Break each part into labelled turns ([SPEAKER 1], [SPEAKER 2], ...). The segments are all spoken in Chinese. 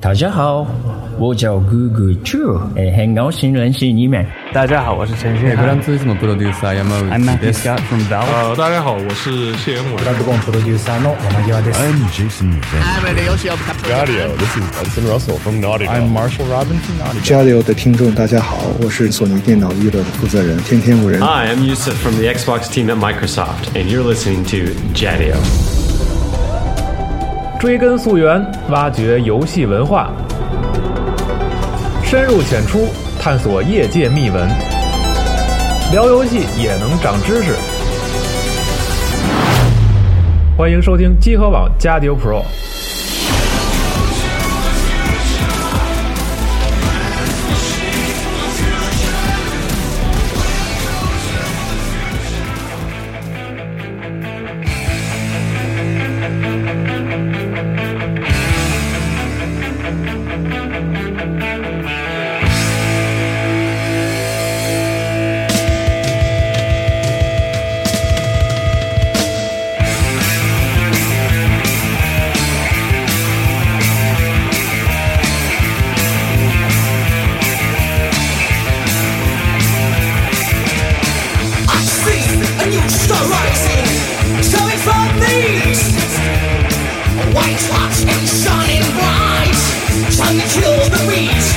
[SPEAKER 1] 大家好，我叫 Google Chu，哎，很高兴认识你们。
[SPEAKER 2] 大家好，我是陈
[SPEAKER 3] え
[SPEAKER 2] 迅
[SPEAKER 3] ー、フラ
[SPEAKER 2] 汉
[SPEAKER 3] ン。ツーリスモプロデューサー山
[SPEAKER 2] I'm
[SPEAKER 3] 内
[SPEAKER 2] Matthew
[SPEAKER 3] です
[SPEAKER 2] Scott from Valve。
[SPEAKER 4] 呃，大家好，我是谢元伟。
[SPEAKER 5] 交流的听众，大家好，我是索尼电脑娱乐的负责人天天五人。
[SPEAKER 6] Hi, I'm Yusuf from the Xbox team at Microsoft, and you're listening to Jadio.
[SPEAKER 7] 追根溯源，挖掘游戏文化，深入浅出探索业界秘闻，聊游戏也能长知识。欢迎收听集合网加丢 Pro。
[SPEAKER 8] see a new star rising, coming from the east. White hot and shining bright, trying to kill the beat.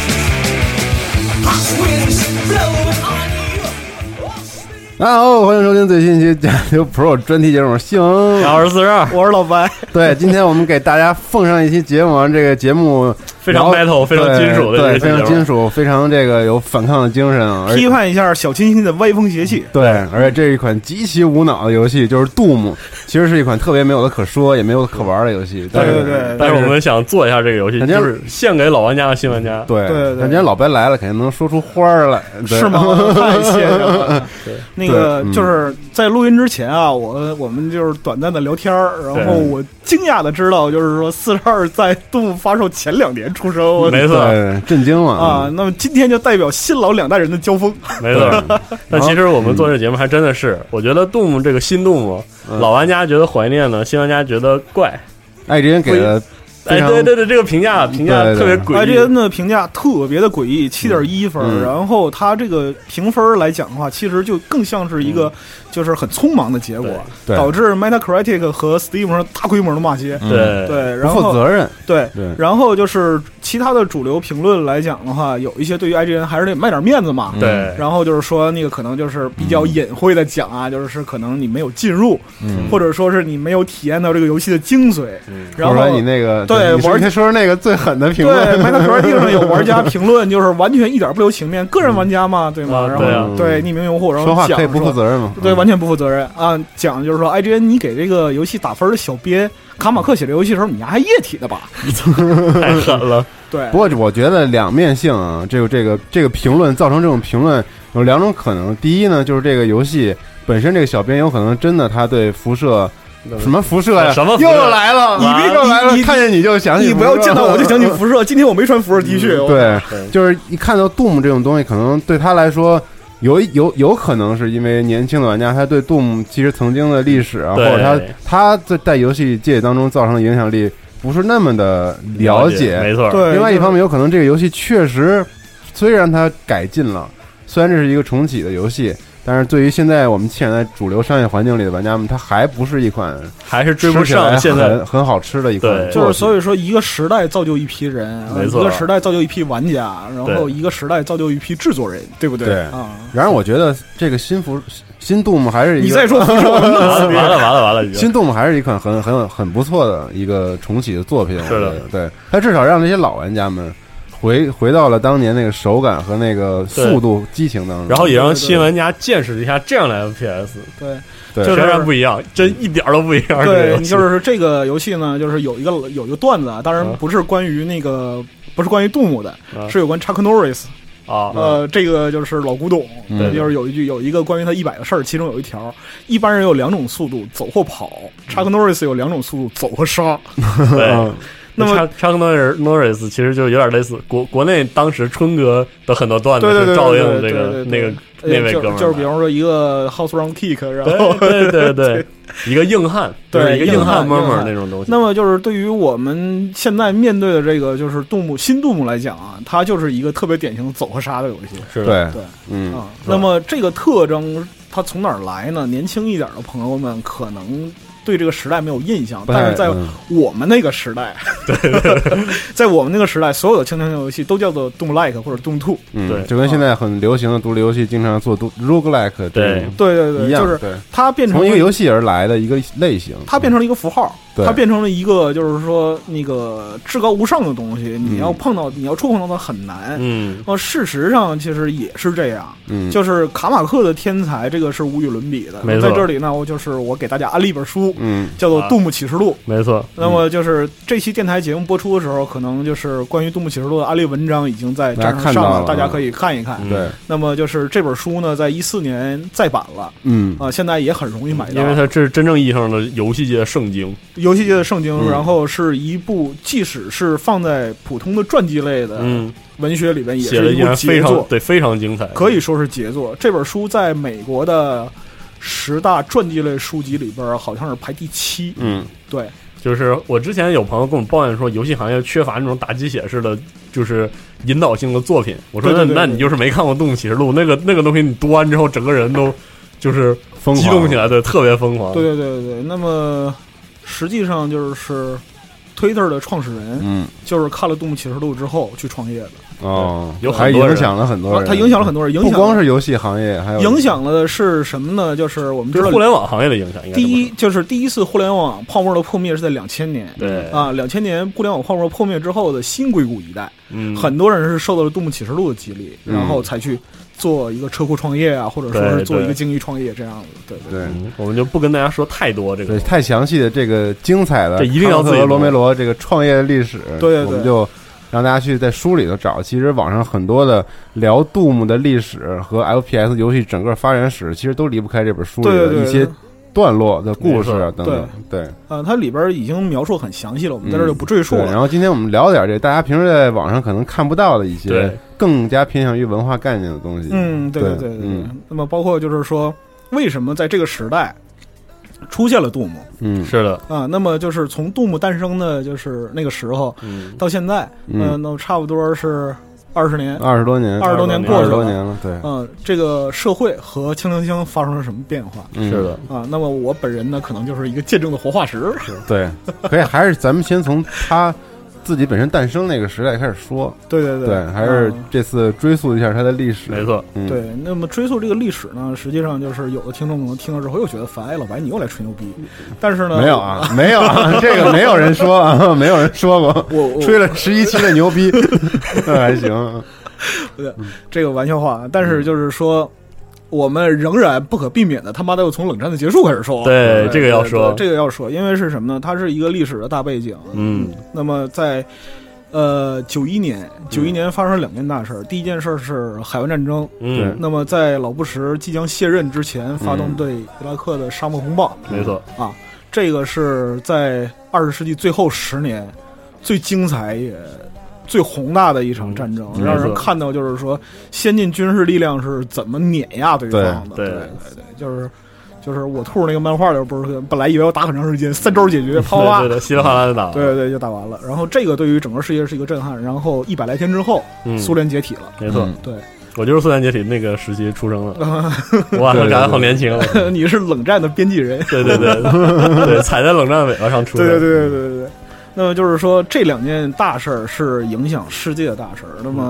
[SPEAKER 8] Hot winds blow on you. Watch the
[SPEAKER 3] 大家啊好，欢迎收听最新一期《加油 Pro》专题节目，行，
[SPEAKER 2] 二十四十二，我是老白，
[SPEAKER 3] 对，今天我们给大家奉上一期节目，这个节目
[SPEAKER 2] 非常
[SPEAKER 3] 然后
[SPEAKER 2] metal，非常金属的这期
[SPEAKER 3] 对，对非常
[SPEAKER 2] 节目
[SPEAKER 3] 金属，非常这个有反抗的精神，而
[SPEAKER 9] 批判一下小清新的歪风邪气。
[SPEAKER 3] 对，而且这是一款极其无脑的游戏，就是 Doom，其实是一款特别没有的可说，也没有可玩的游戏，但
[SPEAKER 9] 对
[SPEAKER 3] 是
[SPEAKER 9] 对对
[SPEAKER 2] 嗯但是我们想做一下这个游戏，
[SPEAKER 3] 人家
[SPEAKER 2] 就是献给老玩家和新玩家。
[SPEAKER 3] 对
[SPEAKER 9] 对对对
[SPEAKER 3] 但人家老白来了，肯定能说出花儿来，对
[SPEAKER 9] 是吗？太谢谢了。那
[SPEAKER 3] 对
[SPEAKER 9] 个
[SPEAKER 3] 嗯
[SPEAKER 9] 就是在录音之前啊，我我们就是短暂的聊天儿，然后
[SPEAKER 2] 对
[SPEAKER 9] 我惊讶的知道，就是说四十二在动物发售前两年出生，我
[SPEAKER 2] 没错，
[SPEAKER 3] 对，震惊了
[SPEAKER 9] 啊，！那么今天就代表新老两代人的交锋。
[SPEAKER 2] 没错。但其实我们做这节目还真的是，我觉得 Doom 这个新 Doom，老
[SPEAKER 3] 嗯
[SPEAKER 2] 玩家觉得怀念呢，新玩家觉得怪。
[SPEAKER 3] 艾之前给的非
[SPEAKER 2] 哎，
[SPEAKER 3] 常
[SPEAKER 2] 对对对，这个评价评价
[SPEAKER 3] 对
[SPEAKER 2] 特别
[SPEAKER 3] 对
[SPEAKER 2] 诡
[SPEAKER 9] I G
[SPEAKER 2] 异
[SPEAKER 9] N。的评价特别的诡异，七点一分儿。
[SPEAKER 3] 嗯
[SPEAKER 9] 然后它这个评分儿来讲的话，其实就更像是一个就是很匆忙的结果，
[SPEAKER 3] 嗯对对嗯
[SPEAKER 9] 导致 Metacritic 和 Steam 上大规模的骂街。
[SPEAKER 2] 对，
[SPEAKER 9] 对，
[SPEAKER 3] 不
[SPEAKER 9] 然后
[SPEAKER 3] 负责任，
[SPEAKER 9] 对，
[SPEAKER 3] 对
[SPEAKER 9] 然后就是其他的主流评论来讲的话，有一些对于 IGN 还是得卖点面子嘛。
[SPEAKER 2] 对
[SPEAKER 9] 然后就是说那个可能就是比较隐晦的讲
[SPEAKER 3] 嗯
[SPEAKER 9] 啊，就是可能你没有进入，或者说是你没没有体验到这个游戏的精髓。然
[SPEAKER 3] 说
[SPEAKER 9] 后
[SPEAKER 3] 出来你那个
[SPEAKER 9] 对
[SPEAKER 3] 你说
[SPEAKER 9] 玩
[SPEAKER 3] 你先说说那个最狠的评
[SPEAKER 9] 对
[SPEAKER 3] 论，
[SPEAKER 9] ，Metacritic 上有玩家评论，就是完全一点不留情面，个人玩家嘛，对吗？
[SPEAKER 2] 啊
[SPEAKER 9] 然
[SPEAKER 2] 对啊
[SPEAKER 9] 后对匿名用户，然后
[SPEAKER 3] 嗯说话
[SPEAKER 9] 讲
[SPEAKER 3] 可以不
[SPEAKER 9] 说
[SPEAKER 3] 负责任吗？嗯
[SPEAKER 9] 对，完全不负责任啊！讲的就是说，IGN 你给这个游戏打分的小编卡马克写这游戏的时候，你丫还液体的吧？
[SPEAKER 2] 太狠 了。
[SPEAKER 9] 对，
[SPEAKER 3] 不过我觉得两面性啊，这个这个这个评论造成这种评论有两种可能。第一呢，就是这个游戏本身，这个小编有可能真的他对辐射什么辐射呀，
[SPEAKER 2] 什么辐射
[SPEAKER 3] 又来了，
[SPEAKER 2] 你别
[SPEAKER 3] 又来了
[SPEAKER 9] 你，你
[SPEAKER 3] 看见你就想起
[SPEAKER 9] 你不要
[SPEAKER 3] 辐射
[SPEAKER 9] 见到我就 想起辐射。今天我没穿辐射 T 恤，我，
[SPEAKER 3] 嗯对，就是一看到 Doom 这种东西，可能对他来说。有有有可能是因为年轻的玩家，他对 Doom 其实曾经的历史啊，或
[SPEAKER 2] 对
[SPEAKER 3] 者他他在在游戏界当中造成的影响力不是那么的了解，
[SPEAKER 2] 没错。
[SPEAKER 9] 对。
[SPEAKER 3] 另外一方面，有可能这个游戏确实，虽然它改进了，虽然这是一个重启的游戏，但是对于现在我们现在主流商业环境里的玩家们，它还不是一款
[SPEAKER 2] 还是追
[SPEAKER 3] 吃
[SPEAKER 2] 不
[SPEAKER 3] 起来
[SPEAKER 2] 上现在
[SPEAKER 3] 很很好吃的一款
[SPEAKER 2] 对
[SPEAKER 3] 作品，
[SPEAKER 9] 就是所以说，一个时代造就一批人，啊
[SPEAKER 2] 没错
[SPEAKER 9] 一个时代造就一批玩家，然后
[SPEAKER 2] 对
[SPEAKER 9] 一个时代造就一批制作人，对不对？
[SPEAKER 3] 对
[SPEAKER 9] 啊，
[SPEAKER 3] 然而，我觉得这个新服新 Doom 还是一个
[SPEAKER 9] 你再说辐射，我弄
[SPEAKER 2] 完
[SPEAKER 9] 死
[SPEAKER 2] 了
[SPEAKER 9] 你
[SPEAKER 2] 完了完了完了已经，
[SPEAKER 3] 新 Doom 还是一款很很很不错的一个重启的作品，我觉得
[SPEAKER 2] 是的
[SPEAKER 3] 对它至少让那些老玩家们回回到了当年那个手感和那个速度激情当中，
[SPEAKER 2] 然后也让新玩家见识一下这样的 FPS，
[SPEAKER 9] 对，
[SPEAKER 3] 对
[SPEAKER 9] 就是
[SPEAKER 2] 全然不一样，真一点儿都不一样。这个游
[SPEAKER 9] 对，
[SPEAKER 2] 戏
[SPEAKER 9] 就是这个游戏呢，就是有一个有一个段子啊，当然
[SPEAKER 2] 啊
[SPEAKER 9] 不是关于那个，不是关于杜牧的，
[SPEAKER 2] 啊
[SPEAKER 9] 是有关 Chuck Norris。
[SPEAKER 2] 啊，
[SPEAKER 9] 呃，这个就是老古董，
[SPEAKER 3] 嗯
[SPEAKER 9] 就是有一句有一个关于他一百个事儿，其中有一条，一般人有两种速度，走或跑。Chuck Norris 有两种速度，走和杀。
[SPEAKER 2] 对，
[SPEAKER 3] 嗯
[SPEAKER 9] 那么
[SPEAKER 2] Chuck Chuck Norris Norris 其实就有点类似国国内当时春哥的很多段子
[SPEAKER 9] 对对
[SPEAKER 2] 是
[SPEAKER 9] 对
[SPEAKER 2] 照应这
[SPEAKER 9] 对对对
[SPEAKER 2] 个那个
[SPEAKER 9] 呃
[SPEAKER 2] 那位
[SPEAKER 9] 就
[SPEAKER 2] 哥
[SPEAKER 9] 是
[SPEAKER 2] 们儿
[SPEAKER 9] 就是比
[SPEAKER 2] 的
[SPEAKER 9] 方说一个 house round kick，然后
[SPEAKER 2] 对对对 对，一个硬汉，
[SPEAKER 9] 对
[SPEAKER 2] 就是一个
[SPEAKER 9] 硬汉
[SPEAKER 2] 汉
[SPEAKER 9] 硬
[SPEAKER 2] murmur
[SPEAKER 9] 汉
[SPEAKER 2] 那种东西。
[SPEAKER 9] 那么就是对于我们现在面对的这个就是杜牧新杜牧来讲啊，它就是一个特别典型的走和杀的游戏
[SPEAKER 2] 是的，
[SPEAKER 3] 对
[SPEAKER 9] 对，
[SPEAKER 3] 嗯，
[SPEAKER 9] 啊。那么这个特征它从哪儿来呢？年轻一点的朋友们可能对这个时代没有印象，
[SPEAKER 3] 不太
[SPEAKER 9] 但是在
[SPEAKER 3] 嗯
[SPEAKER 9] 我们那个时代， 在我们那个时代，所有的轻枪游戏都叫做动 like 或者动 two。
[SPEAKER 3] 嗯
[SPEAKER 2] 对
[SPEAKER 3] 就跟现在很流行的独立游戏经常做独 roguelike 这种
[SPEAKER 9] 对对对，
[SPEAKER 3] 一样，
[SPEAKER 9] 就是
[SPEAKER 3] 对，
[SPEAKER 9] 它变成
[SPEAKER 3] 从一个
[SPEAKER 9] 了
[SPEAKER 3] 游戏而来的一个类型，
[SPEAKER 9] 它变成了一个符号，
[SPEAKER 3] 对
[SPEAKER 9] 它变成了一个就是说那个至高无上的东西，
[SPEAKER 3] 嗯
[SPEAKER 9] 你要碰到，你要触碰到它很难。
[SPEAKER 2] 嗯，
[SPEAKER 9] 呃，事实上其实也是这样，
[SPEAKER 3] 嗯
[SPEAKER 9] 就是卡马克的天才，这个是无与伦比的。
[SPEAKER 2] 没错
[SPEAKER 9] 在这里呢，我就是我给大家安利一本书，
[SPEAKER 3] 嗯
[SPEAKER 9] 叫
[SPEAKER 2] 啊
[SPEAKER 9] 做《杜牧启示录》。
[SPEAKER 2] 没错，
[SPEAKER 9] 那么就是这期电台节目播出的时候，可能就是关于《杜牧启示录》的安利文章已经在站上上了，
[SPEAKER 3] 大家看到
[SPEAKER 9] 大
[SPEAKER 3] 了
[SPEAKER 9] 家可以看一看。
[SPEAKER 2] 嗯
[SPEAKER 3] 对，
[SPEAKER 9] 那么就是这本书呢，在一四年再版了
[SPEAKER 3] 嗯
[SPEAKER 9] 啊、现在也很容易买到，
[SPEAKER 2] 因为它这是真正意义上的游戏界的圣经。
[SPEAKER 9] 游戏界的圣经，
[SPEAKER 3] 嗯
[SPEAKER 9] 然后是一部即使是放在普通的传记类的
[SPEAKER 2] 嗯，
[SPEAKER 9] 文学里边，也
[SPEAKER 2] 写
[SPEAKER 9] 是
[SPEAKER 2] 了
[SPEAKER 9] 一
[SPEAKER 2] 一
[SPEAKER 9] 部
[SPEAKER 2] 篇非
[SPEAKER 9] 杰
[SPEAKER 2] 常
[SPEAKER 9] 作，
[SPEAKER 2] 对非常精彩，
[SPEAKER 9] 可以说是杰作。这本书在美国的十大传记类书籍里边，好像是排第七。
[SPEAKER 3] 嗯，
[SPEAKER 9] 对，
[SPEAKER 2] 就是我之前有朋友跟我抱怨说，游戏行业缺乏那种打鸡血式的，就是引导性的作品。我说
[SPEAKER 9] 对
[SPEAKER 2] 那
[SPEAKER 9] 对对
[SPEAKER 2] 那
[SPEAKER 9] 对
[SPEAKER 2] 你就是没看过《动物启示录》，那个那个东西你读完之后，整个人都就是
[SPEAKER 3] 疯狂
[SPEAKER 2] 激动起来，对，特别疯狂。
[SPEAKER 9] 对对对对对。那么实际上就是。Twitter 的创始人、
[SPEAKER 3] 嗯
[SPEAKER 9] 就是看了《杜牧启示录》之后去创业的，
[SPEAKER 3] 哦，
[SPEAKER 2] 有
[SPEAKER 3] 还
[SPEAKER 2] 很多
[SPEAKER 3] 影
[SPEAKER 2] 人
[SPEAKER 3] 响了很多
[SPEAKER 9] 啊
[SPEAKER 3] 人，
[SPEAKER 9] 他影响了很多人，影
[SPEAKER 3] 不
[SPEAKER 9] 响
[SPEAKER 3] 光是游戏行业，还有
[SPEAKER 9] 影响了的是什么呢？就是我们知
[SPEAKER 2] 这
[SPEAKER 9] 道
[SPEAKER 2] 是互联网行业的影响，应该
[SPEAKER 9] 第
[SPEAKER 2] 这么
[SPEAKER 9] 一就是第一次互联网泡沫的破灭是在两千年
[SPEAKER 2] 说，对，
[SPEAKER 9] 啊，两千年互联网泡沫破灭之后的新硅谷一代，
[SPEAKER 2] 嗯，
[SPEAKER 9] 很多人是受到了《杜牧启示录》的激励，
[SPEAKER 3] 嗯
[SPEAKER 9] 然后才去做一个车库创业啊，或者说是
[SPEAKER 2] 对
[SPEAKER 9] 做一个
[SPEAKER 2] 对
[SPEAKER 9] 经济创业这样子。对对
[SPEAKER 3] 对。
[SPEAKER 2] 嗯我们就不跟大家说太多这
[SPEAKER 3] 对，
[SPEAKER 2] 个。
[SPEAKER 3] 太详细的这个精彩的，
[SPEAKER 2] 这一定要
[SPEAKER 3] 康
[SPEAKER 2] 自己
[SPEAKER 3] 特和
[SPEAKER 2] 读
[SPEAKER 3] 罗梅罗这个创业历史，
[SPEAKER 9] 对对对
[SPEAKER 3] 我们就让大家去在书里头找。其实网上很多的聊 Doom 的历史和 FPS 游戏整个发展史，其实都离不开这本书里
[SPEAKER 9] 对
[SPEAKER 3] 的
[SPEAKER 9] 对
[SPEAKER 3] 一
[SPEAKER 9] 对
[SPEAKER 3] 些段落的故事
[SPEAKER 2] 没
[SPEAKER 3] 啊
[SPEAKER 2] 错
[SPEAKER 3] 等等。对，
[SPEAKER 9] 呃，它里边已经描述很详细了，我们在这儿就不赘述
[SPEAKER 3] 对。然
[SPEAKER 9] 了。
[SPEAKER 3] 后今天我们聊点这大家平时在网上可能看不到的一些
[SPEAKER 2] 对
[SPEAKER 3] 更加偏向于文化概念的东西。
[SPEAKER 9] 嗯，对
[SPEAKER 3] 对
[SPEAKER 9] 对对对
[SPEAKER 3] 嗯。
[SPEAKER 9] 那么包括就是说，为什么在这个时代出现了杜牧
[SPEAKER 3] 嗯，
[SPEAKER 2] 是的，
[SPEAKER 9] 啊？那么就是从杜牧诞生的就是那个时候
[SPEAKER 2] 嗯，
[SPEAKER 9] 到现在，
[SPEAKER 3] 嗯
[SPEAKER 9] 呃，那么差不多是二十年。
[SPEAKER 3] 二十多年，
[SPEAKER 9] 二十多年过
[SPEAKER 3] 二
[SPEAKER 9] 去
[SPEAKER 3] 十多年
[SPEAKER 9] 了，
[SPEAKER 3] 了，对，
[SPEAKER 9] 嗯，这个社会和青青青发生了什么变化
[SPEAKER 3] 嗯
[SPEAKER 2] 是的，
[SPEAKER 9] 啊？那么我本人呢，可能就是一个见证的活化石。
[SPEAKER 3] 对，可以，还是咱们先从他自己本身诞生那个时代开始说，
[SPEAKER 9] 对对对
[SPEAKER 3] 对，还是
[SPEAKER 9] 嗯
[SPEAKER 3] 这次追溯一下他的历史，
[SPEAKER 2] 没，错，
[SPEAKER 3] 嗯，
[SPEAKER 9] 对。那么追溯这个历史呢，实际上就是有的听众可能听了之后又觉得烦，哎，老白你又来吹牛逼。但是呢，
[SPEAKER 3] 嗯没有啊，没有啊，这个没有人说啊，没有人说过，
[SPEAKER 9] 我，我
[SPEAKER 3] 吹了十一期的牛逼，那还行，
[SPEAKER 9] 这个玩笑话，但
[SPEAKER 2] 嗯
[SPEAKER 9] 是就是说。我们仍然不可避免的，他妈的又从冷战的结束开始说。
[SPEAKER 2] 对这个要
[SPEAKER 9] 对
[SPEAKER 2] 说
[SPEAKER 9] 这个要说，因为是什么呢？它是一个历史的大背景。
[SPEAKER 2] 嗯，
[SPEAKER 9] 那么在呃九一年，九一年发生了两件大事儿。第一件事儿是海湾战争，
[SPEAKER 2] 嗯，
[SPEAKER 9] 那么在老布什即将卸任之前，发动对伊拉克的沙漠轰爆，
[SPEAKER 2] 没错，
[SPEAKER 9] 啊，这个是在二十世纪最后十年最精彩也最宏大的一场战争，
[SPEAKER 2] 嗯
[SPEAKER 9] 让
[SPEAKER 2] 没
[SPEAKER 9] 人
[SPEAKER 2] 错
[SPEAKER 9] 看到就是说先进军事力量是怎么碾压对方的。
[SPEAKER 2] 对
[SPEAKER 9] 对
[SPEAKER 2] 对
[SPEAKER 9] 对对，就是。就是我兔那个漫画里不是本来以为要打很长时间，三招 解决，啪
[SPEAKER 2] 对
[SPEAKER 9] 啪啪
[SPEAKER 2] 对，对，稀里哗啦的打，
[SPEAKER 9] 啊对对，就打完了。然后这个对于整个世界是一个震撼。然后一百来天之后，
[SPEAKER 2] 嗯
[SPEAKER 9] 苏联解体了。
[SPEAKER 2] 没错，
[SPEAKER 9] 对，
[SPEAKER 2] 我就是苏联解体那个时期出生的，哇，感觉好年轻，啊
[SPEAKER 9] 你是冷战的编辑人。
[SPEAKER 2] 对对对对，踩在冷战尾巴上出来，
[SPEAKER 9] 对对对对对对对。那么就是说，这两件大事儿是影响世界的大事儿。那么，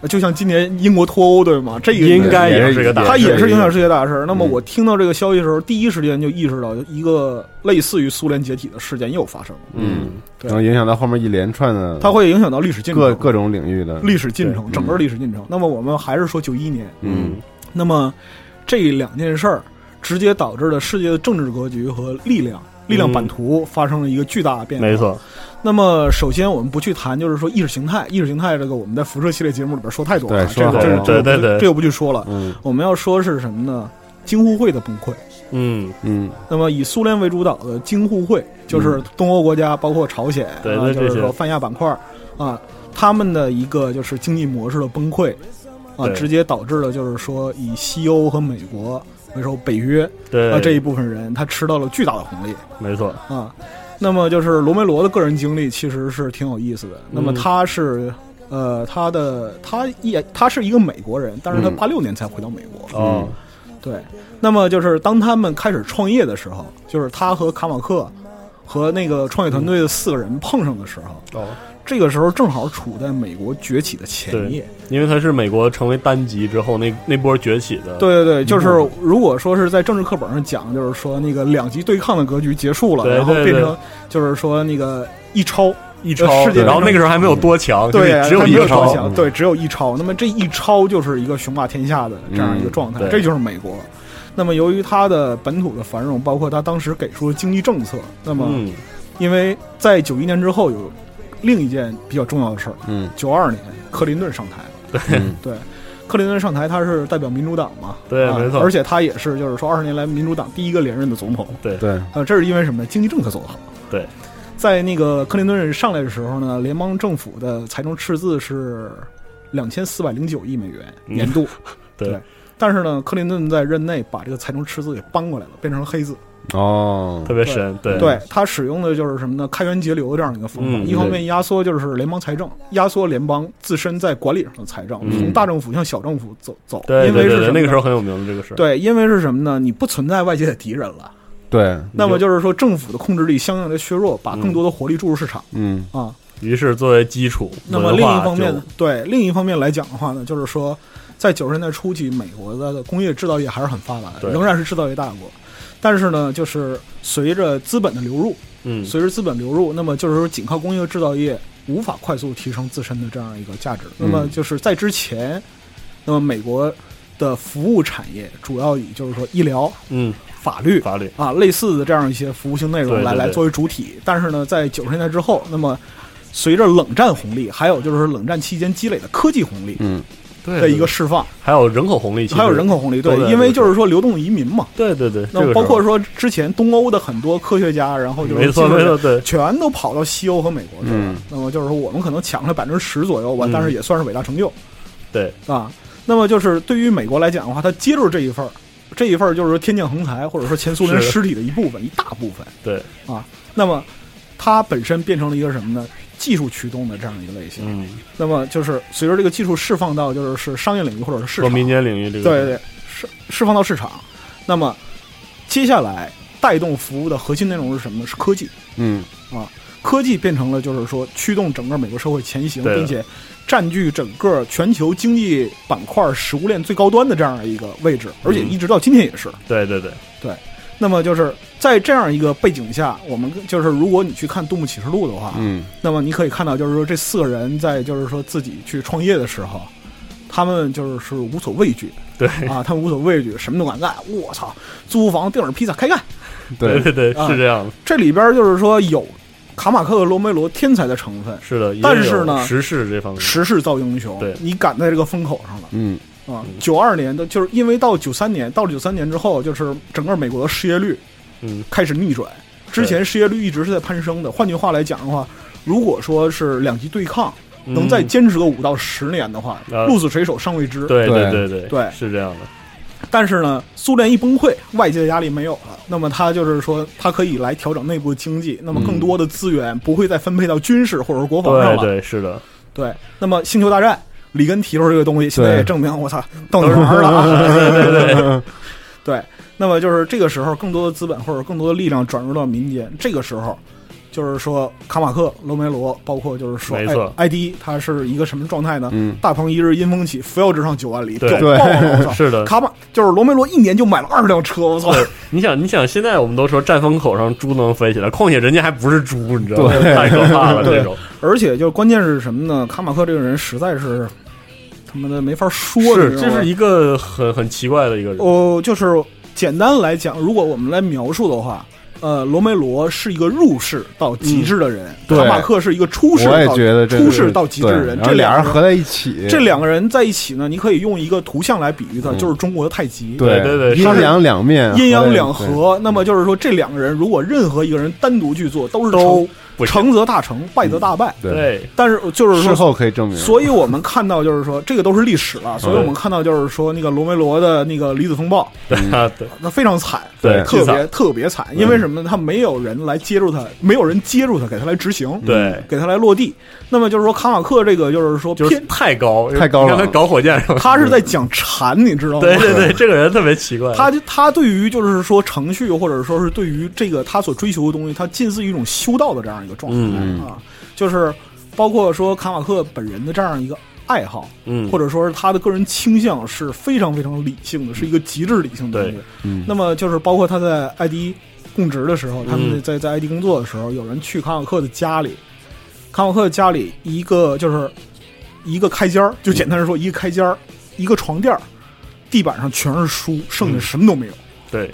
[SPEAKER 9] 呃就像今年英国脱欧，对吗？这个
[SPEAKER 2] 应该
[SPEAKER 3] 也
[SPEAKER 2] 也
[SPEAKER 3] 是
[SPEAKER 2] 是一个大事，
[SPEAKER 9] 它也
[SPEAKER 3] 是
[SPEAKER 9] 是
[SPEAKER 3] 一
[SPEAKER 9] 影
[SPEAKER 3] 个
[SPEAKER 9] 响世界大事儿。那么
[SPEAKER 3] 嗯
[SPEAKER 9] 我听到这个消息的时候，第一时间就意识到一个类似于苏联解体的事件又发生了，
[SPEAKER 3] 嗯，
[SPEAKER 9] 对
[SPEAKER 3] 然后影响到后面一连串的，
[SPEAKER 9] 它会影响到历史进
[SPEAKER 3] 各
[SPEAKER 9] 程。
[SPEAKER 3] 各种领域的
[SPEAKER 9] 历史进程，
[SPEAKER 3] 对
[SPEAKER 9] 整个
[SPEAKER 3] 嗯
[SPEAKER 9] 历史进程。那么我们还是说九一年，
[SPEAKER 3] 嗯
[SPEAKER 9] 那么这两件事儿直接导致了世界的政治格局和力量、力量版图发生了一个巨大的变化。
[SPEAKER 2] 没。错，
[SPEAKER 9] 那么首先我们不去谈，就是说意识形态，意识形态这个我们在辐射系列节目里边说太多了，啊
[SPEAKER 3] 对
[SPEAKER 9] 这
[SPEAKER 3] 说
[SPEAKER 9] 个
[SPEAKER 3] 好
[SPEAKER 9] 这
[SPEAKER 3] 了
[SPEAKER 9] 个这个
[SPEAKER 2] 对对对
[SPEAKER 9] 这个不去说了。
[SPEAKER 3] 嗯
[SPEAKER 9] 我们要说是什么呢？京沪会的崩溃，
[SPEAKER 2] 嗯，
[SPEAKER 3] 嗯，
[SPEAKER 9] 那么以苏联为主导的京沪会，就是东欧国家，包括朝鲜，
[SPEAKER 2] 对
[SPEAKER 9] 啊
[SPEAKER 2] 对
[SPEAKER 9] 就
[SPEAKER 2] 这
[SPEAKER 9] 是
[SPEAKER 2] 些
[SPEAKER 9] 说泛亚板块儿啊，他们的一个就是经济模式的崩溃啊，
[SPEAKER 2] 对
[SPEAKER 9] 直接导致了就是说以西欧和美国为首北约
[SPEAKER 2] 对，
[SPEAKER 9] 啊这一部分人，他吃到了巨大的红利
[SPEAKER 2] 没错，
[SPEAKER 9] 啊。那么就是罗梅罗的个人经历其实是挺有意思的。
[SPEAKER 2] 嗯
[SPEAKER 9] 那么他是。呃，他的他也他是一个美国人，但是他
[SPEAKER 3] 嗯
[SPEAKER 9] 八六年才回到美国。嗯
[SPEAKER 2] 哦，
[SPEAKER 9] 对，那么就是当他们开始创业的时候，就是他和卡马克和那个创业团队的四个人碰上的时候，
[SPEAKER 2] 哦
[SPEAKER 9] 这个时候正好处在美国崛起的前夜
[SPEAKER 2] 对。，因为它是美国成为单极之后那那波崛起的，，
[SPEAKER 9] 对对对，就是如果说是在政治课本上讲，就是说那个两极对抗的格局结束了，
[SPEAKER 2] 对
[SPEAKER 9] 然后
[SPEAKER 2] 对
[SPEAKER 9] 变
[SPEAKER 2] 对
[SPEAKER 9] 成就是说那个一超
[SPEAKER 2] 一超
[SPEAKER 9] 呃世，界
[SPEAKER 2] 然后那
[SPEAKER 9] 变成
[SPEAKER 2] 个时候还没有多强，
[SPEAKER 9] 对
[SPEAKER 2] 就
[SPEAKER 9] 啊，
[SPEAKER 2] 是只有
[SPEAKER 9] 他
[SPEAKER 2] 一
[SPEAKER 9] 没
[SPEAKER 2] 个
[SPEAKER 9] 有超
[SPEAKER 2] 超，嗯
[SPEAKER 9] 强，对，只有一超。那么这一超就是一个雄霸天下的这样一个状态，
[SPEAKER 2] 嗯对
[SPEAKER 9] 这就是美国。那么由于它的本土的繁荣，包括它当时给出的经济政策，那么
[SPEAKER 2] 嗯，
[SPEAKER 9] 因为在九一年之后有另一件比较重要的事儿，
[SPEAKER 3] 嗯，
[SPEAKER 9] 九二年克林顿上台，
[SPEAKER 3] 嗯
[SPEAKER 9] 对。克林顿上台，他是代表民主党嘛？
[SPEAKER 2] 对
[SPEAKER 9] 啊
[SPEAKER 2] 没错
[SPEAKER 9] 而且他也是，就是说二十年来民主党第一个连任的总统。
[SPEAKER 3] 对，
[SPEAKER 9] 呃，这是因为什么呢？经济政策做得好。
[SPEAKER 2] 对，
[SPEAKER 9] 在那个克林顿上来的时候呢，联邦政府的财政赤字是两千四百零九亿美元
[SPEAKER 2] 嗯
[SPEAKER 9] 年度。
[SPEAKER 2] 对
[SPEAKER 9] 但是呢，克林顿在任内把这个财政赤字给搬过来了，变成了黑字。
[SPEAKER 3] 哦
[SPEAKER 2] 特，别深，对
[SPEAKER 9] 对他使用的就是什么呢？开源节流的这样一个方法。
[SPEAKER 2] 嗯
[SPEAKER 9] 一方面压缩就是联邦财政，压缩联邦自身在管理上的财政，从大政府向小政府走走。
[SPEAKER 2] 嗯对
[SPEAKER 9] 因
[SPEAKER 2] 对
[SPEAKER 9] 为是
[SPEAKER 2] 对
[SPEAKER 9] 什
[SPEAKER 2] 对，
[SPEAKER 9] 么
[SPEAKER 2] 那个
[SPEAKER 9] 呢
[SPEAKER 2] 时候很有名的这个事儿，
[SPEAKER 9] 对，因为是什么呢？你不存在外界的敌人了。
[SPEAKER 3] 对，
[SPEAKER 9] 那么就是说，政府的控制力相应的削弱，把更多的活力注入市场、
[SPEAKER 3] 嗯
[SPEAKER 9] 啊。
[SPEAKER 2] 于是作为基础，
[SPEAKER 9] 那么
[SPEAKER 2] 文
[SPEAKER 9] 另
[SPEAKER 2] 化
[SPEAKER 9] 一方面
[SPEAKER 2] 就
[SPEAKER 9] 呢，对另一方面来讲的话呢，就是说，在九十年代初期，美国的工业制造业还是很发达的，
[SPEAKER 2] 对
[SPEAKER 9] 仍然是制造业大国。但是呢，就是随着资本的流入，
[SPEAKER 2] 嗯，
[SPEAKER 9] 随着资本流入，那么就是说，仅靠工业制造业无法快速提升自身的这样一个价值。那么
[SPEAKER 2] 嗯
[SPEAKER 9] 就是在之前，那么美国的服务产业主要以就是说医疗、
[SPEAKER 2] 嗯，
[SPEAKER 9] 法律、
[SPEAKER 2] 法律，
[SPEAKER 9] 啊，类似的这样一些服务性内容
[SPEAKER 2] 对对
[SPEAKER 9] 来来
[SPEAKER 2] 对
[SPEAKER 9] 作为主体。但是呢，在九十年代之后，那么随着冷战红利，还有就是冷战期间积累的科技红利
[SPEAKER 3] 嗯
[SPEAKER 2] 对
[SPEAKER 9] 的一个释放，
[SPEAKER 2] 还有人口红利，其实
[SPEAKER 9] 还有人，口红利，对
[SPEAKER 2] 都，在
[SPEAKER 9] 因为
[SPEAKER 2] 这
[SPEAKER 9] 就是说流动移民嘛。
[SPEAKER 2] 对对对，这
[SPEAKER 9] 那
[SPEAKER 2] 个
[SPEAKER 9] 包
[SPEAKER 2] 时
[SPEAKER 9] 括
[SPEAKER 2] 候
[SPEAKER 9] 说之前东欧的很多科学家，然后就是
[SPEAKER 2] 没错
[SPEAKER 9] 技术
[SPEAKER 2] 没
[SPEAKER 9] 人
[SPEAKER 2] 错，对，
[SPEAKER 9] 全都跑到西欧和美国去了。
[SPEAKER 3] 嗯
[SPEAKER 9] 那么就是说，我们可能抢了百分之十左右吧，
[SPEAKER 2] 嗯
[SPEAKER 9] 但是也算是伟大成就。
[SPEAKER 2] 对
[SPEAKER 9] 啊，那么就是对于美国来讲的话，它接住这一份儿，这一份儿就是说天降横财，或者说前苏联
[SPEAKER 2] 是
[SPEAKER 9] 尸体的一部分，一大部分。
[SPEAKER 2] 对，
[SPEAKER 9] 啊，那么它本身变成了一个什么呢？技术驱动的这样一个类型。
[SPEAKER 2] 嗯，
[SPEAKER 9] 那么就是随着这个技术释放到就是是商业领域或者是市
[SPEAKER 2] 说
[SPEAKER 9] 场，
[SPEAKER 2] 民间领域这
[SPEAKER 9] 对
[SPEAKER 2] 个，
[SPEAKER 9] 对对，释释放到市场。那么接下来带动服务的核心内容是什么呢？是科技。
[SPEAKER 3] 嗯
[SPEAKER 9] 科技变成了就是说驱动整个美国社会前行，
[SPEAKER 2] 对的
[SPEAKER 9] 并且占据整个全球经济板块食物链最高端的这样一个位置，而
[SPEAKER 2] 嗯
[SPEAKER 9] 且一直到今天也是。
[SPEAKER 2] 对对对，
[SPEAKER 9] 那么就是在这样一个背景下，我们就是如果你去看《杜牧启示录》的话，
[SPEAKER 3] 嗯
[SPEAKER 9] 那么你可以看到就是说这四个人在就是说自己去创业的时候。他们就是是无所畏惧，
[SPEAKER 2] 对
[SPEAKER 9] 啊，他们无所畏惧，什么都敢干。我操，租房、定制披萨，开干！
[SPEAKER 2] 对
[SPEAKER 3] 对
[SPEAKER 2] 对对，
[SPEAKER 9] 啊
[SPEAKER 2] 是这样的，
[SPEAKER 9] 这里边就是说有卡马克和罗梅罗天才的成分，
[SPEAKER 2] 是的，也
[SPEAKER 9] 但是
[SPEAKER 2] 有
[SPEAKER 9] 呢
[SPEAKER 2] 时事这方面，
[SPEAKER 9] 时势造英雄，
[SPEAKER 2] 嗯对
[SPEAKER 9] 你赶在这个风口上了
[SPEAKER 3] 嗯
[SPEAKER 9] 啊！九二年的，就是因为到九三年，到了九三年之后，就是整个美国的失业率
[SPEAKER 2] 嗯，
[SPEAKER 9] 开始逆转，之前失业率一直是在攀升的。换句话来讲的话，如果说是两极对抗能再
[SPEAKER 2] 嗯
[SPEAKER 9] 坚持个五到十年的话，
[SPEAKER 2] 呃
[SPEAKER 9] 鹿死谁手尚未知。
[SPEAKER 2] 对
[SPEAKER 3] 对
[SPEAKER 2] 对对
[SPEAKER 9] 对
[SPEAKER 2] 是这样的，
[SPEAKER 9] 但是呢，苏联一崩溃，外界的压力没有了，那么它就是说，它可以来调整内部经济，那么更多的资源不会再分配到军事或者是国防上
[SPEAKER 2] 嗯对
[SPEAKER 9] 了。
[SPEAKER 2] 对是的，
[SPEAKER 9] 对，那么《星球大战》，里根提出这个东西，现在也
[SPEAKER 3] 对
[SPEAKER 9] 证明我操到哪儿了啊！
[SPEAKER 2] 对对对，
[SPEAKER 9] 对，那么就是这个时候，更多的资本或者更多的力量转入到民间，这个时候。就是说，卡马克、罗梅罗，包括就是说，哎
[SPEAKER 2] 没错
[SPEAKER 9] 艾迪，他是一个什么状态呢？
[SPEAKER 3] 嗯
[SPEAKER 9] 大鹏一日阴风起，扶摇直上九万里，
[SPEAKER 2] 对
[SPEAKER 9] 屌爆了！我操，
[SPEAKER 2] 是的。
[SPEAKER 9] 卡马就是罗梅罗一年就买了二十辆车， 我操！
[SPEAKER 2] 对，呃你想，你想，现在我们都说站风口上猪能飞起来，况且人家还不是猪，你知道吗？
[SPEAKER 3] 对
[SPEAKER 2] 太可怕了，
[SPEAKER 9] 对
[SPEAKER 2] 这种
[SPEAKER 9] 而且就是关键是什么呢？卡马克这个人实在是他妈的没法说，你
[SPEAKER 2] 是，
[SPEAKER 9] 知道
[SPEAKER 2] 这
[SPEAKER 9] 吗
[SPEAKER 2] 是一个很很奇怪的一个人，
[SPEAKER 9] 呃哦，就是简单来讲，如果我们来描述的话，呃，罗梅罗是一个入世到极致的人，
[SPEAKER 3] 嗯对
[SPEAKER 9] 卡马克是一个出世
[SPEAKER 3] 我也
[SPEAKER 9] 到
[SPEAKER 3] 觉得真
[SPEAKER 9] 出
[SPEAKER 3] 是
[SPEAKER 9] 世到极致的
[SPEAKER 3] 对
[SPEAKER 9] 人，
[SPEAKER 3] 然后
[SPEAKER 9] 这
[SPEAKER 3] 俩人
[SPEAKER 9] 人
[SPEAKER 3] 合在一起，
[SPEAKER 9] 这两个人在一起呢，你可以用一个图像来比喻它，就是中国的太极。
[SPEAKER 3] 嗯对
[SPEAKER 2] 对对对
[SPEAKER 3] 阴
[SPEAKER 2] 是
[SPEAKER 3] 阳两面，
[SPEAKER 9] 阴阳两
[SPEAKER 3] 合在一起。
[SPEAKER 9] 合，那么就是说，这两个人如果任何一个人单独去做，都是
[SPEAKER 2] 都不
[SPEAKER 9] 成
[SPEAKER 2] 行
[SPEAKER 9] 成则大成，败则大败。
[SPEAKER 3] 对
[SPEAKER 2] 对，
[SPEAKER 9] 但是就是
[SPEAKER 3] 嗯事
[SPEAKER 9] 说，
[SPEAKER 3] 后可以证明，
[SPEAKER 9] 所以我们看到就是说，这个都是历史了。所以我们看到就是说，那个罗梅罗的那个离子风暴，
[SPEAKER 2] 啊对，
[SPEAKER 9] 那非常惨，
[SPEAKER 2] 对
[SPEAKER 9] 特
[SPEAKER 2] 巨
[SPEAKER 9] 别
[SPEAKER 2] 惨
[SPEAKER 9] 特别惨。因为什么呢？他没有人来接住他，没有人接住他，给他来执行，
[SPEAKER 2] 对
[SPEAKER 9] 给他来落地。那么就是说，卡马克这个就是说
[SPEAKER 2] 就是
[SPEAKER 9] 偏，
[SPEAKER 2] 太高，
[SPEAKER 3] 太高了
[SPEAKER 2] 你看他搞火箭是吧？
[SPEAKER 9] 他是在讲禅，你知道吗？
[SPEAKER 2] 对对对，这个人特别奇怪，
[SPEAKER 9] 哦他就他对于就是说程序，或者说是对于这个他所追求的东西，他近似于一种修道的这样一个状态、
[SPEAKER 2] 嗯
[SPEAKER 9] 啊，就是包括说卡马克本人的这样一个爱好，
[SPEAKER 2] 嗯
[SPEAKER 9] 或者说是他的个人倾向是非常非常理性的，是一个极致理性的东西
[SPEAKER 2] 对。
[SPEAKER 3] 嗯
[SPEAKER 9] 那么就是包括他在 ID 供职的时候，他们
[SPEAKER 2] 嗯
[SPEAKER 9] 在在 ID 工作的时候，有人去卡马克的家里，卡马克的家里一个就是一个开间儿，就简单的说，一个开间儿，一个床垫儿，地板上全是书，剩下什么都没有。
[SPEAKER 2] 对，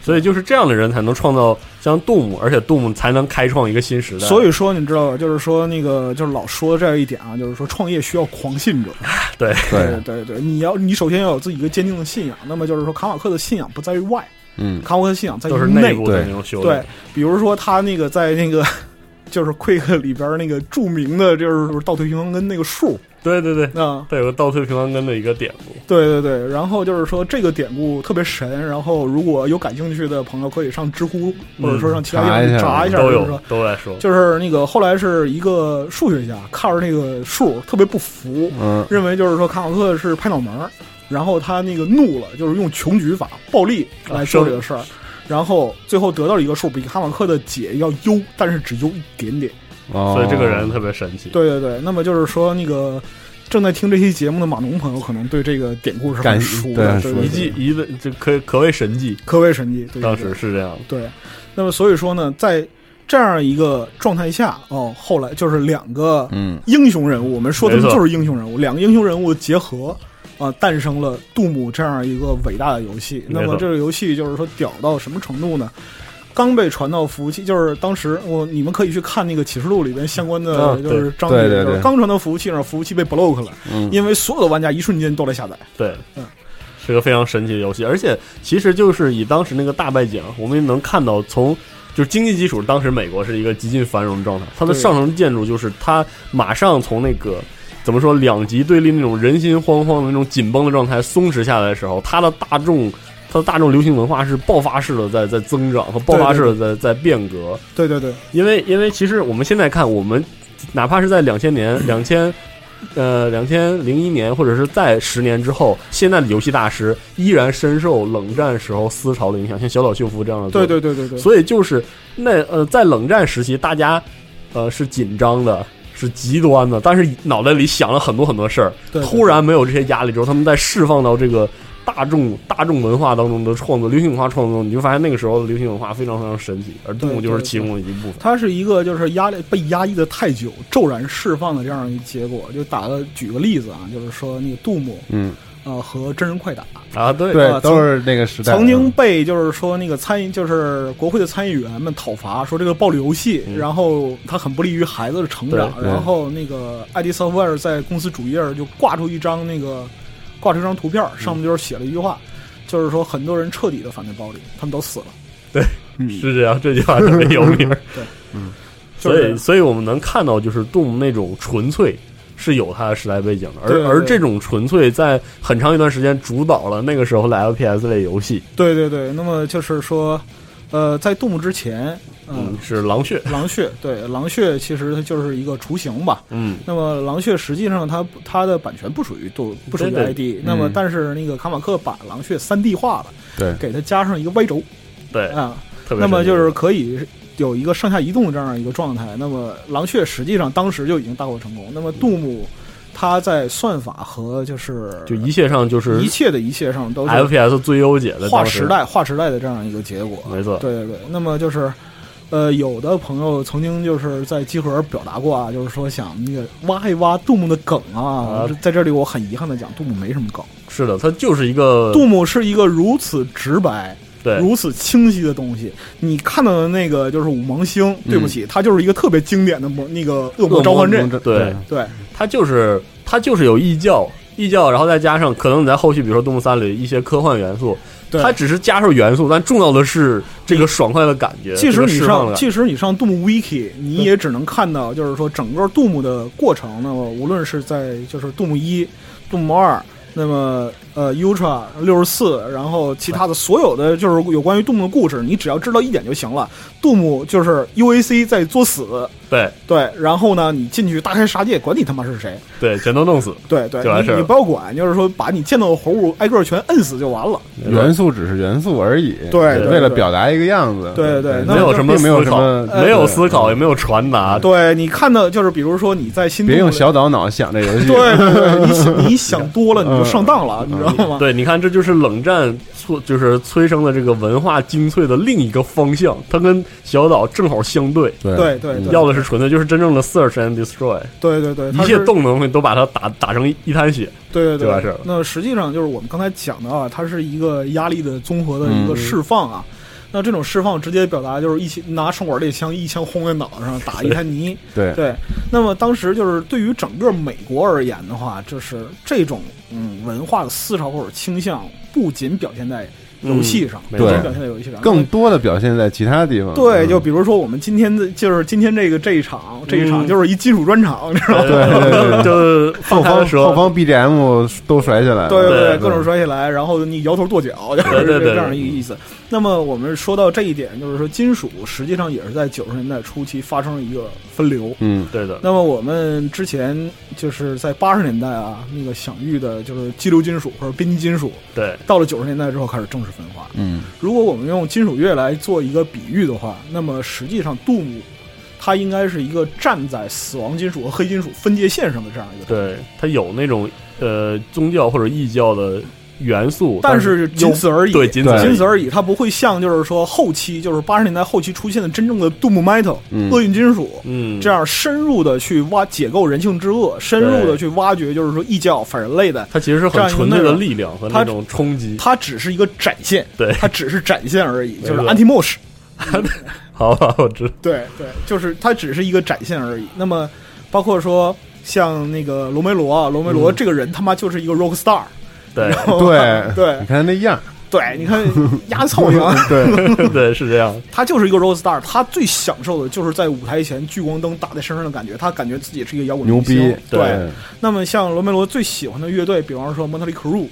[SPEAKER 2] 所以就是这样的人才能创造像杜牧，而且杜牧才能开创一个新时代。
[SPEAKER 9] 所以说，你知道吧？就是说那个，就是老说这一点啊，就是说创业需要狂信者。
[SPEAKER 2] 对
[SPEAKER 3] 对，
[SPEAKER 9] 对对，你要你首先要有自己一个坚定的信仰。那么就是说，卡马克的信仰不在于外，
[SPEAKER 3] 嗯，
[SPEAKER 9] 卡马克的信仰在于
[SPEAKER 2] 都是内
[SPEAKER 9] 内
[SPEAKER 2] 部的
[SPEAKER 3] 对
[SPEAKER 2] 那种修
[SPEAKER 9] 对
[SPEAKER 2] 炼，，
[SPEAKER 9] 比如说他那个在那个 就是 Quick 里边那个著名的就是倒退平衡跟那个数
[SPEAKER 2] 对对对，
[SPEAKER 9] 啊，
[SPEAKER 2] 他有个倒退平方根的一个典故。
[SPEAKER 9] 对对对。然后就是说这个典故特别神，然后如果有感兴趣的朋友可以上知乎或者说上其他
[SPEAKER 3] 查
[SPEAKER 9] 地
[SPEAKER 3] 一
[SPEAKER 9] 方
[SPEAKER 3] 下
[SPEAKER 9] 查一下，
[SPEAKER 2] 都
[SPEAKER 9] 就是
[SPEAKER 2] 有
[SPEAKER 9] 说。
[SPEAKER 2] 都在说，
[SPEAKER 9] 就是那个后来是一个数学家看着那个数特别不服，
[SPEAKER 3] 嗯，
[SPEAKER 9] 认为就是说卡马克是拍脑门儿，然后他那个怒了，就是用穷举法暴力来做这个
[SPEAKER 3] 啊
[SPEAKER 9] 事儿，然后最后得到了一个数比卡马克的解要优，但是只优一点点。
[SPEAKER 3] 所
[SPEAKER 2] 所以
[SPEAKER 9] 哦
[SPEAKER 2] 这个人特别神奇。
[SPEAKER 9] 对对对，那么就是说那个正在听这期节目的码农朋友，可能对这个典故是
[SPEAKER 3] 感
[SPEAKER 9] 很熟
[SPEAKER 3] 对
[SPEAKER 9] 的，
[SPEAKER 3] 很
[SPEAKER 9] 对
[SPEAKER 3] 熟
[SPEAKER 9] 对
[SPEAKER 2] 一
[SPEAKER 9] 对
[SPEAKER 2] 记一问，这可可谓神迹。
[SPEAKER 9] 可谓神迹。对
[SPEAKER 2] 当时
[SPEAKER 9] 对
[SPEAKER 2] 是这样的，
[SPEAKER 9] 对，那么所以说呢，在这样一个状态下，哦，后来就是两个
[SPEAKER 3] 嗯
[SPEAKER 9] 英雄人物，我们说的
[SPEAKER 2] 没错
[SPEAKER 9] 就是英雄人物，两个英雄人物结合。啊、诞生了杜姆这样一个伟大的游戏。
[SPEAKER 2] 没错
[SPEAKER 9] 那么这个游戏就是说屌到什么程度呢？刚被传到服务器，就是当时我你们可以去看那个启示录里边相关的
[SPEAKER 2] 啊，
[SPEAKER 9] 就是章节，
[SPEAKER 3] 对对
[SPEAKER 9] 就是
[SPEAKER 3] 对
[SPEAKER 9] 刚传到服务器上，服务器被 block 了，
[SPEAKER 3] 嗯
[SPEAKER 9] 因为所有的玩家一瞬间都来下载。
[SPEAKER 2] 对
[SPEAKER 9] 嗯，
[SPEAKER 2] 是个非常神奇的游戏。而且其实就是以当时那个大败景，我们也能看到从。就是经济基础，当时美国是一个极尽繁荣的状态。它的
[SPEAKER 9] 对
[SPEAKER 2] 上层建筑就是它马上从那个怎么说两极对立那种人心惶惶的那种紧绷的状态松弛下来的时候，它的大众，它的大众流行文化是爆发式的在在增长和爆发式的在在变革。
[SPEAKER 9] 对对对，
[SPEAKER 2] 因为因为其实我们现在看，我们哪怕是在两千 年、两千呃两千零一年，或者是在十年之后，现在的游戏大师依然深受冷战时候思潮的影响，像小岛秀夫这样的作
[SPEAKER 9] 对
[SPEAKER 2] 品。
[SPEAKER 9] 对对对对，
[SPEAKER 2] 所以就是那呃，在冷战时期，大家呃是紧张的。是极端的，但是脑袋里想了很多很多事儿。
[SPEAKER 9] 对对
[SPEAKER 2] 突然没有这些压力之后，他们在释放到这个大众 大众文化当中的创作，流行文化创作，你就发现那个时候的流行文化非常非常神奇，而动物就是其中的一部分。
[SPEAKER 9] 它是一个就是压力被压抑的太久，骤然释放的这样一个结果。就打个举个例子啊，就是说那个杜牧
[SPEAKER 3] 嗯，
[SPEAKER 9] 呃和真人快打
[SPEAKER 2] 啊，对
[SPEAKER 3] 对
[SPEAKER 9] 啊，
[SPEAKER 3] 都是那个时代的，
[SPEAKER 9] 曾经被就是说那个参议就是国会的参议员们讨伐，说这个暴力游戏，
[SPEAKER 2] 嗯
[SPEAKER 9] 然后它很不利于孩子的成长。
[SPEAKER 3] 对对
[SPEAKER 9] 然后那个艾迪·索 r 尔在公司主页就挂出一张那个挂出一张图片，上面就是写了一句话，就是说很多人彻底的反对暴力，他们都死了。
[SPEAKER 2] 是这样，这句话特别有名。
[SPEAKER 9] 对，
[SPEAKER 2] 嗯，所
[SPEAKER 9] 就是这
[SPEAKER 2] 以
[SPEAKER 9] 样
[SPEAKER 2] 所以我们能看到，就是动物那种纯粹是有它的时代背景的，而
[SPEAKER 9] 对对对
[SPEAKER 2] 而这种纯粹在很长一段时间主导了那个时候的 FPS 类游戏，
[SPEAKER 9] 对对对，那么就是说，呃，在杜牧之前，呃
[SPEAKER 2] 嗯，是狼血，
[SPEAKER 9] 狼穴，对，狼穴其实它就是一个雏形吧。
[SPEAKER 2] 嗯，
[SPEAKER 9] 那么狼穴实际上它它的版权不属于杜，不属于
[SPEAKER 2] 对
[SPEAKER 9] ID。那么
[SPEAKER 3] 嗯
[SPEAKER 9] 但是那个卡马克把狼穴三 D 化了，
[SPEAKER 3] 对
[SPEAKER 9] 给它加上一个 Y 轴
[SPEAKER 2] 对，
[SPEAKER 9] 啊，
[SPEAKER 2] 特别
[SPEAKER 9] 那么
[SPEAKER 2] 神奇
[SPEAKER 9] 就是可以有一个上下移动这样一个状态。那么狼穴实际上当时就已经大获成功。那么杜牧，它在算法和就是
[SPEAKER 2] 就一切上就是
[SPEAKER 9] 一切的一切上都是
[SPEAKER 2] FPS 最优解的
[SPEAKER 9] 划
[SPEAKER 2] 当时
[SPEAKER 9] 时，代划时代的这样一个结果。
[SPEAKER 2] 没错，
[SPEAKER 9] 对对对，那么就是，呃，有的朋友曾经就是在集合表达过啊，就是说想那个挖一挖杜牧的梗啊
[SPEAKER 2] 啊。
[SPEAKER 9] 在这里，我很遗憾的讲，杜牧没什么梗。
[SPEAKER 2] 是的，它就是一个
[SPEAKER 9] 杜牧是一个如此直白，
[SPEAKER 2] 对
[SPEAKER 9] 如此清晰的东西。你看到的那个就是五芒星，对不起，它就是一个特别经典的魔那个嗯恶魔召唤阵。
[SPEAKER 2] 对，
[SPEAKER 9] 对，
[SPEAKER 2] 它就是它就是有异教，异教，然后再加上可能你在后续，比如说《动物三》里一些科幻元素，
[SPEAKER 9] 对
[SPEAKER 2] 它只是加上元素，但重要的是这个爽快的感觉，
[SPEAKER 9] 即使
[SPEAKER 2] 这个
[SPEAKER 9] 你
[SPEAKER 2] 释放的
[SPEAKER 9] 上，
[SPEAKER 2] 感觉
[SPEAKER 9] 即使你上 Doom Wiki，你 也只能看到，就是说整个 Doom 的过程。那么无论是在就是 Doom 一、Doom 二，那么呃 Ultra 六十四，然后其他的所有的就是有关于 Doom 的故事，你只要知道一点就行了。Doom 就是 UAC 在作死，
[SPEAKER 2] 对
[SPEAKER 9] 对，然后呢，你进去大开杀戒，管你他妈是谁，
[SPEAKER 2] 对，全都弄死，
[SPEAKER 9] 对对，
[SPEAKER 2] 就完事儿
[SPEAKER 9] 你你不要管，就是说把你见到的活物挨个儿全摁死就完了。
[SPEAKER 2] 嗯
[SPEAKER 3] 元素只是元素而已，
[SPEAKER 9] 对对
[SPEAKER 3] 为了
[SPEAKER 9] 对
[SPEAKER 3] 表达一个样子，
[SPEAKER 9] 对对那
[SPEAKER 2] 没有什么
[SPEAKER 3] 并没有
[SPEAKER 2] 思
[SPEAKER 3] 什
[SPEAKER 2] 考
[SPEAKER 3] 么，
[SPEAKER 9] 呃
[SPEAKER 2] 没有思考，也没有传达，
[SPEAKER 9] 对你看到就是比如说你在新
[SPEAKER 3] 别
[SPEAKER 9] Doom
[SPEAKER 3] 用
[SPEAKER 9] 的
[SPEAKER 3] 小岛脑想这游戏，
[SPEAKER 9] 对对对，你想 你想多了你就上当了，你知道吗？
[SPEAKER 2] 对，你看，这就是冷战促，就是催生的这个文化精粹的另一个方向，它跟小岛正好相对。
[SPEAKER 3] 对
[SPEAKER 9] 对对对
[SPEAKER 2] 要的是纯粹，就是真正的 search and destroy，
[SPEAKER 9] 对对对，
[SPEAKER 2] 一
[SPEAKER 9] 它
[SPEAKER 2] 切
[SPEAKER 9] 是
[SPEAKER 2] 动能都把它打打成一一滩血。
[SPEAKER 9] 对对
[SPEAKER 2] 就完事儿
[SPEAKER 9] 对
[SPEAKER 2] 了。
[SPEAKER 9] 那实际上就是我们刚才讲的啊，它是一个压力的综合的一
[SPEAKER 2] 嗯
[SPEAKER 9] 个释放啊。那这种释放直接表达就是一起拿双管猎枪一枪轰在脑袋上打一滩泥。
[SPEAKER 3] 对
[SPEAKER 9] 对，那么当时就是对于整个美国而言的话，就是这种嗯文化的思潮或者倾向，不仅表现在游戏上，
[SPEAKER 2] 嗯
[SPEAKER 9] 不仅
[SPEAKER 3] 对
[SPEAKER 9] 表现在游戏上，
[SPEAKER 3] 更多的表现在其他地方，
[SPEAKER 9] 对，
[SPEAKER 3] 嗯
[SPEAKER 9] 就比如说我们今天的，就是今天这个这一场，这一
[SPEAKER 2] 嗯
[SPEAKER 9] 场就是一金属专场，你知道吗？
[SPEAKER 3] 对对对对
[SPEAKER 2] 就
[SPEAKER 3] 后
[SPEAKER 2] 放开
[SPEAKER 3] 方
[SPEAKER 2] 的时候
[SPEAKER 3] 后，方 BGM 都甩起来了，
[SPEAKER 9] 对
[SPEAKER 2] 对
[SPEAKER 9] 各种摔下来，然后你摇头跺脚，就
[SPEAKER 2] 对
[SPEAKER 9] 是
[SPEAKER 2] 对对
[SPEAKER 9] 这样一个意思。那么我们说到这一点，就是说金属实际上也是在九十年代初期发生了一个分流。
[SPEAKER 3] 嗯，
[SPEAKER 2] 对的，
[SPEAKER 9] 那么我们之前就是在八十年代啊，那个享誉的就是激流金属或者边际金属，
[SPEAKER 2] 对，
[SPEAKER 9] 到了九十年代之后开始正式分化。
[SPEAKER 3] 嗯，
[SPEAKER 9] 如果我们用金属乐来做一个比喻的话，那么实际上杜姆它应该是一个站在死亡金属和黑金属分界线上的这样一个，
[SPEAKER 2] 对，它有那种呃宗教或者异教的元素，
[SPEAKER 9] 但
[SPEAKER 2] 但
[SPEAKER 9] 是仅此而已，
[SPEAKER 2] 对，仅此
[SPEAKER 3] 对
[SPEAKER 9] 仅此而已，它不会像就是说后期就是八十年代后期出现的真正的杜姆 metal、
[SPEAKER 3] 嗯
[SPEAKER 9] 厄运金属。
[SPEAKER 2] 嗯，
[SPEAKER 9] 这样深入的去挖解构人性之恶，深入的去挖掘，就是说异教反人类的，
[SPEAKER 2] 它其实是
[SPEAKER 9] 这
[SPEAKER 2] 很
[SPEAKER 9] 样一个
[SPEAKER 2] 纯粹
[SPEAKER 9] 内
[SPEAKER 2] 的
[SPEAKER 9] 容
[SPEAKER 2] 力量和
[SPEAKER 9] 它
[SPEAKER 2] 那种冲击。
[SPEAKER 9] 它只是一个展现，
[SPEAKER 2] 对
[SPEAKER 9] 它只是展现而已，就是
[SPEAKER 2] 没错
[SPEAKER 9] anti mosh，
[SPEAKER 2] 好吧，我知道。
[SPEAKER 9] 对对，就是它只是一个展现而已。那么，包括说像那个罗梅罗啊，罗梅罗这个人他妈就是一个 rock star，
[SPEAKER 2] 对
[SPEAKER 3] 嗯 对
[SPEAKER 9] 对
[SPEAKER 3] 你看那样，
[SPEAKER 9] 对，你看压操性，
[SPEAKER 3] 对，
[SPEAKER 2] 对，是这样。
[SPEAKER 9] 他就是一个 rock star，他最享受的就是在舞台前聚光灯打在身上的感觉，他感觉自己是一个摇滚
[SPEAKER 3] 牛
[SPEAKER 9] 明星
[SPEAKER 3] 逼，
[SPEAKER 9] 对。
[SPEAKER 3] 对，
[SPEAKER 9] 那么像罗梅罗最喜欢的乐队，比方说 Motley Crue，、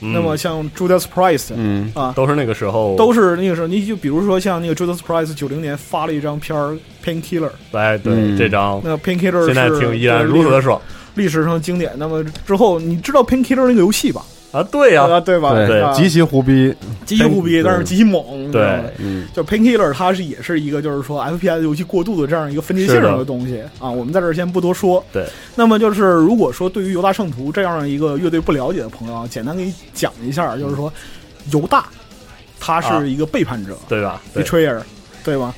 [SPEAKER 2] 嗯
[SPEAKER 9] 那么像 Judas Priest，、
[SPEAKER 3] 嗯，
[SPEAKER 9] 啊，
[SPEAKER 2] 都是那个时候，
[SPEAKER 9] 都是那个时候，你就比如说像那个 Judas Priest 九零年发了一张片儿 Painkiller，
[SPEAKER 2] 哎，对
[SPEAKER 3] 嗯
[SPEAKER 2] 这张。
[SPEAKER 9] 那 Painkiller
[SPEAKER 2] 现在
[SPEAKER 9] 是
[SPEAKER 2] 听依然
[SPEAKER 9] 是
[SPEAKER 2] 如此
[SPEAKER 9] 历
[SPEAKER 2] 的
[SPEAKER 9] 史
[SPEAKER 2] 爽
[SPEAKER 9] 历史上经典。那么之后，你知道 Painkiller 那个游戏吧？
[SPEAKER 2] 啊！对呀、
[SPEAKER 9] 啊，对吧？
[SPEAKER 3] 对，
[SPEAKER 9] 啊
[SPEAKER 3] 极其胡逼，
[SPEAKER 9] 极其无逼，但是极其猛。你知道吗
[SPEAKER 2] 对，
[SPEAKER 3] 嗯，
[SPEAKER 9] 就 Painkiller 它是也是一个就是说 FPS 游戏过渡的这样一个分界线
[SPEAKER 2] 是的
[SPEAKER 9] 上的东西啊。我们在这儿先不多说。
[SPEAKER 2] 对，
[SPEAKER 9] 那么就是如果说对于犹大圣徒这样的一个乐队不了解的朋友啊，简单给你讲一下，就是说犹大他
[SPEAKER 2] 啊
[SPEAKER 9] 是一个背叛者
[SPEAKER 2] 对吧？对，
[SPEAKER 9] ，betrayer，对吧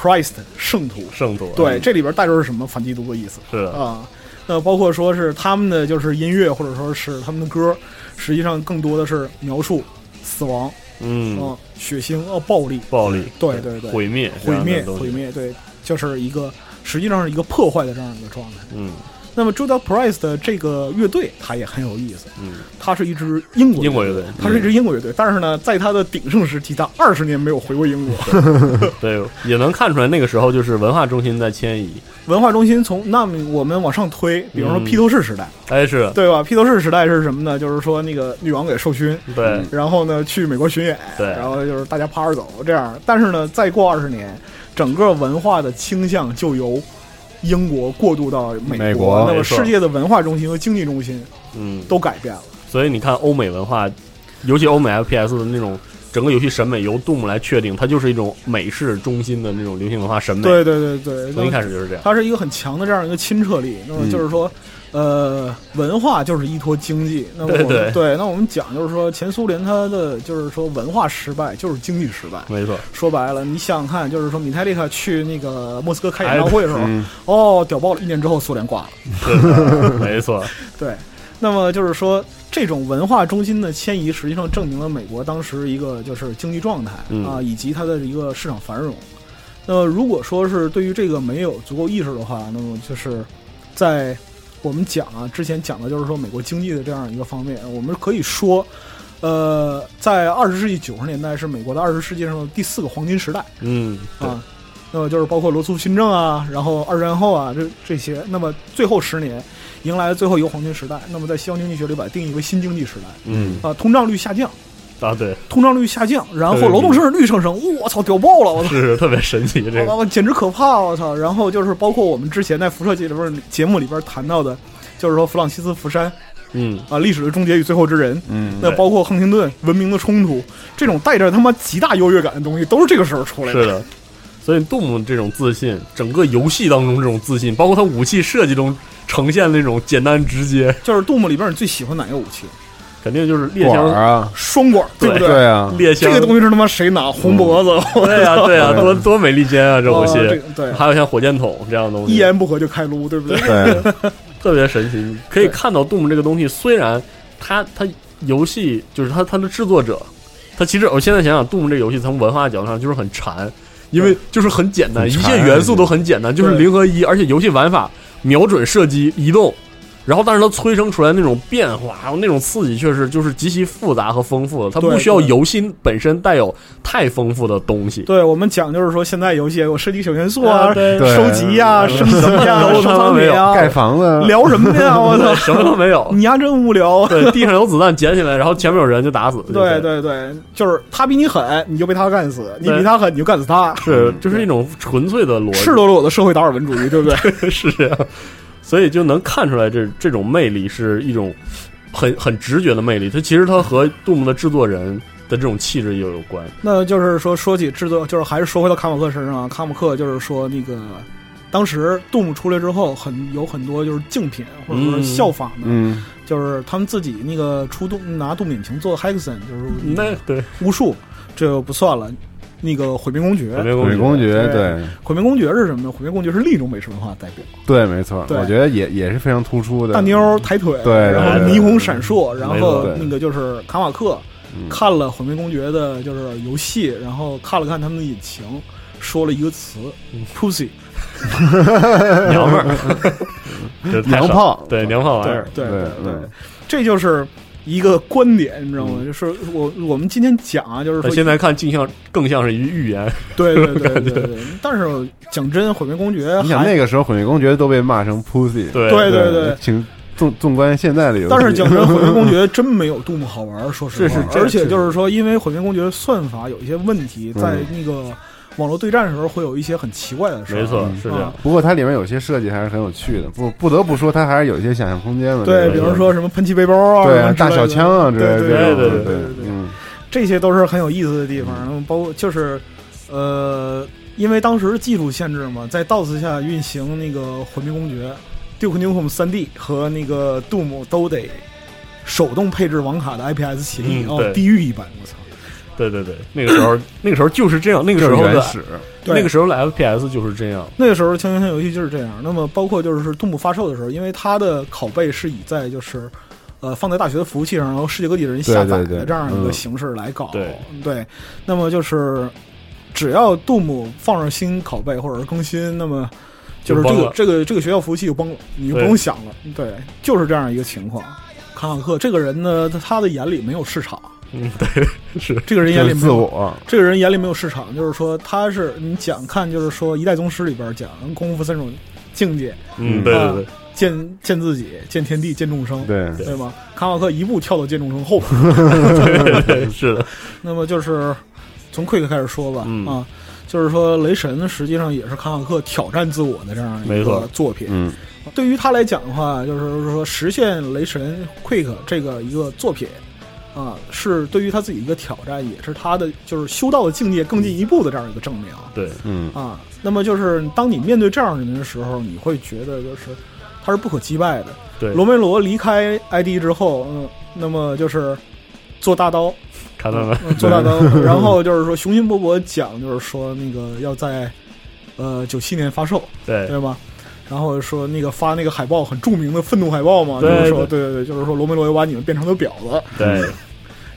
[SPEAKER 9] ？Priest 圣徒，
[SPEAKER 2] 圣徒，
[SPEAKER 9] 对，这里边带着是什么反基督的意思？
[SPEAKER 2] 是的，
[SPEAKER 9] 啊，那包括说是他们的就是音乐，或者说是他们的歌，实际上更多的是描述死亡
[SPEAKER 2] 嗯，
[SPEAKER 9] 啊、血腥啊、暴力，
[SPEAKER 2] 暴力，
[SPEAKER 9] 对对对，
[SPEAKER 2] 毁灭，
[SPEAKER 9] 毁灭
[SPEAKER 2] 这样的东西
[SPEAKER 9] 毁，灭，对，就是一个实际上是一个破坏的这样一个状态。
[SPEAKER 2] 嗯
[SPEAKER 9] 那么 Judas Priest 的这个乐队，它也很有意思，
[SPEAKER 2] 嗯，
[SPEAKER 9] 它是一支英国
[SPEAKER 2] 英国乐嗯队
[SPEAKER 9] 它是一支英国乐队，但是呢，在它的鼎盛时期，它二十年没有回过英国，
[SPEAKER 2] 对，也能看出来那个时候就是文化中心在迁移，
[SPEAKER 9] 文化中心从那么我们往上推，比如说
[SPEAKER 2] 嗯
[SPEAKER 9] 披头士时代，
[SPEAKER 2] 哎，是的
[SPEAKER 9] 对吧？披头士时代是什么呢？就是说那个女王给授勋，
[SPEAKER 2] 对，
[SPEAKER 9] 然后呢去美国巡演，
[SPEAKER 2] 对
[SPEAKER 9] 然后就是大家趴着走这样。但是呢，再过二十年，整个文化的倾向就由英国过渡到美国，
[SPEAKER 3] 美国
[SPEAKER 9] 那么
[SPEAKER 2] 没错
[SPEAKER 9] 世界的文化中心和经济中心
[SPEAKER 2] 嗯，
[SPEAKER 9] 都改变了。
[SPEAKER 2] 所以你看欧美文化，尤其欧美 FPS 的那种。整个游戏审美由 Doom 来确定，它就是一种美式中心的那种流行文化审美。
[SPEAKER 9] 对对对对，
[SPEAKER 2] 从一
[SPEAKER 9] 那
[SPEAKER 2] 开
[SPEAKER 9] 么
[SPEAKER 2] 始嗯就是这样。
[SPEAKER 9] 它是一个很强的这样一个亲彻力。那么就是说。呃，文化就是依托经济。那么我们
[SPEAKER 2] 对对
[SPEAKER 9] 那我们讲就是说，前苏联它的就是说文化失败就是经济失败。
[SPEAKER 2] 没错，
[SPEAKER 9] 说白了，你想想看，就是说米泰利克去那个莫斯科开演唱会的时候，
[SPEAKER 3] 嗯
[SPEAKER 9] 哦，屌爆了！一年之后，苏联挂了。
[SPEAKER 2] 是的没错，
[SPEAKER 9] 对，那么就是说，这种文化中心的迁移，实际上证明了美国当时一个就是经济状态
[SPEAKER 2] 嗯
[SPEAKER 9] 啊，以及它的一个市场繁荣。那么如果说是对于这个没有足够意识的话，那么就是在我们讲啊之前讲的就是说美国经济的这样一个方面，我们可以说，呃，在二十世纪九十年代是美国的二十世纪上的第四个黄金时代。
[SPEAKER 2] 嗯，对
[SPEAKER 9] 啊，那么就是包括罗斯福新政啊，然后二战后啊，这这些，那么最后十年迎来了最后一个黄金时代。那么在西方经济学里把它定义为新经济时代
[SPEAKER 2] 嗯
[SPEAKER 9] 啊，通胀率下降，
[SPEAKER 2] 啊，对，
[SPEAKER 9] 通胀率下降，然后
[SPEAKER 2] 对
[SPEAKER 9] 劳动生产率上升，我操，屌爆了，我操！
[SPEAKER 2] 是特别神奇这个，
[SPEAKER 9] 我简直可怕！我操！然后就是包括我们之前在辐射界里边节目里边谈到的，就是说弗朗西斯·福山
[SPEAKER 2] 嗯，
[SPEAKER 9] 啊，《历史的终结与最后之人》，
[SPEAKER 3] 嗯，
[SPEAKER 9] 那包括亨廷顿《文明的冲突》这种带着他妈极大优越感的东西，都是这个时候出来的。
[SPEAKER 2] 是的。所以动物这种自信，整个游戏当中这种自信，包括它武器设计中呈现那种简单直接，
[SPEAKER 9] 就是动物里边你最喜欢哪个武器？
[SPEAKER 2] 肯定就是猎
[SPEAKER 3] 管
[SPEAKER 2] 枪
[SPEAKER 3] 儿啊，
[SPEAKER 9] 双管，对不
[SPEAKER 2] 对
[SPEAKER 3] 对啊，
[SPEAKER 2] 猎
[SPEAKER 9] 这
[SPEAKER 2] 枪
[SPEAKER 9] 个东西是他妈谁拿红脖子？
[SPEAKER 2] 嗯
[SPEAKER 9] 我
[SPEAKER 2] 对 呀、对呀、多多美利坚啊，这武器
[SPEAKER 9] 哇这个，对
[SPEAKER 2] 还有像火箭筒这样的东西，
[SPEAKER 9] 一言不合就开撸，对不对？
[SPEAKER 3] 对，
[SPEAKER 2] 特别神奇。你可以看到动物这个东西，虽然它它游戏就是它它的制作者，它其实呃我现在想想，动物这个游戏从文化角度上就是很馋，因为就是很简单，一
[SPEAKER 3] 很
[SPEAKER 2] 切
[SPEAKER 3] 馋
[SPEAKER 2] 元素都很简单，就是零和一，而且游戏玩法瞄准射击移动。然后，但是它催生出来那种变化，还有那种刺激，确实就是极其复杂和丰富的。它
[SPEAKER 9] 对
[SPEAKER 2] 不需要
[SPEAKER 9] 对
[SPEAKER 2] 游戏本身带有太丰富的东西。
[SPEAKER 9] 对我们讲就是说，现在游戏有设计小元素啊，
[SPEAKER 2] 对
[SPEAKER 3] 对
[SPEAKER 9] 收集呀、升级呀、
[SPEAKER 2] 都
[SPEAKER 9] 收
[SPEAKER 2] 他妈
[SPEAKER 9] 藏
[SPEAKER 2] 没
[SPEAKER 9] 品
[SPEAKER 2] 有
[SPEAKER 9] 啊，
[SPEAKER 3] 盖房子，
[SPEAKER 9] 聊什么呀？ 我 操！
[SPEAKER 2] 什么都没有。
[SPEAKER 9] 你丫真无聊。
[SPEAKER 2] 对，地上有子弹捡起来，然后前面有人就打死。就
[SPEAKER 9] 对
[SPEAKER 2] 是，
[SPEAKER 9] 对对，就是他比你狠，你就被他干死；你
[SPEAKER 2] 对
[SPEAKER 9] 比他狠，你就干死他。
[SPEAKER 2] 是就是一种纯粹的逻辑，
[SPEAKER 9] 赤裸裸的社会达尔文主义，对不 对？
[SPEAKER 2] 是这样，所以就能看出来这这种魅力是一种很很直觉的魅力。它其实它和杜牧的制作人的这种气质也有关。
[SPEAKER 9] 那就是说，说起制作，就是还是说回到卡姆克身上啊。卡姆克就是说，那个当时 Doom 出来之后，很有很多就是竞品或者说
[SPEAKER 2] 嗯
[SPEAKER 9] 是效仿的，
[SPEAKER 3] 嗯，
[SPEAKER 9] 就是他们自己那个出动拿动引擎做 Hexen，就是
[SPEAKER 2] 那对，
[SPEAKER 9] 巫术，这就不算了。那个毁灭公爵，
[SPEAKER 2] 美
[SPEAKER 3] 伪公爵，对
[SPEAKER 9] 对毁灭公爵是什么呢？毁灭公爵是另一种美式文化的代表，
[SPEAKER 3] 对，没错，
[SPEAKER 9] 对
[SPEAKER 3] 我觉得也也是非常突出的。
[SPEAKER 9] 大妞儿抬腿，
[SPEAKER 3] 对
[SPEAKER 9] 然后
[SPEAKER 2] 对对
[SPEAKER 9] 霓虹闪烁，然
[SPEAKER 2] 没
[SPEAKER 9] 后
[SPEAKER 3] 错
[SPEAKER 9] 那个就是卡马克
[SPEAKER 3] 嗯
[SPEAKER 9] 看了毁灭公爵的就是游戏，然后看了看他们的引擎，说了一个词，pussy，
[SPEAKER 2] 娘们儿， 这太
[SPEAKER 3] 娘
[SPEAKER 2] 少
[SPEAKER 3] 炮
[SPEAKER 2] 对娘炮玩意
[SPEAKER 9] 对
[SPEAKER 2] 儿，
[SPEAKER 9] 对
[SPEAKER 3] 对对，
[SPEAKER 9] 对这就是一个观点，你知道吗？就是我我们今天讲啊，就是
[SPEAKER 2] 嗯但
[SPEAKER 9] 说
[SPEAKER 2] 现在看镜像更像是一预言。
[SPEAKER 9] 对对对对对对，但是讲真，毁灭 公爵
[SPEAKER 3] 你想
[SPEAKER 9] 还
[SPEAKER 3] 那个时候毁灭公爵都被骂成 pussy，
[SPEAKER 2] 对
[SPEAKER 9] 对对对
[SPEAKER 3] 请纵纵观现在的游戏，
[SPEAKER 9] 但是讲真，毁灭公爵真没有杜牧好玩儿，说实
[SPEAKER 3] 这是
[SPEAKER 9] 话。
[SPEAKER 3] 这
[SPEAKER 9] 而且
[SPEAKER 3] 是
[SPEAKER 9] 就是说，因为毁灭公爵算法有一些问题，在
[SPEAKER 3] 嗯
[SPEAKER 9] 那个网络对战的时候会有一些很奇怪的事儿。
[SPEAKER 2] 没错
[SPEAKER 9] 嗯，
[SPEAKER 2] 是这样
[SPEAKER 9] 啊。
[SPEAKER 3] 不过它里面有些设计还是很有趣的，不不得不说它还是有一些想象空间的。
[SPEAKER 9] 对，
[SPEAKER 3] 这个
[SPEAKER 9] 比
[SPEAKER 3] 游
[SPEAKER 9] 如
[SPEAKER 3] 戏
[SPEAKER 9] 说什么喷气背包啊，
[SPEAKER 3] 对
[SPEAKER 9] 什
[SPEAKER 3] 啊
[SPEAKER 9] 么之
[SPEAKER 3] 大
[SPEAKER 9] 类
[SPEAKER 3] 小
[SPEAKER 9] 的
[SPEAKER 3] 枪啊之类的这
[SPEAKER 9] 对对
[SPEAKER 3] 种，
[SPEAKER 2] 对
[SPEAKER 3] 对
[SPEAKER 9] 对对，
[SPEAKER 3] 嗯，
[SPEAKER 9] 这些都是很有意思的地方。然后包括就是，呃，因为当时技术限制嘛，在 DOS 下运行那个毁灭公爵、Duke Nukem 3D 和那个 Doom 都得手动配置网卡的 IPS 协议，
[SPEAKER 2] 嗯
[SPEAKER 9] 哦
[SPEAKER 2] 对，
[SPEAKER 9] 地狱一般，我操！
[SPEAKER 2] 对对对，那个时候那个时候就是这样，那个
[SPEAKER 3] 就
[SPEAKER 2] 时
[SPEAKER 3] 是
[SPEAKER 2] 候
[SPEAKER 3] 原
[SPEAKER 2] 的
[SPEAKER 3] 始，
[SPEAKER 9] 对
[SPEAKER 2] 那个时候的 FPS 就是这样。
[SPEAKER 9] 那个时候枪枪游戏就是这样。那么包括就是杜牧发售的时候，因为它的拷贝是以在就是。呃，放在大学的服务器上，然后世界各地的人下载
[SPEAKER 3] 对对
[SPEAKER 9] 的
[SPEAKER 3] 对
[SPEAKER 9] 这样一个
[SPEAKER 3] 嗯
[SPEAKER 9] 形式来搞。
[SPEAKER 2] 对
[SPEAKER 9] 对那么就是只要杜牧放上新拷贝或者是更新，那么就是
[SPEAKER 2] 就
[SPEAKER 9] 这
[SPEAKER 2] 崩
[SPEAKER 9] 个
[SPEAKER 2] 了
[SPEAKER 9] 这个这个学校服务器就崩了，你就不
[SPEAKER 2] 对
[SPEAKER 9] 用想了。对，就是这样一个情况。卡朗克这个人呢，他他的眼里没有市场，
[SPEAKER 2] 嗯，对，是
[SPEAKER 9] 这个人
[SPEAKER 3] 就
[SPEAKER 9] 眼里
[SPEAKER 3] 是
[SPEAKER 9] 没
[SPEAKER 3] 自
[SPEAKER 9] 有
[SPEAKER 3] 我，
[SPEAKER 9] 这个人眼里没有市场，就是说他是你讲看，就是说《一代宗师》里边讲功夫三种境界，
[SPEAKER 2] 嗯，对对对，
[SPEAKER 9] 见见自己，见天地，见众生，
[SPEAKER 3] 对，
[SPEAKER 9] 对吗？卡马克一步跳到见众生后边，
[SPEAKER 2] 对对是的，
[SPEAKER 9] 那么就是从 Quick 开始说吧，
[SPEAKER 2] 嗯
[SPEAKER 9] 啊，就是说雷神实际上也是卡马克挑战自我的这样一
[SPEAKER 2] 没
[SPEAKER 9] 个
[SPEAKER 2] 错
[SPEAKER 9] 作品。
[SPEAKER 3] 嗯，
[SPEAKER 9] 对于他来讲的话，就是说实现雷神 Quick 这个一个作品。啊，是对于他自己一个挑战，也是他的就是修道的境界更进一步的这样一个证明。
[SPEAKER 2] 对，
[SPEAKER 3] 嗯，
[SPEAKER 9] 啊，那么就是当你面对这样的人的时候，你会觉得就是他是不可击败的。
[SPEAKER 2] 对
[SPEAKER 9] 罗梅罗离开 ID 之后，嗯，那么就是做大刀，
[SPEAKER 2] 看到没？
[SPEAKER 9] 嗯、做大刀，然后就是说雄心勃勃讲，就是说那个要在呃九七年发售，
[SPEAKER 2] 对，
[SPEAKER 9] 对吧？然后说那个发那个海报很著名的愤怒海报嘛，就
[SPEAKER 2] 对
[SPEAKER 9] 是说对对对，就是说罗梅罗又把你们变成了婊子，
[SPEAKER 2] 对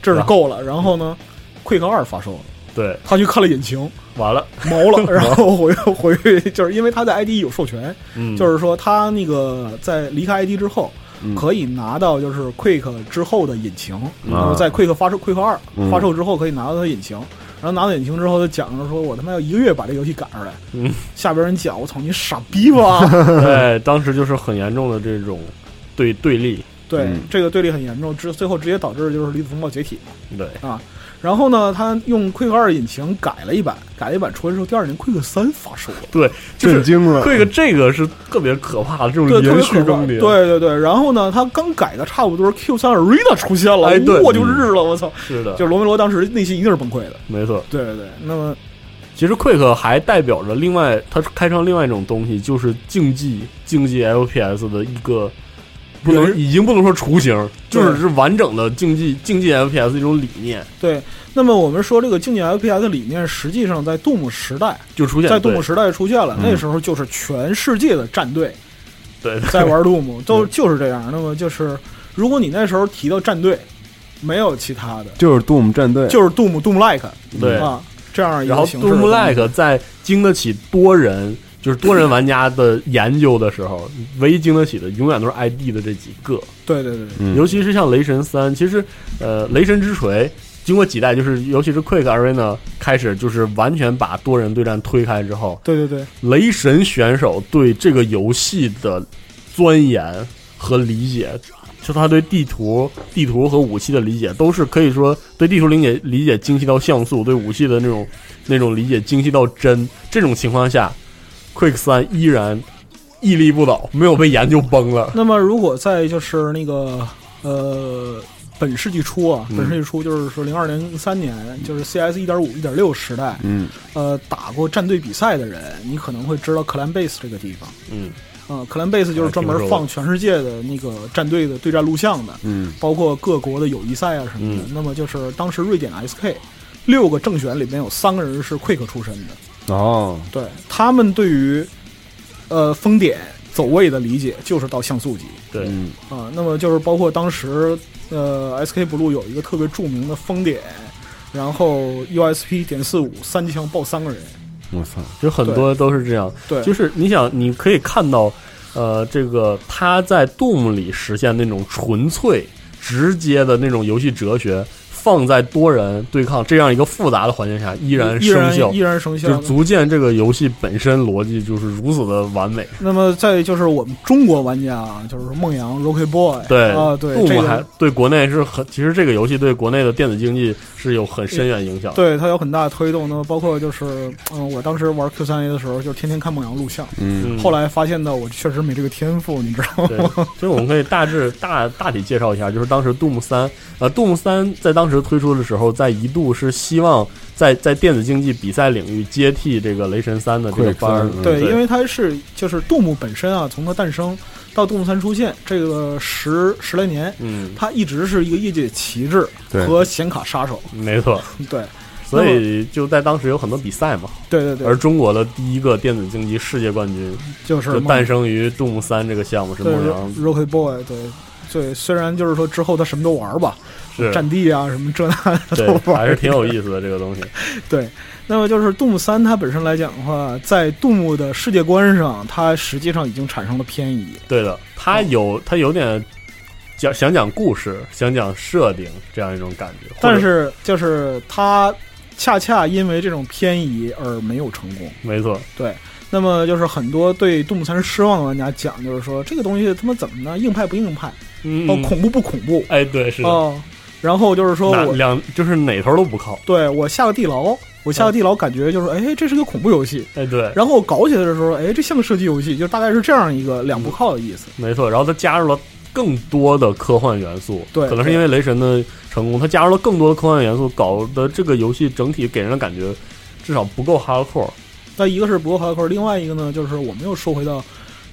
[SPEAKER 9] 这是
[SPEAKER 2] 吧
[SPEAKER 9] 够了。然后呢，Quick 二发售了，
[SPEAKER 2] 对，
[SPEAKER 9] 他去看了引擎，
[SPEAKER 2] 完了，
[SPEAKER 9] 毛了，然后回回 去就是因为他在 ID 有授权，
[SPEAKER 2] 嗯，
[SPEAKER 9] 就是说他那个在离开 ID 之后，可以拿到就是 Quick 之后的引擎，然后在 Quick 发售 Quick 二
[SPEAKER 3] 嗯
[SPEAKER 9] 发售之后可以拿到它的引擎。然后拿到引擎之后，他讲着说：“我他妈要一个月把这游戏赶出来。”
[SPEAKER 2] 嗯
[SPEAKER 9] 下边人讲：“我操，你傻逼吧
[SPEAKER 2] 对，哎当时就是很严重的这种对对立，？”
[SPEAKER 9] 对，
[SPEAKER 3] 嗯
[SPEAKER 9] 这个对立很严重，直最后直接导致就是离子风暴解体。
[SPEAKER 2] 对，
[SPEAKER 9] 然后呢，他用 Quick 二引擎改了一版，改了一版出来之后，第二年 Quick 三发售了。
[SPEAKER 2] 就是
[SPEAKER 3] 震惊了，
[SPEAKER 2] 这个这个是特别可怕的这种
[SPEAKER 9] 对，特
[SPEAKER 2] 延
[SPEAKER 9] 别
[SPEAKER 2] 续
[SPEAKER 9] 可怕。
[SPEAKER 2] 更迭，
[SPEAKER 9] 对，对对，然后呢，他刚改的差不多，Q 三 Arena 出现了，
[SPEAKER 2] 哎对
[SPEAKER 9] 我就日了，我操！
[SPEAKER 2] 是的，
[SPEAKER 9] 就是罗梅罗当时内心一定是崩溃的。
[SPEAKER 2] 没错。
[SPEAKER 9] 对对对，那么
[SPEAKER 2] 其实 Quick 还代表着另外，它开创另外一种东西，就是竞技竞技 FPS 的一个不能
[SPEAKER 9] 原
[SPEAKER 2] 已经不能说雏形，就
[SPEAKER 9] 对
[SPEAKER 2] 是是完整的竞技竞技 FPS 的一种理念
[SPEAKER 9] 对，那么我们说这个竞技 FPS 的理念，实际上在 Doom 时代，
[SPEAKER 2] 就出现
[SPEAKER 9] 在
[SPEAKER 2] 对嗯
[SPEAKER 9] Doom 时代出现了，那时候就是全世界的战队
[SPEAKER 2] 对
[SPEAKER 9] 在玩 Doom，都就是这样。那么就是，如果你那时候提到战队，没有其他的，
[SPEAKER 3] 就是 Doom 战队，
[SPEAKER 9] 就是 Doom Doom Like
[SPEAKER 2] 对，
[SPEAKER 9] 啊这样一
[SPEAKER 2] 然后
[SPEAKER 9] 个形式的
[SPEAKER 2] Doom
[SPEAKER 9] 东西。
[SPEAKER 2] Like 在经得起多人就是多人玩家的研究的时候，唯一经得起的永远都是 ID 的这几个，
[SPEAKER 9] 对对对对
[SPEAKER 3] 嗯
[SPEAKER 2] 尤其是像雷神三，其实呃，雷神之锤经过几代，就是尤其是 Quick Arena 开始，就是完全把多人对战推开之后，
[SPEAKER 9] 对对对，
[SPEAKER 2] 雷神选手对这个游戏的钻研和理解，就他对地图、地图和武器的理解，都是可以说对地图理解理解精细到像素，对武器的那种那种理解精细到帧。这种情况下，Quick 三依然屹立不倒，没有被研究崩了。
[SPEAKER 9] 那么如果在就是那个呃本世纪初啊，
[SPEAKER 3] 嗯
[SPEAKER 9] 本世纪初就是说零二零零三年，就是 CS 一点五、一点六时代，
[SPEAKER 3] 嗯，
[SPEAKER 9] 呃，打过战队比赛的人，你可能会知道 Clan Base 这个地方。
[SPEAKER 2] 嗯，
[SPEAKER 9] 啊、克 c l a n Base 就是专
[SPEAKER 3] 哎
[SPEAKER 9] 门放全世界的那个战队的对战录像的，
[SPEAKER 3] 嗯
[SPEAKER 9] 包括各国的友谊赛啊什么的。那么就是当时瑞典 SK 六个正选里面有三个人是 Quick 出身的，
[SPEAKER 3] 哦，
[SPEAKER 9] 对他们对于呃封点走位的理解就是到像素级。
[SPEAKER 2] 对，
[SPEAKER 3] 嗯
[SPEAKER 9] 啊，那么就是包括当时呃 SK Blue 有一个特别著名的封点，然后 USP 点四五三枪爆三个人，
[SPEAKER 3] 我操，
[SPEAKER 2] 其实很多都是这样。
[SPEAKER 9] 对，
[SPEAKER 2] 就是你想，你可以看到，呃，这个他在 Doom 里实现那种纯粹、直接的那种游戏哲学，放在多人对抗这样一个复杂的环境下，依然
[SPEAKER 9] 依
[SPEAKER 2] 生效
[SPEAKER 9] 依，然生
[SPEAKER 2] 就
[SPEAKER 9] 效。
[SPEAKER 2] 足见这个游戏本身逻辑就是如此的完美。
[SPEAKER 9] 那么再就是我们中国玩家啊，就是梦阳 Rocky Boy，
[SPEAKER 2] 对
[SPEAKER 9] 啊，对这
[SPEAKER 2] ，Doom 还
[SPEAKER 9] 个。
[SPEAKER 2] 对国内是很，其实这个游戏对国内的电子竞技是有很深远影响的。
[SPEAKER 9] 对它有很大的推动，那么包括就是，嗯，我当时玩 Q 三 A 的时候，就是天天看梦阳录像，
[SPEAKER 3] 嗯
[SPEAKER 2] 嗯
[SPEAKER 9] 后来发现呢，我确实没这个天赋，你知道
[SPEAKER 2] 对
[SPEAKER 9] 吗？，
[SPEAKER 2] 所以我们可以大致大大体介绍一下，就是当时 Doom 三，呃，Doom 三在当时推出的时候，在一度是希望在在电子竞技比赛领域接替这个雷神三的这个
[SPEAKER 3] Quake
[SPEAKER 2] 班儿嗯
[SPEAKER 3] 3，
[SPEAKER 9] 对，因为它是就是杜牧本身啊，从它诞生到杜牧三出现这个十十来年，
[SPEAKER 2] 嗯，
[SPEAKER 9] 它一直是一个业界旗帜
[SPEAKER 3] 对
[SPEAKER 9] 和显卡杀手。
[SPEAKER 2] 没错，
[SPEAKER 9] 对，
[SPEAKER 2] 所以就在当时有很多比赛嘛，
[SPEAKER 9] 对对对，
[SPEAKER 2] 而中国的第一个电子竞技世界冠军
[SPEAKER 9] 就是
[SPEAKER 2] 就
[SPEAKER 9] 梦
[SPEAKER 2] 诞生于 Doom 三这个项目，是
[SPEAKER 9] 对
[SPEAKER 2] 梦阳
[SPEAKER 9] Rocket Boy 对。对，虽然就是说之后他什么都玩吧，
[SPEAKER 2] 是，
[SPEAKER 9] 战地啊什么这那的都
[SPEAKER 2] 对，
[SPEAKER 9] 玩。
[SPEAKER 2] 还是挺有意思的这个东西，
[SPEAKER 9] 对，那么就是《杜牧三》它本身来讲的话，在杜牧的世界观上，它实际上已经产生了偏移。
[SPEAKER 2] 对的，它有它有点讲想讲故事，想讲设定这样一种感觉，或者
[SPEAKER 9] 但是就是他恰恰因为这种偏移而没有成功。
[SPEAKER 2] 没错。
[SPEAKER 9] 那么就是很多对《动物三》失望的玩家讲，就是说这个东西他妈怎么呢？硬派不硬派？
[SPEAKER 2] 嗯
[SPEAKER 9] 哦，恐怖不恐怖？
[SPEAKER 2] 哎，对，是的，
[SPEAKER 9] 哦，然后就是说
[SPEAKER 2] 哪
[SPEAKER 9] 我
[SPEAKER 2] 两就是哪头都不靠，
[SPEAKER 9] 对我下个地牢，我下个地牢感觉就是哎，这是个恐怖游戏。
[SPEAKER 2] 哎，对，
[SPEAKER 9] 然后搞起来的时候，哎，这像个射击游戏，就大概是这样一个两不靠的意思。
[SPEAKER 2] 没错。然后它加入了更多的科幻元素，
[SPEAKER 9] 对
[SPEAKER 2] 可能是因为雷神的成功，它加入了更多的科幻元素，搞得这个游戏整体给人的感觉至少不够 hardcore。
[SPEAKER 9] 那一个是不够 hardcore，另外一个呢，就是我们又说回到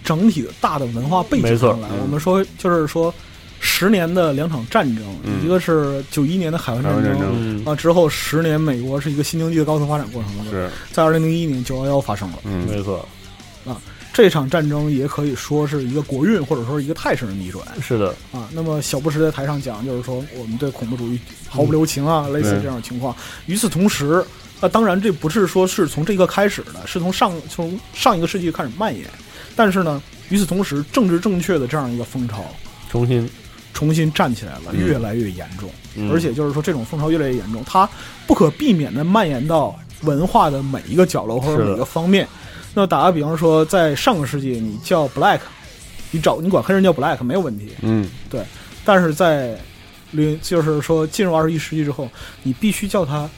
[SPEAKER 9] 整体的大的文化背景
[SPEAKER 2] 没错嗯
[SPEAKER 9] 上来。我们说就是说，十年的两场战争，
[SPEAKER 3] 嗯
[SPEAKER 9] 一个是九一年的海湾
[SPEAKER 3] 海湾战争
[SPEAKER 2] 嗯，
[SPEAKER 9] 啊，之后十年美国是一个新经济的高速发展过程嘛，
[SPEAKER 3] 是，
[SPEAKER 9] 在二零零一年九幺幺发生了。
[SPEAKER 3] 嗯
[SPEAKER 2] 没错，
[SPEAKER 9] 这场战争也可以说是一个国运，或者说是一个态势的逆转
[SPEAKER 2] 是的，
[SPEAKER 9] 啊。那么小布什在台上讲，就是说我们对恐怖主义毫不留情啊，类似这样的情况。与此同时，那、当然这不是说是从这个开始的，是从上从上一个世纪开始蔓延。但是呢，与此同时，政治正确的这样一个风潮
[SPEAKER 2] 重新，
[SPEAKER 9] 重新站起来了，
[SPEAKER 2] 嗯
[SPEAKER 9] 越来越严重。而且就是说，这种风潮越来越严重，它不可避免的蔓延到文化的每一个角落或
[SPEAKER 2] 是
[SPEAKER 9] 者
[SPEAKER 2] 的
[SPEAKER 9] 每个方面。那打个比方说，在上个世纪，你叫 black，你找你管黑人叫 black 没有问题，
[SPEAKER 3] 嗯，
[SPEAKER 9] 但是在零就是说进入二十一世纪之后，你必须叫他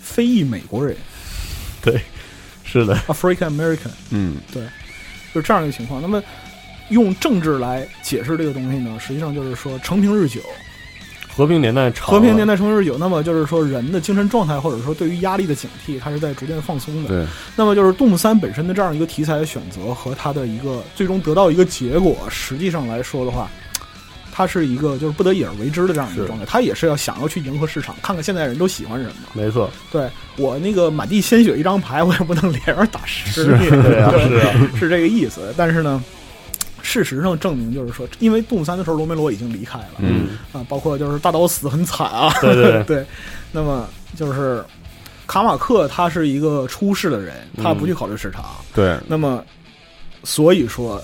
[SPEAKER 9] 非裔美国人
[SPEAKER 2] 是的，
[SPEAKER 9] （African American），
[SPEAKER 3] 嗯，
[SPEAKER 9] 就是这样一个情况。那么用政治来解释这个东西呢，实际上就是说成平日久，
[SPEAKER 2] 和平年代啊长了，
[SPEAKER 9] 和平年代成平日久，那么就是说人的精神状态或者说对于压力的警惕，它是在逐渐放松的。
[SPEAKER 3] 对，
[SPEAKER 9] 那么就是《Doom 三》本身的这样一个题材的选择和它的一个最终得到一个结果，实际上来说的话，它是一个就是不得已而为之的这样一个状态。它也是要想要去迎合市场，看看现在人都喜欢什么。
[SPEAKER 2] 没错，
[SPEAKER 9] 对我那个满地鲜血一张牌，我也不能连着打十面， 对
[SPEAKER 2] 啊
[SPEAKER 9] 是
[SPEAKER 2] 是啊
[SPEAKER 9] 这个意思。但是呢，事实上证明就是说，因为《Doom 三》的时候，罗梅罗已经离开了，
[SPEAKER 3] 嗯
[SPEAKER 9] 啊，包括就是大岛死很惨啊，
[SPEAKER 2] 对对 对
[SPEAKER 9] 那么就是卡马克他是一个出世的人，他不去考虑市场，
[SPEAKER 3] 对，
[SPEAKER 9] 那么所以说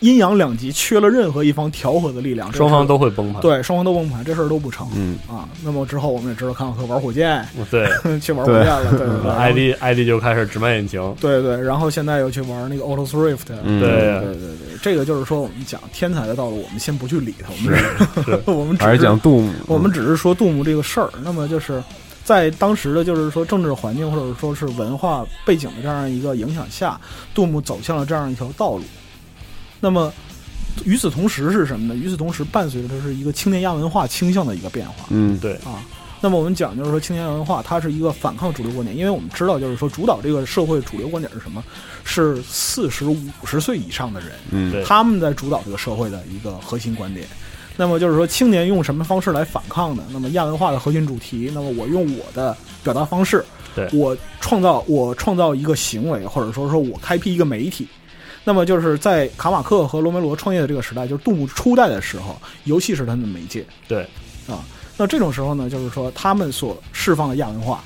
[SPEAKER 9] 阴阳两极缺了任何一方调和的力量，这
[SPEAKER 2] 双
[SPEAKER 9] 事
[SPEAKER 2] 方
[SPEAKER 9] 儿
[SPEAKER 2] 都会崩盘，
[SPEAKER 9] 对双方都崩盘，这事儿都不成。
[SPEAKER 3] 嗯，
[SPEAKER 9] 啊，那么之后我们也知道卡马克玩火箭，
[SPEAKER 2] 对
[SPEAKER 9] 去玩火箭了，对 对对，然后
[SPEAKER 2] ，ID ID 就开始直卖引擎，
[SPEAKER 9] 对对，然后现在又去玩那个 Auto Swift，、
[SPEAKER 3] 嗯
[SPEAKER 9] 对
[SPEAKER 2] 对，
[SPEAKER 9] 对对，这个就是说我们讲天才的道路，我们先不去理它，我 们
[SPEAKER 2] 是
[SPEAKER 9] 我们只
[SPEAKER 3] 还是讲杜姆，
[SPEAKER 9] 我们只是说杜牧这个事儿。那么就是在当时的就是说政治环境或者说是文化背景的这样一个影响下，杜牧走向了这样一条道路。那么与此同时是什么呢？与此同时伴随着这是一个青年亚文化倾向的一个变化。
[SPEAKER 3] 嗯，
[SPEAKER 2] 对，
[SPEAKER 9] 那么我们讲就是说青年文化，它是一个反抗主流观点，因为我们知道就是说主导这个社会主流观点是什么，是四十五十岁以上的人，
[SPEAKER 3] 嗯
[SPEAKER 2] 对
[SPEAKER 9] 他们在主导这个社会的一个核心观点。那么就是说，青年用什么方式来反抗呢？那么亚文化的核心主题，那么我用我的表达方式，
[SPEAKER 2] 对
[SPEAKER 9] 我创造我创造一个行为，或者说说我开辟一个媒体。那么就是在卡马克和罗梅罗创业的这个时代，就是杜牧初代的时候，游戏是他们的媒介。
[SPEAKER 2] 对
[SPEAKER 9] 啊，那这种时候呢，就是说他们所释放的亚文化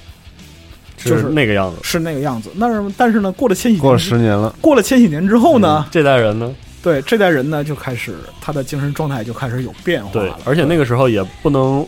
[SPEAKER 9] 就是
[SPEAKER 2] 是那个样子。
[SPEAKER 9] 是那个样子。那是但是呢，过了千禧
[SPEAKER 3] 过了十年了，
[SPEAKER 9] 过了千禧年之后呢，
[SPEAKER 2] 嗯这代人呢？
[SPEAKER 9] 对这代人呢，就开始他的精神状态就开始有变化
[SPEAKER 2] 对
[SPEAKER 9] 了，。
[SPEAKER 2] 而且那个时候也不能，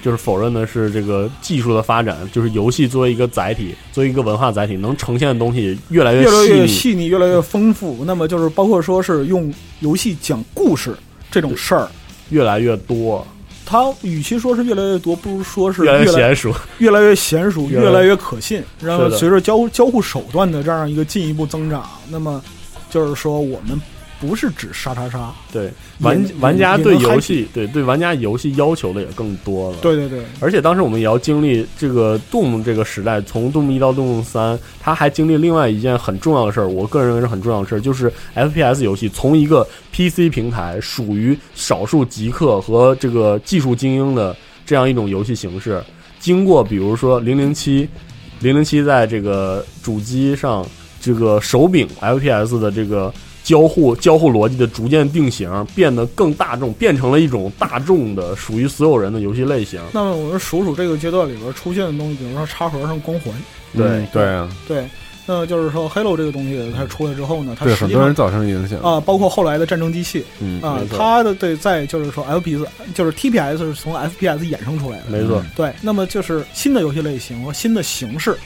[SPEAKER 2] 就是否认的是这个技术的发展，就是游戏作为一个载体，作为一个文化载体，能呈现的东西越来
[SPEAKER 9] 越来
[SPEAKER 2] 细
[SPEAKER 9] 越
[SPEAKER 2] 腻。
[SPEAKER 9] 细腻，越来越丰富。那么就是包括说是用游戏讲故事这种事儿，
[SPEAKER 2] 越来越多，
[SPEAKER 9] 它与其说是越来越多，不如说是
[SPEAKER 2] 越来
[SPEAKER 9] 越
[SPEAKER 2] 越
[SPEAKER 9] 来
[SPEAKER 2] 娴熟。
[SPEAKER 9] 越来越娴熟，
[SPEAKER 2] 越
[SPEAKER 9] 越
[SPEAKER 2] 来
[SPEAKER 9] 来越可信。然后
[SPEAKER 2] 是的
[SPEAKER 9] 随着交交互手段的这样一个进一步增长，那么就是说我们不是只杀杀杀，
[SPEAKER 2] 对，
[SPEAKER 9] 也
[SPEAKER 2] 玩
[SPEAKER 9] 也
[SPEAKER 2] 玩家
[SPEAKER 9] 也
[SPEAKER 2] 对
[SPEAKER 9] 能
[SPEAKER 2] 游
[SPEAKER 9] happy
[SPEAKER 2] 戏，对对玩家游戏要求的也更多了。
[SPEAKER 9] 对对对，
[SPEAKER 2] 而且当时我们也要经历这个 Doom 这个时代，从 Doom 一到 Doom 三，它还经历另外一件很重要的事儿，我个人认为是很重要的事儿，就是 FPS 游戏从一个 PC 平台属于少数极客和这个技术精英的这样一种游戏形式，经过比如说零零七，零零七在这个主机上这个手柄 FPS 的这个交互交互逻辑的逐渐定型，变得更大众，变成了一种大众的属于所有人的游戏类型。
[SPEAKER 9] 那么我们数数这个阶段里边出现的东西，比如说插盒上光环，
[SPEAKER 3] 对对啊，
[SPEAKER 9] 对，那就是说 Halo 这个东西它出来之后呢，它
[SPEAKER 3] 对
[SPEAKER 9] 实
[SPEAKER 3] 很
[SPEAKER 9] 际
[SPEAKER 3] 多
[SPEAKER 9] 上
[SPEAKER 3] 人造成影响，
[SPEAKER 9] 啊、包括后来的战争机器
[SPEAKER 3] 嗯
[SPEAKER 9] 啊、
[SPEAKER 2] 没错
[SPEAKER 9] 它的对在就是说 FPS 就是 TPS 是从 FPS 衍生出来的，
[SPEAKER 2] 没错，
[SPEAKER 9] 对，那么就是新的游戏类型和新的形式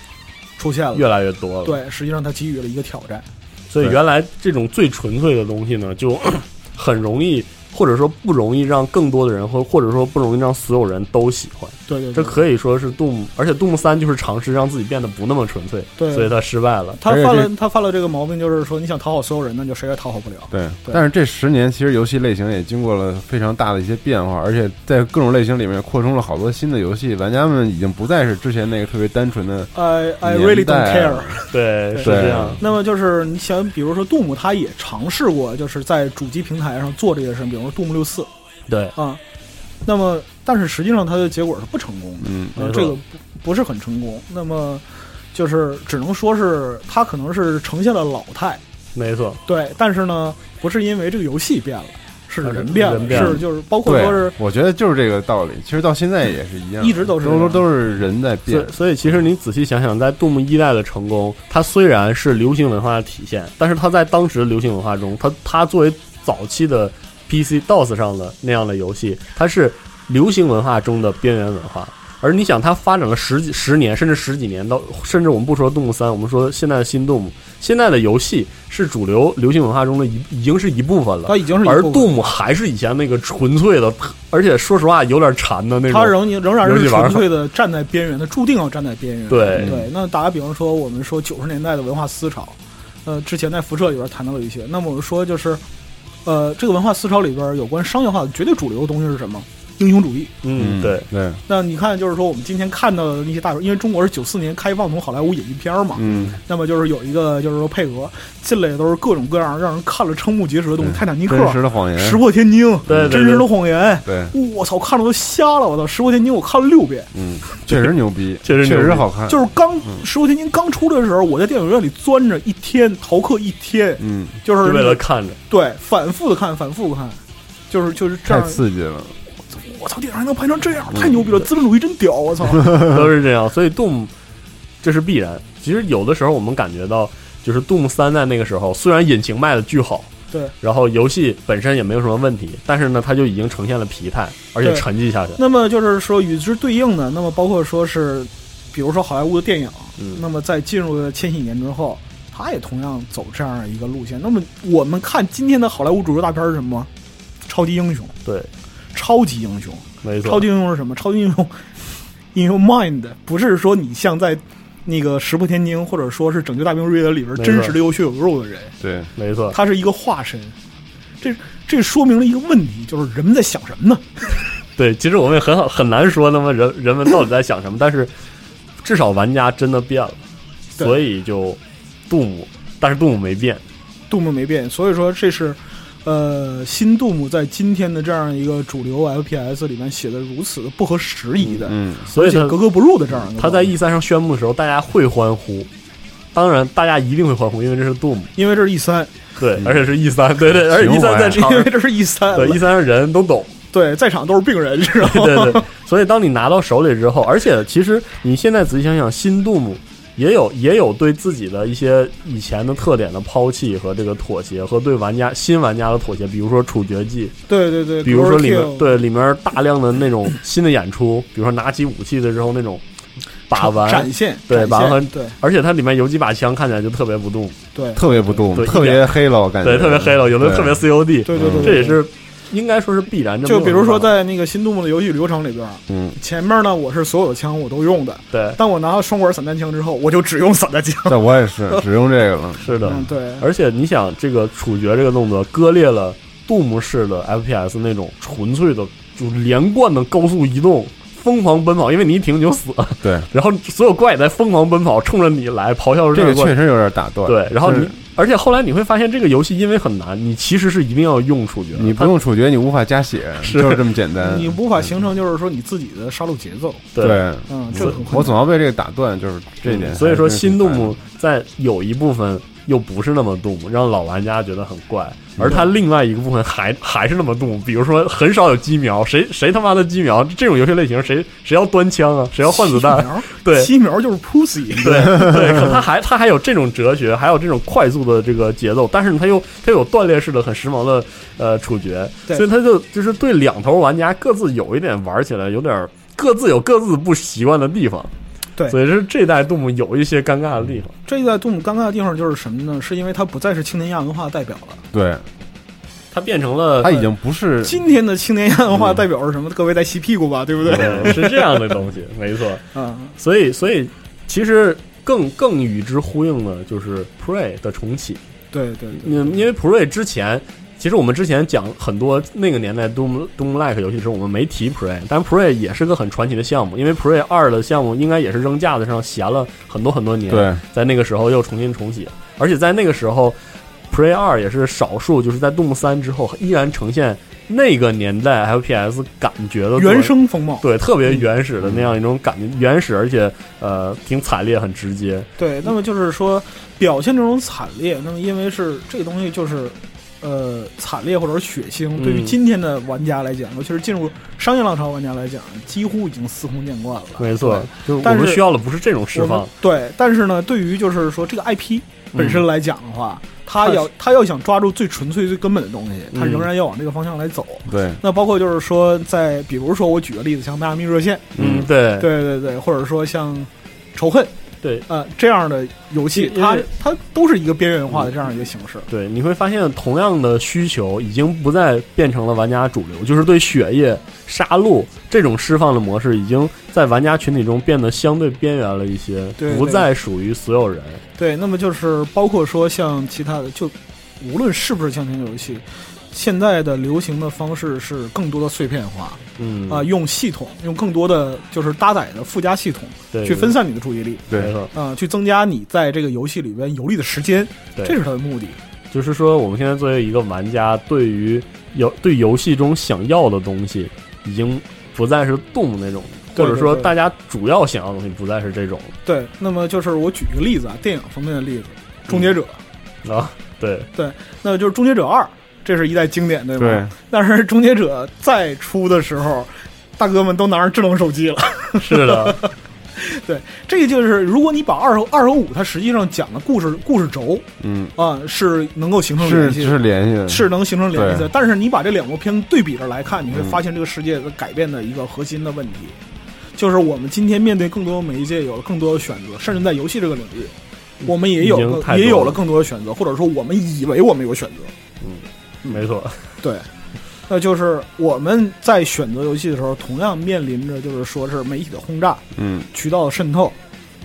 [SPEAKER 9] 出现了，
[SPEAKER 2] 越来越多了。，
[SPEAKER 9] 嗯对，实际上它给予了一个挑战，
[SPEAKER 2] 所以原来这种最纯粹的东西呢，就 很容易，或者说不容易让更多的人，或或者说不容易让所有人都喜欢。
[SPEAKER 9] 对对
[SPEAKER 2] 这
[SPEAKER 9] 对，
[SPEAKER 2] 可以说是 Doom，而且 Doom 三就是尝试让自己变得不那么纯粹，
[SPEAKER 9] 对
[SPEAKER 2] 所以他失败了。
[SPEAKER 9] 他
[SPEAKER 3] 而且
[SPEAKER 9] 犯
[SPEAKER 3] 这
[SPEAKER 9] 了他犯了这个毛病，就是说你想讨好所有人，那就谁也讨好不了。
[SPEAKER 3] 对，
[SPEAKER 9] 对
[SPEAKER 3] 但是这十年其实游戏类型也经过了非常大的一些变化，而且在各种类型里面扩充了好多新的游戏，玩家们已经不再是之前那个特别单纯的，
[SPEAKER 9] I I really
[SPEAKER 3] 年
[SPEAKER 9] don't
[SPEAKER 3] 代
[SPEAKER 9] care
[SPEAKER 3] 啊。
[SPEAKER 2] 对，是
[SPEAKER 3] 对
[SPEAKER 2] 这样。
[SPEAKER 9] 那么就是你想，比如说杜牧，他也尝试过，就是在主机平台上做这些事，比如说杜牧六四
[SPEAKER 2] 对，
[SPEAKER 9] 啊。那么，但是实际上它的结果是不成功的，
[SPEAKER 3] 嗯，
[SPEAKER 9] 呃
[SPEAKER 2] 没错
[SPEAKER 9] 这个不不是很成功。那么，就是只能说是它可能是呈现了老态，
[SPEAKER 2] 没错，
[SPEAKER 9] 对，但是呢，不是因为这个游戏变了，是
[SPEAKER 2] 啊
[SPEAKER 9] 人
[SPEAKER 2] 人
[SPEAKER 9] 变了，
[SPEAKER 2] 人变了
[SPEAKER 9] 是就是包括
[SPEAKER 3] 对
[SPEAKER 9] 说是，
[SPEAKER 3] 我觉得就是这个道理。其实到现在也是一样，
[SPEAKER 9] 一直都是这
[SPEAKER 3] 都
[SPEAKER 9] 样
[SPEAKER 3] 都都是人在变
[SPEAKER 2] 所。所以其实你仔细想想，在《杜牧一代》的成功，它虽然是流行文化的体现，但是它在当时的流行文化中，它它作为早期的 PC DOS 上的那样的游戏，它是流行文化中的边缘文化。而你想，它发展了十几十年，甚至十几年，到甚至我们不说《动物三》，我们说现在的新《动物》，现在的游戏是主流流行文化中的一已经是一部分了。
[SPEAKER 9] 它已经是一
[SPEAKER 2] 而
[SPEAKER 9] 部分
[SPEAKER 2] Doom 还是以前那个纯粹的，而且说实话有点馋的那种。
[SPEAKER 9] 他仍仍然
[SPEAKER 2] 游戏
[SPEAKER 9] 是
[SPEAKER 2] 玩法
[SPEAKER 9] 纯粹的站在边缘，他注定要站在边缘。
[SPEAKER 2] 对
[SPEAKER 9] 对，那打个比方说，我们说九十年代的文化思潮，呃，之前在辐射里边谈到了一些。那么我们说就是，呃，这个文化思潮里边有关商业化的绝对主流的东西是什么？英雄主义。
[SPEAKER 2] 嗯，对，
[SPEAKER 3] 对，
[SPEAKER 9] 那你看，就是说我们今天看到的那些大手，因为中国是九四年开放从好莱坞引进片儿嘛，
[SPEAKER 3] 嗯，
[SPEAKER 9] 那么就是有一个就是说配合进来的都是各种各样让人看了瞠目结舌的东西，
[SPEAKER 3] 对
[SPEAKER 9] 泰坦尼克、
[SPEAKER 3] 真实的谎言，
[SPEAKER 9] 石破天惊、
[SPEAKER 2] 嗯对对对
[SPEAKER 9] 真实的谎言，
[SPEAKER 3] 对，
[SPEAKER 9] 我操，看了都瞎了，我操，石破天惊我看了六遍，
[SPEAKER 3] 嗯，确实牛逼，
[SPEAKER 2] 确实
[SPEAKER 3] 确
[SPEAKER 2] 牛
[SPEAKER 3] 实
[SPEAKER 2] 逼
[SPEAKER 3] 好看，
[SPEAKER 9] 就是刚石破天惊刚出来的时候，我在电影院里钻着一天，逃课一天，
[SPEAKER 3] 嗯，
[SPEAKER 9] 就
[SPEAKER 2] 就
[SPEAKER 9] 是那
[SPEAKER 2] 为
[SPEAKER 9] 个
[SPEAKER 2] 了看着。
[SPEAKER 9] 对反复的看，反复的看，就是就是这
[SPEAKER 3] 太
[SPEAKER 9] 样，
[SPEAKER 3] 刺激了，
[SPEAKER 9] 我操，电影还能拍成这样，太牛逼了，资本主义真屌，我操，
[SPEAKER 2] 都是这样，所以 Doom 这是必然。其实有的时候我们感觉到，就是 Doom 三在那个时候，虽然引擎卖的巨好，
[SPEAKER 9] 对，
[SPEAKER 2] 然后游戏本身也没有什么问题，但是呢，它就已经呈现了疲态，而且
[SPEAKER 9] 对
[SPEAKER 2] 沉寂下去。
[SPEAKER 9] 那么就是说，与之对应的，那么包括说是，比如说好莱坞的电影，
[SPEAKER 2] 嗯
[SPEAKER 9] 那么在进入了千禧年之后，它也同样走这样一个路线。那么我们看今天的好莱坞主流大片是什么？超级英雄，
[SPEAKER 2] 对，
[SPEAKER 9] 超级英雄，
[SPEAKER 2] 没
[SPEAKER 9] 超
[SPEAKER 2] 错
[SPEAKER 9] 级，英雄是什么？超级英雄 in your mind，不是说你像在那个《石破天惊》或者说是《拯救大兵瑞德》里边
[SPEAKER 2] 错
[SPEAKER 9] 真实的有血有肉的人，
[SPEAKER 3] 对，
[SPEAKER 2] 没错。
[SPEAKER 9] 他是一个化身。这这说明了一个问题，就是人们在想什么呢？
[SPEAKER 2] 对，其实我们也很好很难说，那么人人们到底在想什么？但是至少玩家真的变了，
[SPEAKER 9] 对
[SPEAKER 2] 所以就 Doom，但是 Doom 没变。
[SPEAKER 9] 杜牧没变，所以说这是，呃，新杜牧在今天的这样一个主流 FPS 里面写的如此的不合时宜的，
[SPEAKER 3] 嗯，
[SPEAKER 2] 所以
[SPEAKER 9] 而且
[SPEAKER 2] 它
[SPEAKER 9] 格格不入的这样一个。
[SPEAKER 2] 它在 E 三上宣布的时候，大家会欢呼，当然大家一定会欢呼，因为这是 Doom。
[SPEAKER 9] 因为这是 E 三，
[SPEAKER 2] 对，而且是 E 三，对对，而且
[SPEAKER 3] 情
[SPEAKER 2] E
[SPEAKER 3] 怀
[SPEAKER 2] 三在这
[SPEAKER 9] 因为这是 E 三，
[SPEAKER 2] 对 E 三人都 懂，
[SPEAKER 9] 对，在场都是病人，知道吗？
[SPEAKER 2] 对对。所以当你拿到手里之后，而且其实你现在仔细想想，新杜牧也有也有对自己的一些以前的特点的抛弃和这个妥协，和对玩家新玩家的妥协，比如说处决技，
[SPEAKER 9] 对对对，
[SPEAKER 2] 比如说里
[SPEAKER 9] Overkill
[SPEAKER 2] 面对里面大量的那种新的演出，比如说拿起武器的时候那种把玩
[SPEAKER 9] 展。现，
[SPEAKER 2] 对
[SPEAKER 9] 展现
[SPEAKER 2] 把玩
[SPEAKER 9] 对
[SPEAKER 2] 而且它里面有几把枪看起来就特别不动，
[SPEAKER 9] 对
[SPEAKER 3] 特别不动，
[SPEAKER 2] 对
[SPEAKER 3] 特
[SPEAKER 2] 一
[SPEAKER 3] 别
[SPEAKER 2] 点
[SPEAKER 3] 黑了，我感觉，
[SPEAKER 2] 对，特别黑了，有的
[SPEAKER 3] 对
[SPEAKER 2] 特别 COD，
[SPEAKER 9] 对对对，
[SPEAKER 2] 这也
[SPEAKER 9] 对。
[SPEAKER 2] 是应该说是必然。这
[SPEAKER 9] 就
[SPEAKER 2] 没有
[SPEAKER 9] 比如
[SPEAKER 2] 什
[SPEAKER 9] 说
[SPEAKER 2] 么办法
[SPEAKER 9] 在那个新杜牧的游戏流程里边，
[SPEAKER 3] 嗯，
[SPEAKER 9] 前面呢我是所有的枪我都用的，
[SPEAKER 2] 对，
[SPEAKER 9] 当我拿到双管散弹枪之后，我就只用散弹枪。
[SPEAKER 3] 但我 也是只用这个了，
[SPEAKER 2] 是的，
[SPEAKER 9] 嗯，对，
[SPEAKER 2] 而且你想，这个处决这个动作割裂了杜牧式的 FPS 那种纯粹的，就是连贯的高速移动、疯狂奔跑，因为你一停你就死了，
[SPEAKER 3] 对，
[SPEAKER 2] 然后所有怪也在疯狂奔跑，冲着你来咆哮着
[SPEAKER 3] 这个
[SPEAKER 2] 怪
[SPEAKER 3] 确实有点打断，
[SPEAKER 2] 对，然后
[SPEAKER 3] 就
[SPEAKER 2] 你
[SPEAKER 3] 是。
[SPEAKER 2] 而且后来你会发现，这个游戏因为很难，你其实是一定要用处决的。
[SPEAKER 3] 你不
[SPEAKER 2] 它
[SPEAKER 3] 用处决，你无法加血，
[SPEAKER 2] 是
[SPEAKER 3] 就是这么简
[SPEAKER 2] 嗯
[SPEAKER 3] 单。
[SPEAKER 9] 你无法形成就是说你自己的杀戮节奏，
[SPEAKER 2] 对，
[SPEAKER 3] 对，
[SPEAKER 9] 嗯，这个很困难。
[SPEAKER 3] 我总要被这个打断，就是这一
[SPEAKER 2] 嗯
[SPEAKER 3] 点还是挺烦的。
[SPEAKER 2] 所以说新杜牧在有一部分又不是那么杜牧，让老玩家觉得很怪，
[SPEAKER 3] 嗯
[SPEAKER 2] 而他另外一个部分还还是那么杜牧，比如说很少有机瞄，谁谁他妈的机瞄这种游戏类型，谁谁要端枪啊，谁要换子
[SPEAKER 9] 七
[SPEAKER 2] 弹，
[SPEAKER 9] 苗，
[SPEAKER 2] 对
[SPEAKER 9] 七苗就是 pussy，
[SPEAKER 2] 对对，可他还他还有这种哲学，还有这种快速的这个节奏，但是呢他又他有断裂式的很时髦的呃处决，
[SPEAKER 9] 对
[SPEAKER 2] 所以他就就是对两头玩家各自有一点玩起来有点儿各自有各自不习惯的地方，
[SPEAKER 9] 对
[SPEAKER 2] 所以是这代杜牧有一些尴尬的地方。
[SPEAKER 9] 这一代杜牧尴尬的地方就是什么呢？是因为它不再是青年亚文化代表了。
[SPEAKER 3] 对，
[SPEAKER 2] 它变成了
[SPEAKER 3] 他已经不是
[SPEAKER 9] 今天的青年亚文化代表是什么？各位在吸屁股吧，对不对？
[SPEAKER 2] 嗯对是这样的东西，没错。
[SPEAKER 9] 嗯，
[SPEAKER 2] 所以，所以其实更更与之呼应的就是 Prey 的重启。嗯
[SPEAKER 9] 对对对，
[SPEAKER 2] 因因为 Prey 之前，其实我们之前讲很多那个年代 Doom Doom Like 游戏的时候，我们没提 Prey，但 Prey 也是个很传奇的项目，因为 Prey 二的项目应该也是扔架子上闲了很多很多年。
[SPEAKER 3] 对，
[SPEAKER 2] 在那个时候又重新重写，而且在那个时候，《Prey 二》也是少数，就是在《动物三》之后依然呈现那个年代 FPS 感觉的作
[SPEAKER 9] 原生风貌。
[SPEAKER 2] 对，特别原始的那样一种感觉，原始而且呃挺惨烈，很直接。
[SPEAKER 9] 对，那么就是说表现这种惨烈，那么因为是这个东西就是。呃，惨烈或者血腥，对于
[SPEAKER 2] 嗯
[SPEAKER 9] 今天的玩家来讲，尤其是进入商业浪潮玩家来讲，几乎已经司空见惯了。
[SPEAKER 2] 没错，就是我
[SPEAKER 9] 但
[SPEAKER 2] 们
[SPEAKER 9] 是
[SPEAKER 2] 需要的不是这种释
[SPEAKER 9] 我们
[SPEAKER 2] 放，嗯
[SPEAKER 9] 对，但是呢，对于就是说这个 IP 本身来讲的话，他
[SPEAKER 2] 它
[SPEAKER 9] 要他要想抓住最纯粹、最根本的东西，他
[SPEAKER 2] 嗯
[SPEAKER 9] 仍然要往这个方向来走。
[SPEAKER 3] 对，
[SPEAKER 9] 那包括就是说，在比如说我举个例子，像《迈阿密热线》，
[SPEAKER 2] 嗯，对，
[SPEAKER 9] 对对对，或者说像《仇恨》，
[SPEAKER 2] 对
[SPEAKER 9] 呃这样的游戏，
[SPEAKER 2] 因
[SPEAKER 9] 它
[SPEAKER 2] 为
[SPEAKER 9] 它都是一个边缘化的这样一个形式。
[SPEAKER 2] 对，你会发现同样的需求已经不再变成了玩家主流，就是对血液、杀戮这种释放的模式，已经在玩家群体中变得相对边缘了一些，
[SPEAKER 9] 对
[SPEAKER 2] 不再属于所有人。
[SPEAKER 9] 对，那么就是包括说像其他的，就无论是不是枪枪游戏，现在的流行的方式是更多的碎片化。
[SPEAKER 2] 嗯
[SPEAKER 9] 啊、用系统，用更多的就是搭载的附加系统
[SPEAKER 2] 对，
[SPEAKER 9] 去分散你的注意力，
[SPEAKER 2] 对。
[SPEAKER 3] 对
[SPEAKER 2] 没错，
[SPEAKER 9] 啊、去增加你在这个游戏里边游历的时间，
[SPEAKER 2] 对
[SPEAKER 9] 这是它的目的。
[SPEAKER 2] 就是说，我们现在作为一个玩家，对于游对游戏中想要的东西，已经不再是动那种，
[SPEAKER 9] 对
[SPEAKER 2] 或者说
[SPEAKER 9] 对对
[SPEAKER 2] 大家主要想要的东西不再是这种
[SPEAKER 9] 对，那么就是我举一个例子啊，电影方面的例子，《终结者》
[SPEAKER 2] 啊。对，
[SPEAKER 9] 那就是《终结者二》，这是一代经典，对吗？
[SPEAKER 3] 对，
[SPEAKER 9] 但是《终结者》再出的时候，大哥们都拿着智能手机了。
[SPEAKER 2] 是的，
[SPEAKER 9] 这个就是，如果你把二和二和五，它实际上讲的故事故事轴
[SPEAKER 3] 嗯，
[SPEAKER 9] 啊、是能够形成
[SPEAKER 3] 是
[SPEAKER 9] 联系的。
[SPEAKER 3] 是联系的，
[SPEAKER 9] 是能形成联系的。但是你把这两部片子对比着来看，你
[SPEAKER 2] 嗯
[SPEAKER 9] 会发现这个世界的改变的一个核心的问题，就是我们今天面对更多媒介，有了更多的选择，甚至在游戏这个领域，我们也有
[SPEAKER 2] 嗯已经太多
[SPEAKER 9] 更
[SPEAKER 2] 了
[SPEAKER 9] 也有了更多的选择，或者说我们以为我们有选择，
[SPEAKER 2] 没 错，
[SPEAKER 9] 对。那就是我们在选择游戏的时候，同样面临着就是说是媒体的轰炸，
[SPEAKER 3] 嗯，
[SPEAKER 9] 渠道的渗透，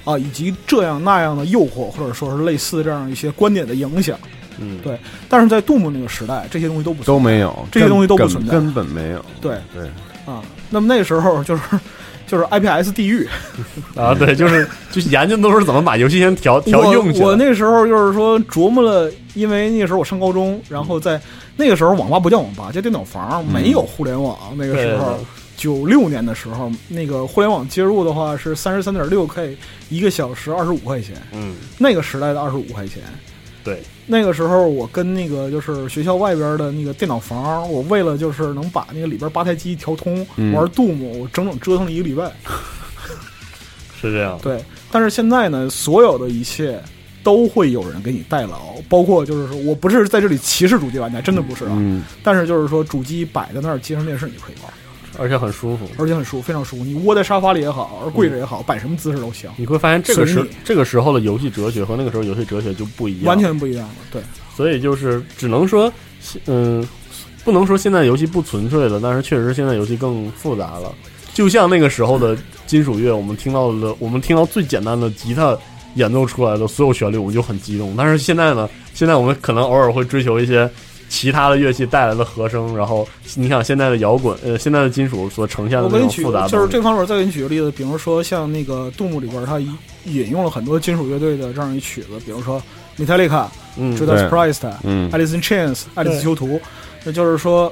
[SPEAKER 9] 啊，以及这样那样的诱惑，或者说是类似这样一些观点的影响。
[SPEAKER 2] 嗯，
[SPEAKER 9] 对但是在杜牧那个时代，这些东西都不存在
[SPEAKER 3] 都没有，
[SPEAKER 9] 这些东西都不
[SPEAKER 3] 根
[SPEAKER 9] 存在
[SPEAKER 3] 根本没有，
[SPEAKER 9] 对
[SPEAKER 3] 对，
[SPEAKER 9] 啊，那么那时候就是就是 IPS 地狱，
[SPEAKER 2] 啊，对，就是就是研究都是怎么把游戏先调调
[SPEAKER 9] 我
[SPEAKER 2] 用起来。
[SPEAKER 9] 我那时候就是说琢磨了，因为那时候我上高中，然后在那个时候网吧不叫网吧，叫电脑房，没有互联网。那个时
[SPEAKER 2] 嗯对对
[SPEAKER 9] 候
[SPEAKER 2] 对
[SPEAKER 9] 九六年的时候，那个互联网接入的话是三十三点六 K 一个小时，二十五块钱，
[SPEAKER 2] 嗯，
[SPEAKER 9] 那个时代的二十五块钱。
[SPEAKER 2] 对，
[SPEAKER 9] 那个时候我跟那个就是学校外边的那个电脑房，我为了就是能把那个里边八台机调通、
[SPEAKER 3] 嗯
[SPEAKER 9] 玩杜牧，我整整折腾了一个礼拜。
[SPEAKER 2] 是这样。
[SPEAKER 9] 对，但是现在呢，所有的一切都会有人给你代劳，包括就是说我不是在这里歧视主机玩家，真的不是啊。
[SPEAKER 3] 嗯，
[SPEAKER 9] 但是就是说，主机摆在那儿，接上电视你可以玩，
[SPEAKER 2] 而且很舒服。
[SPEAKER 9] 而且很舒服，非常舒服。你窝在沙发里也好，而跪着也好，摆什么姿势都行，
[SPEAKER 2] 你会发现这个时
[SPEAKER 9] 随你
[SPEAKER 2] 这个时候的游戏哲学和那个时候游戏哲学就不一样，
[SPEAKER 9] 完。全不一样了。对，
[SPEAKER 2] 所以就是只能说，嗯，不能说现在游戏不纯粹了，但是确实现在游戏更复杂了。就像那个时候的金属乐，我们听到的，我们听到最简单的吉他演奏出来的所有旋律，我们就很激动。但是现在呢，现在我们可能偶尔会追求一些其他的乐器带来的和声，然后你想现在的摇滚，呃，现在的金属所呈现的
[SPEAKER 9] 我
[SPEAKER 2] 那
[SPEAKER 9] 给你
[SPEAKER 2] 种
[SPEAKER 9] 举
[SPEAKER 2] 复杂的，
[SPEAKER 9] 就是这方面，我再给你举个例子，比如说像那个《杜牧》里边，他引引用了很多金属乐队的这样一曲子，比如说 Metallica、
[SPEAKER 2] 嗯，
[SPEAKER 9] Judas
[SPEAKER 3] 对
[SPEAKER 9] Priest，
[SPEAKER 3] 嗯
[SPEAKER 9] 爱丽丝 Chance，爱丽丝囚徒。那就是说，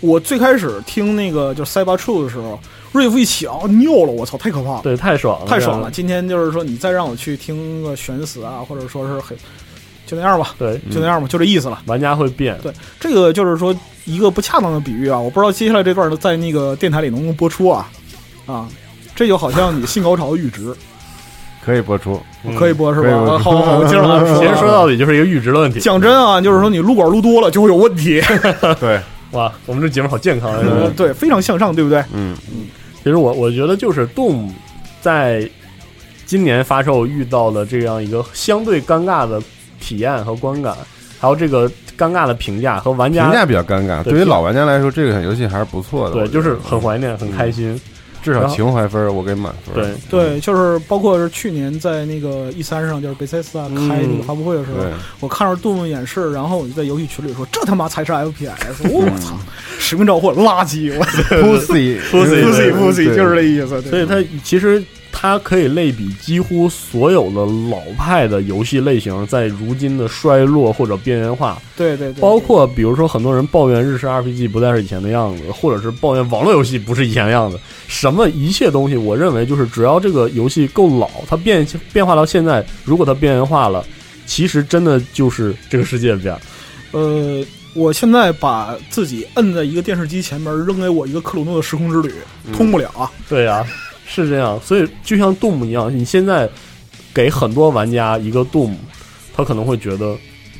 [SPEAKER 9] 我最开始听那个就是 Cyber True 的时候，瑞夫一响尿了，我操，太可怕了，
[SPEAKER 2] 对，太爽了，
[SPEAKER 9] 太爽
[SPEAKER 2] 这
[SPEAKER 9] 了！
[SPEAKER 2] 样，
[SPEAKER 9] 今天就是说，你再让我去听个悬死啊，或者说是很就那样吧，
[SPEAKER 2] 对，
[SPEAKER 9] 就那样吧，就这意思了。
[SPEAKER 2] 玩家会变，
[SPEAKER 9] 对，这个就是说一个不恰当的比喻啊，我不知道接下来这段在那个电台里能不能播出啊啊。这就好像你性高潮的阈值，
[SPEAKER 3] 可以 播出，
[SPEAKER 2] 嗯
[SPEAKER 9] 可以播是
[SPEAKER 3] 可以
[SPEAKER 9] 吧？
[SPEAKER 3] 播
[SPEAKER 9] 好好好，哦我接着往下说。啊
[SPEAKER 2] 其实说，到底就是一个阈值的问题。
[SPEAKER 9] 讲真啊，就是说你撸管撸多了就会有问题。
[SPEAKER 3] 对，
[SPEAKER 2] 哇，我们这节目好健康啊！
[SPEAKER 9] 呃 对，非常向上，对不对？
[SPEAKER 3] 嗯，
[SPEAKER 2] 其实我我觉得就是 Doom 在今年发售遇到了这样一个相对尴尬的体验和观感，还有这个尴尬的评价和玩
[SPEAKER 3] 评
[SPEAKER 2] 家
[SPEAKER 3] 价比较尴尬，
[SPEAKER 2] 对
[SPEAKER 3] 对于老玩家来说，这个游戏还是不错的，我
[SPEAKER 2] 对，
[SPEAKER 3] 觉得
[SPEAKER 2] 就是很怀念，很开心，
[SPEAKER 3] 至少情怀分儿我给满分，
[SPEAKER 2] 对，
[SPEAKER 3] 嗯
[SPEAKER 9] 对，就是包括是去年在那个 E 三上，就是贝塞斯达开那个发布会的时候，
[SPEAKER 3] 嗯对，
[SPEAKER 9] 我看着杜牧演示，然后我就在游戏群里说：“这他妈才 是 FPS！” 我
[SPEAKER 3] 嗯
[SPEAKER 9] 操，使命召唤垃圾！我
[SPEAKER 3] pussy
[SPEAKER 2] Pussy，
[SPEAKER 3] 对
[SPEAKER 9] pussy pussy
[SPEAKER 3] 对
[SPEAKER 9] 就是这意思。对
[SPEAKER 2] 所以它其实它可以类比几乎所有的老派的游戏类型在如今的衰落或者边缘化，
[SPEAKER 9] 对对对，
[SPEAKER 2] 包括比如说很多人抱怨日式 RPG 不再是以前的样子，或者是抱怨网络游戏不是以前的样子，什么一切东西，我认为就是只要这个游戏够老，它变变化到现在，如果它边缘化了，其实真的就是这个世界变了。
[SPEAKER 9] 呃，我现在把自己摁在一个电视机前面，扔给我一个克鲁诺的时空之旅，
[SPEAKER 3] 嗯
[SPEAKER 9] 通不了啊。
[SPEAKER 2] 对呀、 是这样。所以就像 Doom 一样，你现在给很多玩家一个 Doom，他可能会觉得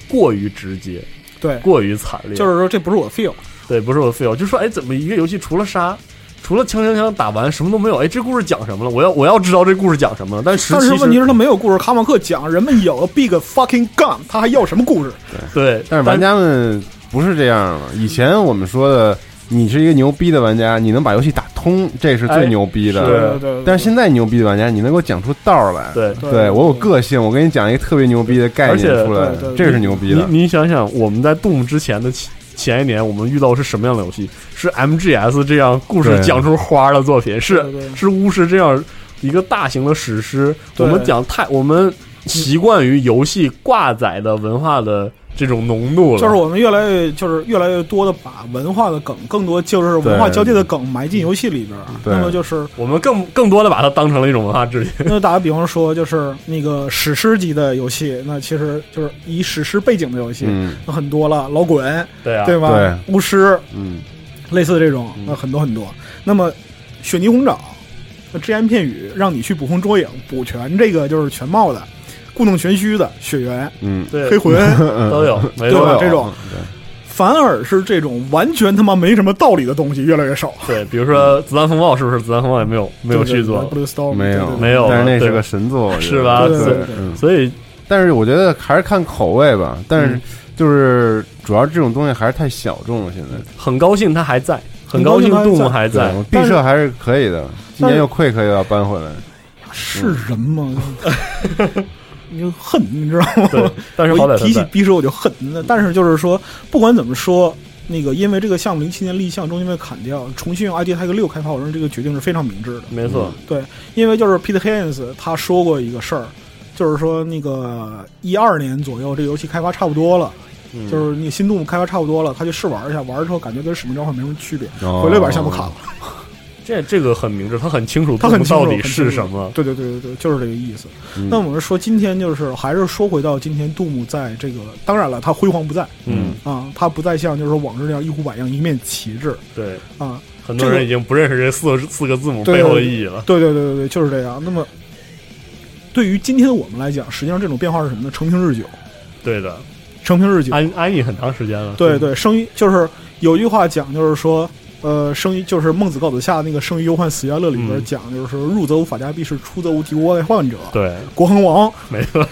[SPEAKER 2] 过于直接、
[SPEAKER 9] 对，
[SPEAKER 2] 过于惨烈，
[SPEAKER 9] 就是说这不是我 feel。
[SPEAKER 2] 对，不是我的 feel，就说哎，怎么一个游戏除了杀，除了枪枪枪打完什么都没有？哎，这故事讲什么了？我要我要知道这故事讲什么了。但实
[SPEAKER 9] 但
[SPEAKER 2] 其
[SPEAKER 9] 是
[SPEAKER 2] 实
[SPEAKER 9] 问题是，他没有故事。卡马克讲，人们有了 big fucking gun，他还要什么故事？
[SPEAKER 2] 对，
[SPEAKER 3] 但是玩家们不是这样了。以前我们说的，你是一个牛逼的玩家，你能把游戏打通，这是
[SPEAKER 2] 哎
[SPEAKER 3] 最牛逼的。
[SPEAKER 2] 是
[SPEAKER 9] 对对。
[SPEAKER 3] 但是现在牛逼的玩家，你能给我讲出道儿来。
[SPEAKER 2] 对。
[SPEAKER 9] 对
[SPEAKER 3] 我有个性，我给你讲一个特别牛逼的概
[SPEAKER 2] 而
[SPEAKER 3] 念
[SPEAKER 2] 且
[SPEAKER 3] 出来
[SPEAKER 9] 对对，对
[SPEAKER 3] 这个是牛逼
[SPEAKER 2] 你
[SPEAKER 3] 的。
[SPEAKER 2] 你想想，我们在 Doom 之前的前前一年，我们遇到的是什么样的游戏？是 MGS 这样故事
[SPEAKER 3] 对
[SPEAKER 2] 讲出花儿的作品，是
[SPEAKER 9] 对对
[SPEAKER 2] 是巫师这样一个大型的史诗。我
[SPEAKER 9] 对
[SPEAKER 2] 们讲太，我们习惯于游戏挂载的文化的这种浓度了。
[SPEAKER 9] 就是我们越来越就是越来越多的把文化的梗，更多就是文化交界的梗埋进游戏里边儿。
[SPEAKER 3] 对
[SPEAKER 9] 那么就是，
[SPEAKER 2] 我们更更多的把它当成了一种文化制品。
[SPEAKER 9] 那打个比方说，就是那个史诗级的游戏，那其实就是以史诗背景的游戏，
[SPEAKER 3] 嗯
[SPEAKER 9] 那很多了，老滚，
[SPEAKER 2] 对啊，
[SPEAKER 9] 对吧？
[SPEAKER 3] 对
[SPEAKER 9] 巫师
[SPEAKER 3] 嗯，
[SPEAKER 9] 类似这种，那很多很多。那么，雪泥红掌，那只言片语让你去捕风捉影，补全这个就是全貌的，故弄玄虚的血缘、
[SPEAKER 3] 嗯，
[SPEAKER 2] 对
[SPEAKER 9] 黑魂， 嗯
[SPEAKER 2] 哎都 有，啊没
[SPEAKER 9] 对吧
[SPEAKER 2] 错
[SPEAKER 9] 这。种反而是这种完全他妈没什么道理的东西越来越少。
[SPEAKER 2] 对，比如说《子弹风暴》，是不是《子弹风暴》也没有没有续作了？
[SPEAKER 9] ，Blue Storm
[SPEAKER 3] 嗯没有
[SPEAKER 9] 嗯对对
[SPEAKER 2] 没有了
[SPEAKER 3] 但是那
[SPEAKER 2] 对
[SPEAKER 3] 是个神作，我觉得
[SPEAKER 2] 是吧
[SPEAKER 9] 对对
[SPEAKER 3] 对
[SPEAKER 9] 对，
[SPEAKER 3] 嗯
[SPEAKER 2] 所以
[SPEAKER 3] 但是我觉得还是看口味吧。但是
[SPEAKER 2] 嗯
[SPEAKER 3] 就是主要这种东西还是太小众了，现在。
[SPEAKER 2] 很高兴它还在，很
[SPEAKER 9] 很
[SPEAKER 2] 高
[SPEAKER 9] 高
[SPEAKER 2] 兴
[SPEAKER 9] 兴它还在
[SPEAKER 2] Doom 还在
[SPEAKER 3] 对，。毕设还是可以的。今
[SPEAKER 9] 但
[SPEAKER 3] 年
[SPEAKER 9] 是
[SPEAKER 3] 又 Quick 又要搬回来，
[SPEAKER 9] 是人吗？你就恨，你知道吗？
[SPEAKER 2] 对，但是好
[SPEAKER 9] 我
[SPEAKER 2] 歹
[SPEAKER 9] 一提
[SPEAKER 2] 它
[SPEAKER 9] 起
[SPEAKER 2] 在。
[SPEAKER 9] 逼车我就恨。那但是就是说，不管怎么说，那个因为这个项目零七年立项，中间被砍掉，重新用 ID 它一个六开发，我认为这个决定是非常明智的。
[SPEAKER 2] 没错，
[SPEAKER 9] 对，因为就是 Peter Haynes 他说过一个事儿，就是说那个一二年左右，这个游戏开发差不多了。
[SPEAKER 2] 嗯
[SPEAKER 9] 就是那个新动物开发差不多了，他去试玩一下，玩了之后感觉跟使命召唤没什么区别，
[SPEAKER 3] 哦
[SPEAKER 9] 回来把项目砍了。
[SPEAKER 2] 这这个很明智，他很清楚
[SPEAKER 9] 他很
[SPEAKER 2] Doom
[SPEAKER 9] 清楚
[SPEAKER 2] 到底
[SPEAKER 9] 很清
[SPEAKER 2] 是
[SPEAKER 9] 楚
[SPEAKER 2] 什么。嗯
[SPEAKER 9] 对对对对对，就是这个意思。那我们说今天就是还是说回到今天杜牧在这个，当然了，他辉煌不在
[SPEAKER 2] 嗯，
[SPEAKER 9] 啊，他不再像就是说往日那样一呼百应一面旗帜
[SPEAKER 2] 对，
[SPEAKER 9] 啊。
[SPEAKER 2] 很多
[SPEAKER 9] 这个
[SPEAKER 2] 人已经不认识这四个四个字母
[SPEAKER 9] 对
[SPEAKER 2] 背后的意义了。
[SPEAKER 9] 对对对对对，就是这样。那么对于今天的我们来讲，实际上这种变化是什么呢？成平日久，
[SPEAKER 2] 对的，
[SPEAKER 9] 成平日久。
[SPEAKER 2] 安安逸很长时间了。嗯
[SPEAKER 9] 对，对，生于就是有句话讲，就是说。呃，生于就是孟子告子下那个“生于忧患，死于安乐”里边
[SPEAKER 2] 嗯
[SPEAKER 9] 讲，就是说入则无法家必是，出则无敌国外患者，
[SPEAKER 2] 对，
[SPEAKER 9] 国恒亡。
[SPEAKER 2] 没错。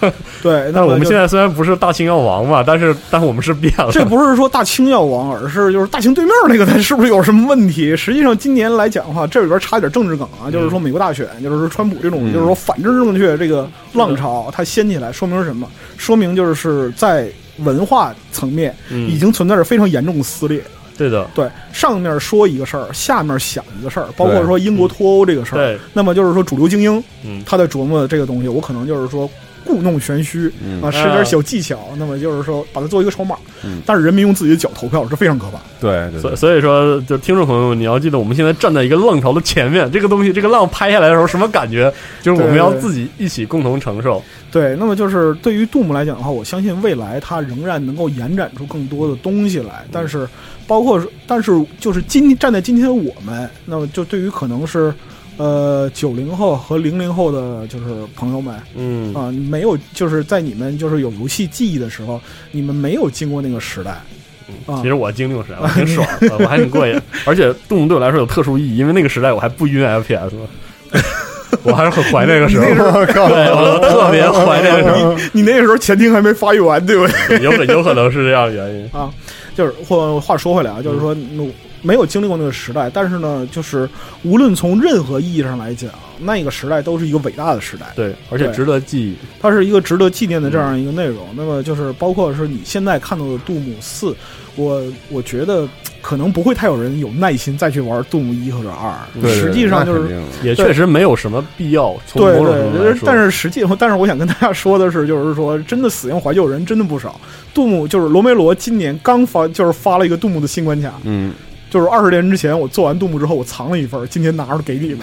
[SPEAKER 9] 对，那
[SPEAKER 2] 但我们
[SPEAKER 9] 就
[SPEAKER 2] 现在虽然不是大清药王吧，但是但我们是变了。
[SPEAKER 9] 这不是说大清要亡，而是就是大清对面那个它是不是有什么问题？实际上今年来讲的话，这里边插一点政治梗啊，就是
[SPEAKER 2] 嗯
[SPEAKER 9] 说美国大选，就是说川普这种、就是说反政治正确这个浪潮，它掀起来，说明是什么？说明就是在文化层面
[SPEAKER 2] 嗯
[SPEAKER 9] 已经存在着非常严重的撕裂。
[SPEAKER 2] 对的，
[SPEAKER 9] 对，上面说一个事儿，下面想一个事儿，包括说英国脱欧这个事
[SPEAKER 2] 对
[SPEAKER 9] 儿，那么就是说主流精英，
[SPEAKER 2] 嗯
[SPEAKER 9] 他在琢磨这个东西，我可能就是说故弄玄虚、
[SPEAKER 2] 嗯
[SPEAKER 3] 嗯
[SPEAKER 9] 啊，使点小技巧，那么就是说把它做一个筹码，但是人民用自己的脚投票，这非常可怕。
[SPEAKER 3] 对对
[SPEAKER 2] 所
[SPEAKER 3] 对，
[SPEAKER 2] 所以说，就听众朋友们，你要记得，我们现在站在一个浪潮的前面，这个东西，这个浪拍下来的时候，什么感觉？就是我们
[SPEAKER 9] 对
[SPEAKER 2] 要
[SPEAKER 9] 对
[SPEAKER 2] 自己一起共同承受。
[SPEAKER 9] 对，那么就是对于杜牧来讲的话，我相信未来它仍然能够延展出更多的东西
[SPEAKER 2] 嗯
[SPEAKER 9] 来。但是，包括但是就是今站在今天的我们，那么就对于可能是呃九零后和零零后的就是朋友们
[SPEAKER 2] 嗯，
[SPEAKER 9] 啊、没有就是在你们就是有游戏记忆的时候，你们没有经过那个 时代。啊
[SPEAKER 2] 其实我经历过时代，我挺爽的，我还挺过瘾。而且动物对我来说有特殊意义，因为那个时代我还不晕 FPS 呢 我还是很怀念那个时候。
[SPEAKER 3] 我靠
[SPEAKER 2] 对，我特别怀念那个时候，
[SPEAKER 3] 嗯
[SPEAKER 9] 你那个时候前庭还没发育完，对不 对？
[SPEAKER 2] 有可有可能是这样的原因。
[SPEAKER 9] 啊，就是或话说回来啊，就是说嗯没有经历过那个时代，但是呢，就是无论从任何意义上来讲，那个时代都是一个伟大的时代，
[SPEAKER 2] 对，而且
[SPEAKER 9] 对
[SPEAKER 2] 值得记忆。
[SPEAKER 9] 它是一个值得纪念的这样一个内容。那么就是包括是你现在看到的《杜姆四》，我我觉得可能不会太有人有耐心再去玩《动物一》或者二。
[SPEAKER 3] 对
[SPEAKER 9] 实际上就是
[SPEAKER 2] 也确实没有什么必要。从
[SPEAKER 9] 对
[SPEAKER 2] 某种程度来
[SPEAKER 9] 对，
[SPEAKER 2] 说，
[SPEAKER 9] 但是实际，但是我想跟大家说的是，就是说，真的死硬怀旧人真的不少。杜牧就是罗梅罗今年刚发，就是发了一个杜牧的新关卡，
[SPEAKER 3] 嗯，
[SPEAKER 9] 就是二十年之前我做完杜牧之后，我藏了一份儿，今天拿出来给你们。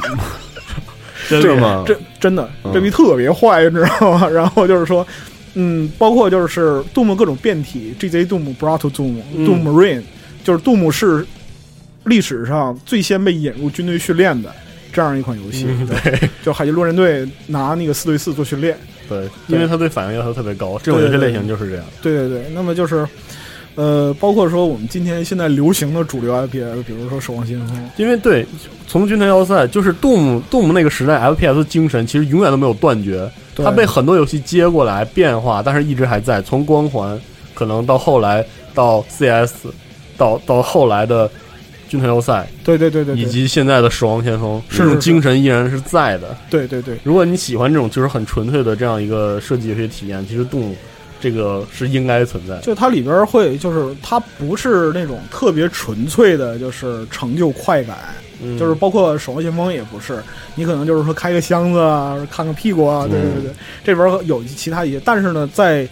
[SPEAKER 3] 真的
[SPEAKER 2] 啊
[SPEAKER 3] 吗？
[SPEAKER 9] 这真的
[SPEAKER 3] 嗯
[SPEAKER 9] 这逼特别坏，你知道吗？ 然后就是说，嗯，包括就是杜牧各种变体，GZ 杜牧、Brato 杜牧、
[SPEAKER 2] 嗯
[SPEAKER 9] 杜牧 Marine，就是杜牧是历史上最先被引入军队训练的这样一款游戏。
[SPEAKER 2] 嗯
[SPEAKER 9] 对，就海军陆战队拿那个四对四做训练。
[SPEAKER 2] 对，因为他对反应要求特别高，这种游戏类型就是这样。
[SPEAKER 9] 对对对，那么就是。呃，包括说我们今天现在流行的主流 FPS，比如说《守望先锋》，
[SPEAKER 2] 因为对，从军团要塞就是 Doom Doom 那个时代 FPS 精神，其实永远都没有断绝，
[SPEAKER 9] 对
[SPEAKER 2] 它被很多游戏接过来变化，但是一直还在。从光环可能到后来到 CS，到到后来的军团要塞，
[SPEAKER 9] 对对对对对，
[SPEAKER 2] 以及现在的守望先锋，
[SPEAKER 9] 是
[SPEAKER 2] 这种
[SPEAKER 9] 是
[SPEAKER 2] 精神依然是在的。
[SPEAKER 9] 对对对，
[SPEAKER 2] 如果你喜欢这种就是很纯粹的这样一个设计游戏体验，其实 Doom 这个是应该存在的。
[SPEAKER 9] 就它里边会，就是它不是那种特别纯粹的，就是成就快感，
[SPEAKER 2] 嗯
[SPEAKER 9] 就是包括《守望先锋》也不是，你可能就是说开个箱子啊，看个屁股
[SPEAKER 2] 嗯
[SPEAKER 9] 啊，对对对，这边有其他一些，但是呢，在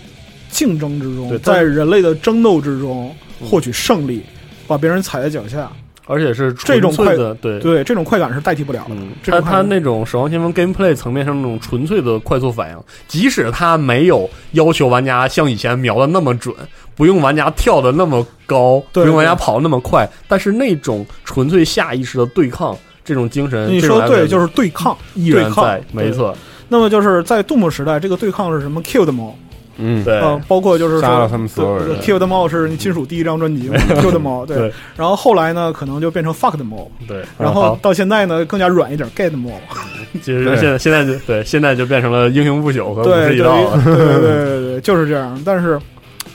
[SPEAKER 9] 竞争之
[SPEAKER 2] 对嗯
[SPEAKER 9] 中，
[SPEAKER 2] 但
[SPEAKER 9] 在人类的争斗之中获取胜利，把别人踩在脚下，
[SPEAKER 2] 而且是纯
[SPEAKER 9] 这种
[SPEAKER 2] 粹
[SPEAKER 9] 快
[SPEAKER 2] 的，对
[SPEAKER 9] 对这种快感是代替不了的。
[SPEAKER 2] 嗯，
[SPEAKER 9] 这
[SPEAKER 2] 他
[SPEAKER 9] 种
[SPEAKER 2] 他
[SPEAKER 9] 快感
[SPEAKER 2] 那种《守望先锋》gameplay 层面上那种纯粹的快速反应，即使他没有要求玩家像以前瞄的那么准，不用玩家跳的那么高，
[SPEAKER 9] 对
[SPEAKER 2] 不用玩家
[SPEAKER 9] 对
[SPEAKER 2] 跑得那么快，但是那种纯粹下意识的对抗，这种精神，
[SPEAKER 9] 你
[SPEAKER 2] 呃这种
[SPEAKER 9] 说对，
[SPEAKER 2] 来
[SPEAKER 9] 就
[SPEAKER 2] 源
[SPEAKER 9] 是对抗，
[SPEAKER 2] 依然
[SPEAKER 9] 对
[SPEAKER 2] 在
[SPEAKER 9] 抗，，
[SPEAKER 2] 没
[SPEAKER 9] 对。
[SPEAKER 2] 错，
[SPEAKER 9] 那么就是在杜牧时代，这个对抗是什么？Kill them all，
[SPEAKER 3] 嗯，
[SPEAKER 2] 对，
[SPEAKER 9] 呃，包括就是说
[SPEAKER 3] 杀了他们所有人
[SPEAKER 9] 对 Kill them all 是金属第一张专辑嘛，Kill them all
[SPEAKER 2] 对
[SPEAKER 9] 对。然后后来呢，可能就变成 Fuck them all，
[SPEAKER 2] 对，
[SPEAKER 9] 然
[SPEAKER 2] 好
[SPEAKER 9] 后到现在呢更加软一点，Get them all。
[SPEAKER 2] 其实
[SPEAKER 3] 对
[SPEAKER 2] 现在现在就对，现在就变成了英雄不朽和武士
[SPEAKER 9] 对对
[SPEAKER 2] 一
[SPEAKER 9] 对
[SPEAKER 2] 道了，
[SPEAKER 9] 对对对对，就是这样。但是，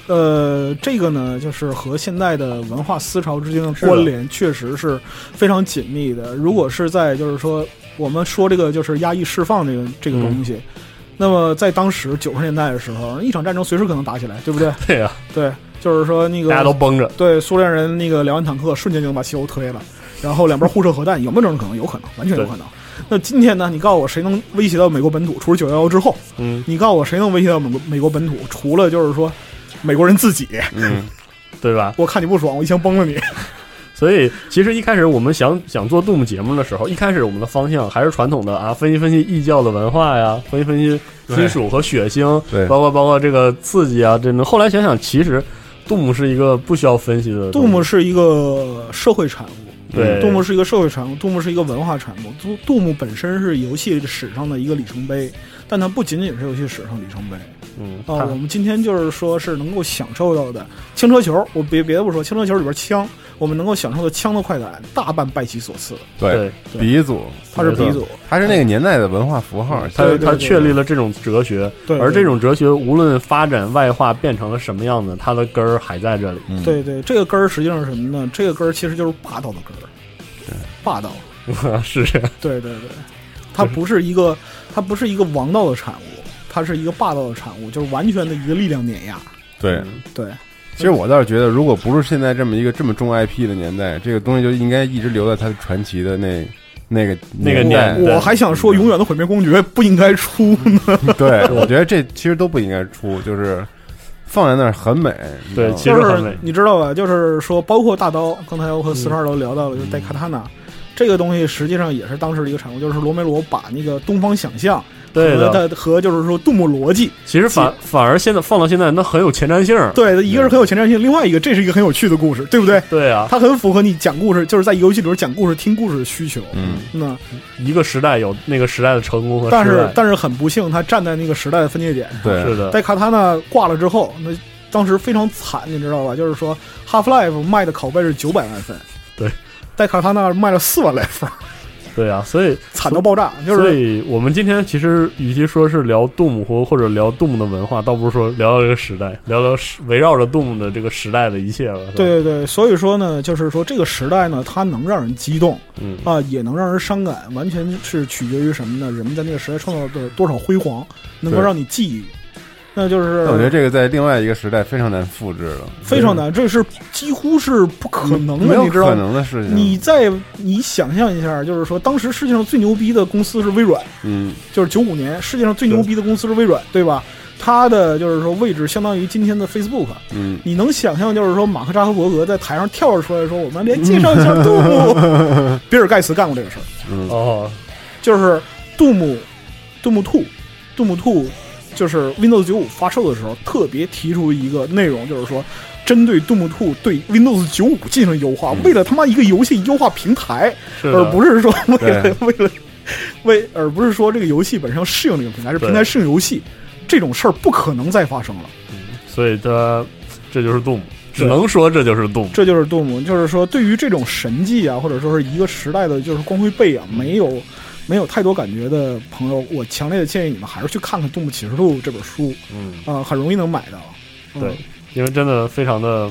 [SPEAKER 9] 呃，这个呢，就是和现代的文化思潮之间的关联确实是非常紧密的。如果是在就是说我们说这个就是压抑释放这个
[SPEAKER 2] 嗯
[SPEAKER 9] 这个东西。那么，在当时九十年代的时候，一场战争随时可能打起来，对不对？
[SPEAKER 2] 对啊，
[SPEAKER 9] 对，就是说那个
[SPEAKER 2] 大家都绷着，
[SPEAKER 9] 对，苏联人那个两万坦克瞬间就能把西欧推了，然后两边互射核弹，有没有这种可能？有可能，完全有
[SPEAKER 2] 对
[SPEAKER 9] 可能。那今天呢？你告诉我谁能威胁到美国本土？除了九幺幺之后，
[SPEAKER 2] 嗯，
[SPEAKER 9] 你告诉我谁能威胁到美国美国本土？除了就是说美国人自己，
[SPEAKER 3] 嗯，
[SPEAKER 2] 对吧？
[SPEAKER 9] 我看你不爽，我一枪崩了 你。
[SPEAKER 2] 所以其实一开始我们想想做 Doom 节目的时候，一开始我们的方向还是传统的啊，分析分析异教的文化呀，分析分析金属和血腥，
[SPEAKER 3] 对
[SPEAKER 2] 包括包括这个刺激啊，这种。后来想想，其实 Doom 是一个不需要分析的
[SPEAKER 9] 杜
[SPEAKER 2] 东
[SPEAKER 9] 牧
[SPEAKER 2] 西，
[SPEAKER 9] 是一个社会产物，
[SPEAKER 2] 对
[SPEAKER 9] 杜牧是一个社会产物，杜牧是一个文化产物。杜杜牧本身是游戏史上的一个里程碑，但它不仅仅是游戏史上里程碑。
[SPEAKER 2] 嗯，
[SPEAKER 9] 啊、
[SPEAKER 2] 它
[SPEAKER 9] 我们今天就是说是能够享受到的轻车球，我别别的不说，轻车球里边枪，我们能够享受到枪的快感，大半拜其所赐，
[SPEAKER 3] 对，
[SPEAKER 2] 对
[SPEAKER 3] 鼻祖，
[SPEAKER 9] 它是鼻祖。
[SPEAKER 3] 它是那个年代的文化符号，
[SPEAKER 2] 它
[SPEAKER 9] 对对
[SPEAKER 2] 它
[SPEAKER 9] 对
[SPEAKER 2] 确立了这种哲学，
[SPEAKER 9] 对，
[SPEAKER 2] 而这种哲学无论发展外化变成了什么样子，它的根儿还在这里。
[SPEAKER 3] 嗯
[SPEAKER 9] 对对，这个根儿实际上是什么呢？这个根儿其实就是霸道的根儿，霸道。
[SPEAKER 2] 是这样，
[SPEAKER 9] 对对对，它不是一个，它不是一个王道的产物，它是一个霸道的产物，就是完全的一个力量碾压。
[SPEAKER 3] 对。
[SPEAKER 9] 对，
[SPEAKER 3] 其实我倒是觉得，如果不是现在这么一个这么重 IP 的年代，这个东西就应该一直留在它的传奇的那那个
[SPEAKER 2] 那个
[SPEAKER 3] 代。
[SPEAKER 2] 年对
[SPEAKER 9] 我还想说，永远的毁灭公爵不应该出呢。
[SPEAKER 3] 对，我觉得这其实都不应该出，就是放在那儿很美。你知道
[SPEAKER 2] 对
[SPEAKER 3] 吗
[SPEAKER 2] 其实
[SPEAKER 9] 就
[SPEAKER 2] 很美
[SPEAKER 9] 是你知道吧？就是说，包括大刀，刚才我和四十二都聊到了，就是带卡塔
[SPEAKER 2] 嗯
[SPEAKER 9] 纳。这个东西实际上也是当时的一个产物，就是罗梅罗把那个东方想象
[SPEAKER 2] 对
[SPEAKER 9] 和
[SPEAKER 2] 的。
[SPEAKER 9] 它和就是说杜牧逻辑，
[SPEAKER 2] 其实反反而现在放到现在，那很有前瞻性儿。
[SPEAKER 9] 对，一个是很有前瞻性，另外一个这是一个很有趣的故事，对不对？
[SPEAKER 2] 对啊，
[SPEAKER 9] 它很符合你讲故事，就是在游戏里边讲故事、听故事的需求。
[SPEAKER 3] 嗯，
[SPEAKER 9] 那
[SPEAKER 2] 一个时代有那个时代的成功和失败。
[SPEAKER 9] 但是但是很不幸，他站在那个时代的分界点。
[SPEAKER 3] 对，
[SPEAKER 2] 是的，
[SPEAKER 9] 在卡塔纳挂了之后，那当时非常惨，你知道吧？就是说，Half Life 卖的拷贝是九百万份，
[SPEAKER 2] 对，
[SPEAKER 9] 戴卡塔纳卖了四万来份，
[SPEAKER 2] 对啊，所以
[SPEAKER 9] 惨到爆炸。就
[SPEAKER 2] 所
[SPEAKER 9] 是
[SPEAKER 2] 以我们今天其实与其说是聊杜姆或或者聊杜姆的文化，倒不如说聊聊这个时代，聊聊时围绕着杜姆的这个时代的一切了。是吧，
[SPEAKER 9] 对对对，所以说呢，就是说这个时代呢，它能让人激动
[SPEAKER 2] 嗯，
[SPEAKER 9] 啊、也能让人伤感，完全是取决于什么呢？人们在那个时代创造的多少辉煌，能够
[SPEAKER 3] 对
[SPEAKER 9] 让你记忆。那就是
[SPEAKER 3] 但我觉得这个在另外一个时代非常难复制了，
[SPEAKER 9] 非常难，这是几乎是不可能
[SPEAKER 3] 没
[SPEAKER 9] 的，
[SPEAKER 3] 有
[SPEAKER 9] 你知道
[SPEAKER 3] 可
[SPEAKER 9] 吗？
[SPEAKER 3] 能的事情。
[SPEAKER 9] 你在你想象一下，就是说，当时世界上最牛逼的公司是微软，
[SPEAKER 3] 嗯，
[SPEAKER 9] 就是九五年世界上最牛逼的公司是微软，对吧？它的就是说位置相当于今天的 Facebook，
[SPEAKER 3] 嗯，
[SPEAKER 9] 你能想象就是说马克扎克伯格在台上跳着出来说：“我们来介绍一下杜牧。”比尔盖茨干过这个事儿，
[SPEAKER 2] 哦，
[SPEAKER 9] 就是杜牧，杜牧兔，杜牧兔，就是 Windows 九五发售的时候特别提出一个内容，就是说针对杜牧兔对 Windows 九五进行优化，为了他妈一个游戏优化平台，
[SPEAKER 2] 是的
[SPEAKER 9] 而不是说为了
[SPEAKER 3] 对
[SPEAKER 9] 为了为，而不是说这个游戏本身要适应这个平台，是
[SPEAKER 2] 对
[SPEAKER 9] 平台适应游戏，这种事儿不可能再发生了。
[SPEAKER 2] 所以他这就是杜牧，只能说这就是杜牧。
[SPEAKER 9] 这就是杜牧，就是说对于这种神迹啊，或者说是一个时代的就是光辉背啊，没有没有太多感觉的朋友，我强烈的建议你们还是去看看《杜牧启示录》这本书
[SPEAKER 2] 嗯，
[SPEAKER 9] 啊、很容易能买到。嗯
[SPEAKER 2] 对，因为真的非常的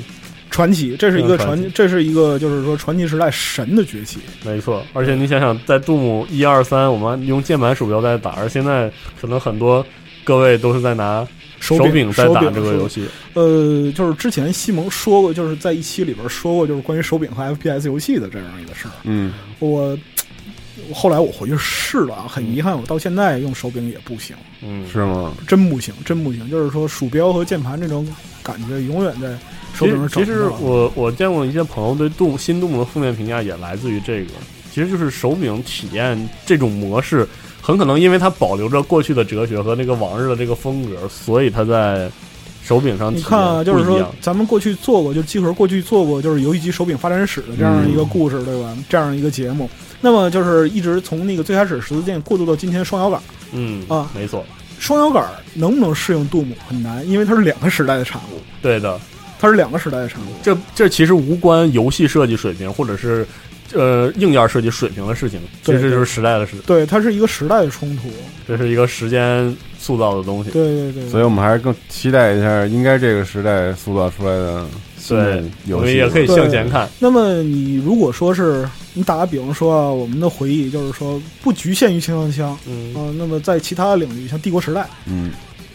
[SPEAKER 9] 传奇，这是一个
[SPEAKER 2] 嗯传
[SPEAKER 9] 传
[SPEAKER 2] 奇，
[SPEAKER 9] 这是一个就是说传奇时代神的崛起。
[SPEAKER 2] 没错，而且你想想，在杜牧一二三，我们用键盘鼠标在打，而现在可能很多各位都是在拿
[SPEAKER 9] 手
[SPEAKER 2] 柄在
[SPEAKER 9] 手
[SPEAKER 2] 打
[SPEAKER 9] 柄
[SPEAKER 2] 这个游
[SPEAKER 9] 戏，
[SPEAKER 2] 戏。
[SPEAKER 9] 呃，就是之前西蒙说过，就是在一期里边说过，就是关于手柄和 FPS 游戏的这样一个事儿。
[SPEAKER 3] 嗯，
[SPEAKER 9] 我后来我回去试了啊，很遗憾，我到现在用手柄也不行。
[SPEAKER 2] 嗯，
[SPEAKER 3] 是吗？
[SPEAKER 9] 真不行，真不行。就是说，鼠标和键盘这种感觉永远在
[SPEAKER 2] 其
[SPEAKER 9] 手柄
[SPEAKER 2] 实
[SPEAKER 9] 上找
[SPEAKER 2] 其
[SPEAKER 9] 不
[SPEAKER 2] 实
[SPEAKER 9] 到。
[SPEAKER 2] 我我见过一些朋友对杜牧新杜牧的负面评价也来自于这个，其实就是手柄体验这种模式，很可能因为它保留着过去的哲学和那个往日的这个风格，所以它在手柄上体
[SPEAKER 9] 你
[SPEAKER 2] 验
[SPEAKER 9] 看啊，就是
[SPEAKER 2] 不一
[SPEAKER 9] 说
[SPEAKER 2] 样，
[SPEAKER 9] 咱们过去做过，就是集合过去做过，就是游戏机手柄发展史的这样一
[SPEAKER 2] 嗯
[SPEAKER 9] 个故事，对吧？这样一个节目。那么就是一直从那个最开始十字键过渡到今天双摇杆，
[SPEAKER 2] 嗯
[SPEAKER 9] 啊
[SPEAKER 2] 没错，
[SPEAKER 9] 双摇杆能不能适应杜牧很难，因为它是两个时代的产物，
[SPEAKER 2] 对的。
[SPEAKER 9] 它是两个时代的产物。
[SPEAKER 2] 这这其实无关游戏设计水平，或者是呃硬件设计水平的事情，其
[SPEAKER 9] 对
[SPEAKER 2] 实就是时代的事，
[SPEAKER 9] 对，它是一个时代的冲突。
[SPEAKER 2] 这是一个时间塑造的东西。
[SPEAKER 9] 对对对，
[SPEAKER 3] 所以我们还是更期待一下，应该这个时代塑造出来的新的
[SPEAKER 2] 对，我
[SPEAKER 3] 游
[SPEAKER 2] 们
[SPEAKER 3] 戏，
[SPEAKER 2] 也可以向前看。
[SPEAKER 9] 那么你如果说是你打个比方说啊，我们的回忆就是说不局限于枪枪枪，
[SPEAKER 2] 嗯，
[SPEAKER 9] 啊、那么在其他领域，像帝国时代，
[SPEAKER 3] 嗯，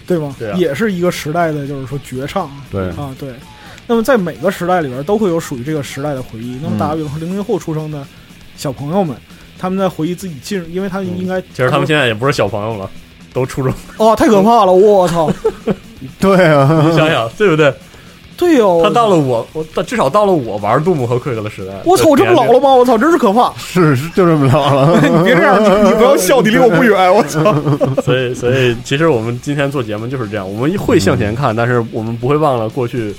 [SPEAKER 9] 对吗？
[SPEAKER 2] 对啊
[SPEAKER 9] 也是一个时代的，就是说绝唱
[SPEAKER 3] 对，
[SPEAKER 9] 啊，对。那么在每个时代里边，都会有属于这个时代的回忆。
[SPEAKER 2] 嗯
[SPEAKER 9] 那么打个比方说，零零后出生的小朋友们，他们在回忆自己进入，因为他们应该，
[SPEAKER 2] 其实他们现在也不嗯是小朋友了，都初中。
[SPEAKER 9] 哦，太可怕了，我操！
[SPEAKER 3] 对啊，
[SPEAKER 2] 你想想，对不对？
[SPEAKER 9] 对哦，
[SPEAKER 2] 他到了我，我到至少到了我玩杜牧和奎克的时代。
[SPEAKER 9] 我操，我这么
[SPEAKER 2] 对
[SPEAKER 9] 老了？吗？我操，真是可怕！
[SPEAKER 3] 是是就这么着了，
[SPEAKER 9] 你别这样，你你不要笑，你离我不远。我操，
[SPEAKER 2] 所以，所以其实我们今天做节目就是这样，我们会向前看，但是我们不会忘了过去